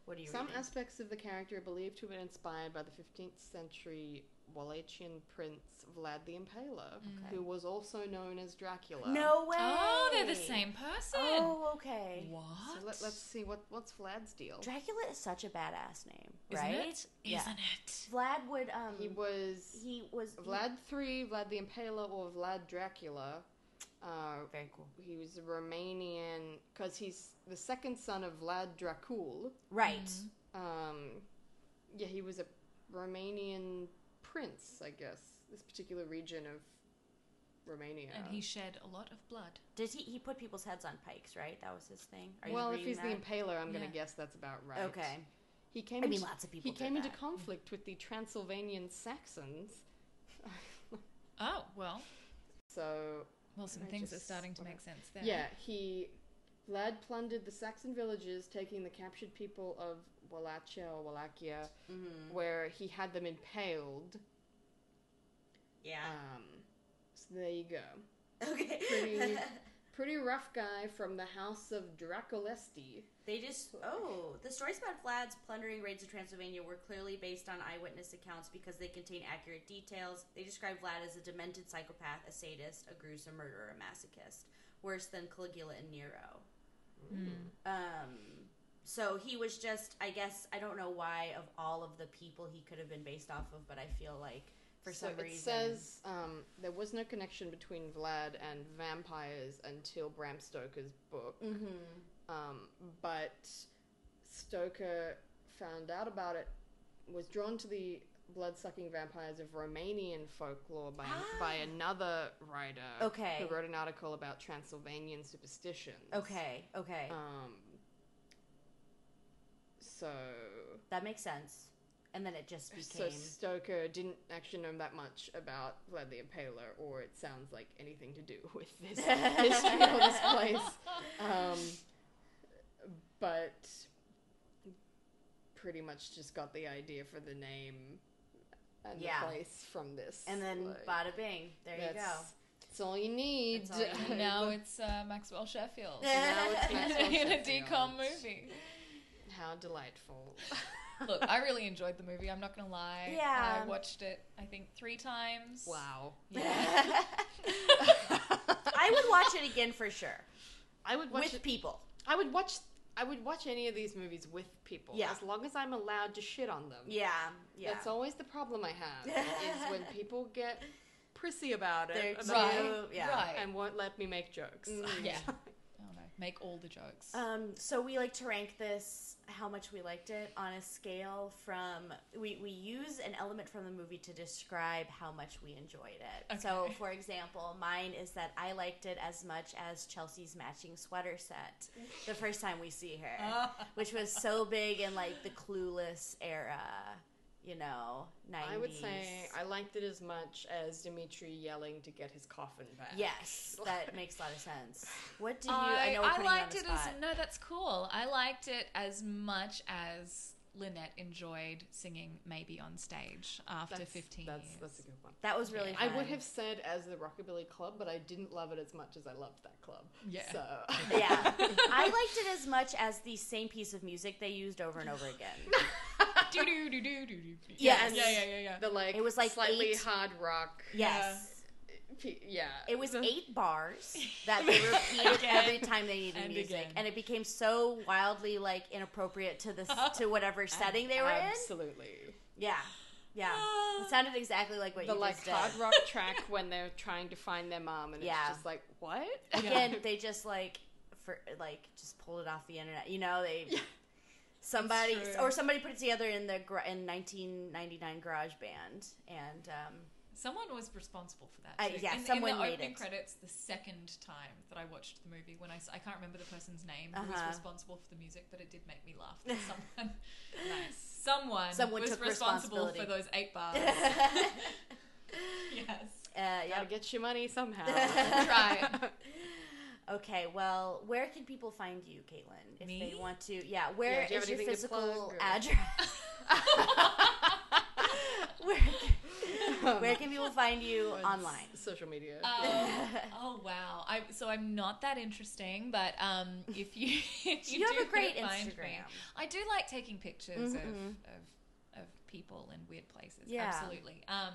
Speaker 3: What do you
Speaker 2: Some
Speaker 3: reading?
Speaker 2: aspects of the character are believed to have been inspired by the 15th century Wallachian prince Vlad the Impaler,
Speaker 3: Okay.
Speaker 2: who was also known as Dracula.
Speaker 3: No way.
Speaker 4: Oh, they're the same person.
Speaker 3: Oh, okay.
Speaker 4: What?
Speaker 2: So let, let's see what what's Vlad's deal.
Speaker 3: Dracula is such a badass name,
Speaker 4: Isn't
Speaker 3: right?
Speaker 4: it?
Speaker 3: Yeah.
Speaker 4: Isn't it?
Speaker 3: Vlad would um
Speaker 2: he
Speaker 3: he was
Speaker 2: was
Speaker 3: he was
Speaker 2: Vlad III, Vlad the Impaler, or Vlad Dracula. Uh,
Speaker 3: very cool.
Speaker 2: he was a Romanian because he's the second son of Vlad Dracul.
Speaker 3: Right.
Speaker 4: Mm.
Speaker 2: Um, yeah, he was a Romanian prince, I guess. This particular region of Romania.
Speaker 4: And he shed a lot of blood.
Speaker 3: Did he he put people's heads on pikes, right? That was his thing. Are you
Speaker 2: well, if
Speaker 3: reading
Speaker 2: he's the
Speaker 3: that?
Speaker 2: Impaler, I'm
Speaker 4: Yeah.
Speaker 2: going to guess that's about right.
Speaker 3: Okay.
Speaker 2: He came.
Speaker 3: I mean,
Speaker 2: into,
Speaker 3: lots of
Speaker 2: He
Speaker 3: people did
Speaker 2: came into
Speaker 3: that.
Speaker 2: conflict with the Transylvanian Saxons.
Speaker 4: Oh, well.
Speaker 2: so
Speaker 4: Well, some
Speaker 2: I
Speaker 4: things are
Speaker 2: just-
Speaker 4: starting to
Speaker 2: okay.
Speaker 4: make sense there.
Speaker 2: yeah, he Vlad plundered the Saxon villages, taking the captured people of Wallachia or Wallachia,
Speaker 3: Mhm.
Speaker 2: where he had them impaled.
Speaker 3: Yeah.
Speaker 2: Um, so there you go.
Speaker 3: okay.
Speaker 2: pretty- Pretty rough guy from the house of Dracolesti.
Speaker 3: They just oh, the stories about Vlad's plundering raids of Transylvania were clearly based on eyewitness accounts because they contain accurate details. They describe Vlad as a demented psychopath, a sadist, a gruesome murderer, a masochist, worse than Caligula and Nero.
Speaker 2: Hmm.
Speaker 3: Um, so he was just, I guess, I don't know why of all of the people he could have been based off of, but I feel like for
Speaker 2: so
Speaker 3: some
Speaker 2: it
Speaker 3: reason
Speaker 2: says um, there was no connection between Vlad and vampires until Bram Stoker's book.
Speaker 3: Mhm.
Speaker 2: Um, but Stoker found out about it, was drawn to the blood-sucking vampires of Romanian folklore by by another writer
Speaker 3: Ah. Okay.
Speaker 2: who wrote an article about Transylvanian superstitions.
Speaker 3: Okay, okay,
Speaker 2: Um. So.
Speaker 3: that makes sense. And then it just
Speaker 2: So
Speaker 3: became
Speaker 2: Stoker didn't actually know that much about Vlad the Impaler, or it sounds like anything to do with this history or this place. Um, but pretty much just got the idea for the name and
Speaker 3: Yeah.
Speaker 2: the place from this.
Speaker 3: and then
Speaker 2: like,
Speaker 3: bada bing, there you go.
Speaker 2: that's- That's all you need.
Speaker 3: That's all you need.
Speaker 4: Now it's uh, Maxwell Sheffield
Speaker 2: Now it's
Speaker 4: in
Speaker 2: Maxwell
Speaker 4: a
Speaker 2: Sheffield.
Speaker 4: decom movie.
Speaker 2: How delightful.
Speaker 4: Look, I really enjoyed the movie. I'm not gonna lie.
Speaker 3: Yeah.
Speaker 4: I watched it. I think three times.
Speaker 2: Wow.
Speaker 3: I would watch it again for sure
Speaker 2: I would watch.
Speaker 3: with
Speaker 2: it-
Speaker 3: people.
Speaker 2: I would watch. I would watch any of these movies with people,
Speaker 3: Yeah.
Speaker 2: as long as I'm allowed to shit on them.
Speaker 3: Yeah, yeah.
Speaker 2: That's always the problem I have is when people get prissy about
Speaker 3: They're Mm,
Speaker 2: it
Speaker 3: too-
Speaker 2: about
Speaker 4: Right.
Speaker 2: it,
Speaker 3: Yeah.
Speaker 4: Right.
Speaker 2: and won't let me make jokes.
Speaker 4: yeah. I don't know. Make all the jokes.
Speaker 3: Um, so we like to rank this how much we liked it on a scale from we, we use an element from the movie to describe how much we enjoyed it. So
Speaker 4: Okay.
Speaker 3: for example, mine is that I liked it as much as Chelsea's matching sweater set the first time we see
Speaker 2: Uh.
Speaker 3: her. which was so big in like the clueless era, you know, nineties.
Speaker 2: I would say I liked it as much as Dimitri yelling to get his coffin back.
Speaker 3: Yes, that makes a lot of sense. What do you?
Speaker 4: I,
Speaker 3: know we're
Speaker 4: I
Speaker 3: putting you on
Speaker 4: liked
Speaker 3: the
Speaker 4: it as
Speaker 3: spot.
Speaker 4: no, that's cool. I liked it as much as Lynette enjoyed singing maybe on stage after
Speaker 2: That's,
Speaker 4: 15
Speaker 2: that's,
Speaker 4: years.
Speaker 2: that's a good one.
Speaker 3: That was really.
Speaker 2: I would
Speaker 3: fun.
Speaker 2: have said as the Rockabilly Club, but I didn't love it as much as I loved that club.
Speaker 4: Yeah.
Speaker 2: So
Speaker 3: Yeah. I liked it as much as the same piece of music they used over and over again.
Speaker 4: do, do, do, do, do, do.
Speaker 3: Yes.
Speaker 4: Yeah, yeah, yeah, yeah.
Speaker 2: the like
Speaker 3: It was like
Speaker 2: slightly
Speaker 3: eight-
Speaker 2: hard rock.
Speaker 3: Yes.
Speaker 2: p- Yeah.
Speaker 3: It was eight bars that they repeated
Speaker 4: Again.
Speaker 3: every time they needed
Speaker 4: And
Speaker 3: music,
Speaker 4: again.
Speaker 3: and it became so wildly like inappropriate to this to whatever setting they were in.
Speaker 2: Absolutely.
Speaker 3: Yeah, yeah,
Speaker 4: Ah.
Speaker 3: it sounded exactly like what
Speaker 2: The
Speaker 3: you
Speaker 2: like
Speaker 3: just did.
Speaker 2: hard rock track when they're trying to find their mom, and
Speaker 3: Yeah.
Speaker 2: it's just like what?
Speaker 3: Again, they just like for like just pulled it off the internet. You know, they
Speaker 2: Yeah.
Speaker 3: somebody
Speaker 4: It's true.
Speaker 3: or somebody put it together in the gra- in 1999 Garage Band, and um,
Speaker 4: Someone was responsible for that.
Speaker 3: Uh,
Speaker 4: too.
Speaker 3: yeah,
Speaker 4: in,
Speaker 3: someone
Speaker 4: in the
Speaker 3: made
Speaker 4: opening
Speaker 3: it.
Speaker 4: credits, the second time that I watched the movie, when I, s- I can't remember the person's name who was
Speaker 3: Uh-huh.
Speaker 4: responsible for the music, but it did make me laugh. That someone, nice. someone,
Speaker 3: Someone
Speaker 4: was
Speaker 3: took
Speaker 4: responsible
Speaker 3: responsibility.
Speaker 4: for those eight bars.
Speaker 3: uh,
Speaker 4: yes.
Speaker 3: yeah,
Speaker 2: Gotta get your money somehow.
Speaker 4: Try it.
Speaker 3: Okay, well, where can people find you, Caitlin, if
Speaker 4: Me?
Speaker 3: they want to? Yeah, where
Speaker 2: Yeah,
Speaker 3: is
Speaker 2: do you have
Speaker 3: your
Speaker 2: anything to
Speaker 3: physical
Speaker 2: plug or-
Speaker 3: address? where, can, where can people find you online?
Speaker 2: Social media.
Speaker 3: Uh,
Speaker 4: Um, oh wow! I, so I'm not that interesting, but um, if you if you,
Speaker 3: You have
Speaker 4: do
Speaker 3: a great
Speaker 4: wanna find
Speaker 3: Instagram.
Speaker 4: me- I do like taking pictures of,
Speaker 3: Mhm.
Speaker 4: of of people and weird places.
Speaker 3: Yeah.
Speaker 4: absolutely. Um,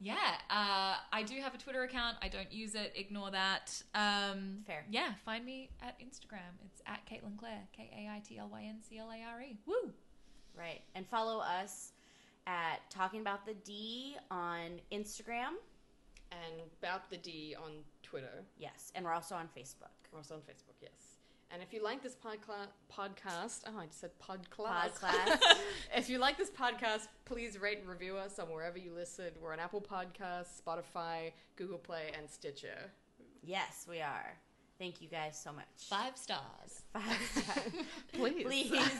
Speaker 4: yeah, uh, I do have a Twitter account. I don't use it. Ignore that. Um,
Speaker 3: Fair.
Speaker 4: Yeah, find me at Instagram. It's at Caitlin Clare. K A I T L Y N C L A R E. Woo!
Speaker 3: Right, and follow us at Talking About the D on Instagram.
Speaker 2: and about the D on Twitter.
Speaker 3: Yes, and we're also on Facebook.
Speaker 2: We're also on Facebook, yes. And if you like this podca- podcast, oh, I just said podcast.
Speaker 3: Pod class.
Speaker 2: if you like this podcast, please rate and review us on wherever you listen. We're on Apple Podcasts, Spotify, Google Play, and Stitcher.
Speaker 3: yes, we are. Thank you guys so much.
Speaker 4: Five stars.
Speaker 3: Five stars.
Speaker 2: Please.
Speaker 3: Please.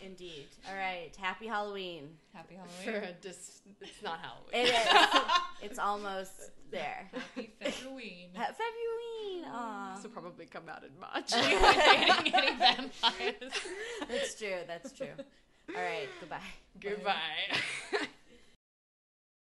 Speaker 3: Indeed. All right. Happy Halloween.
Speaker 4: Happy
Speaker 2: For
Speaker 4: Halloween.
Speaker 2: a dis- it's not Halloween.
Speaker 3: It is. it's almost there.
Speaker 4: Happy February.
Speaker 3: Ha- February. Aw.
Speaker 2: This will probably come out in March.
Speaker 4: Dating any vampires.
Speaker 3: That's true. That's true. All right. Goodbye.
Speaker 2: Goodbye.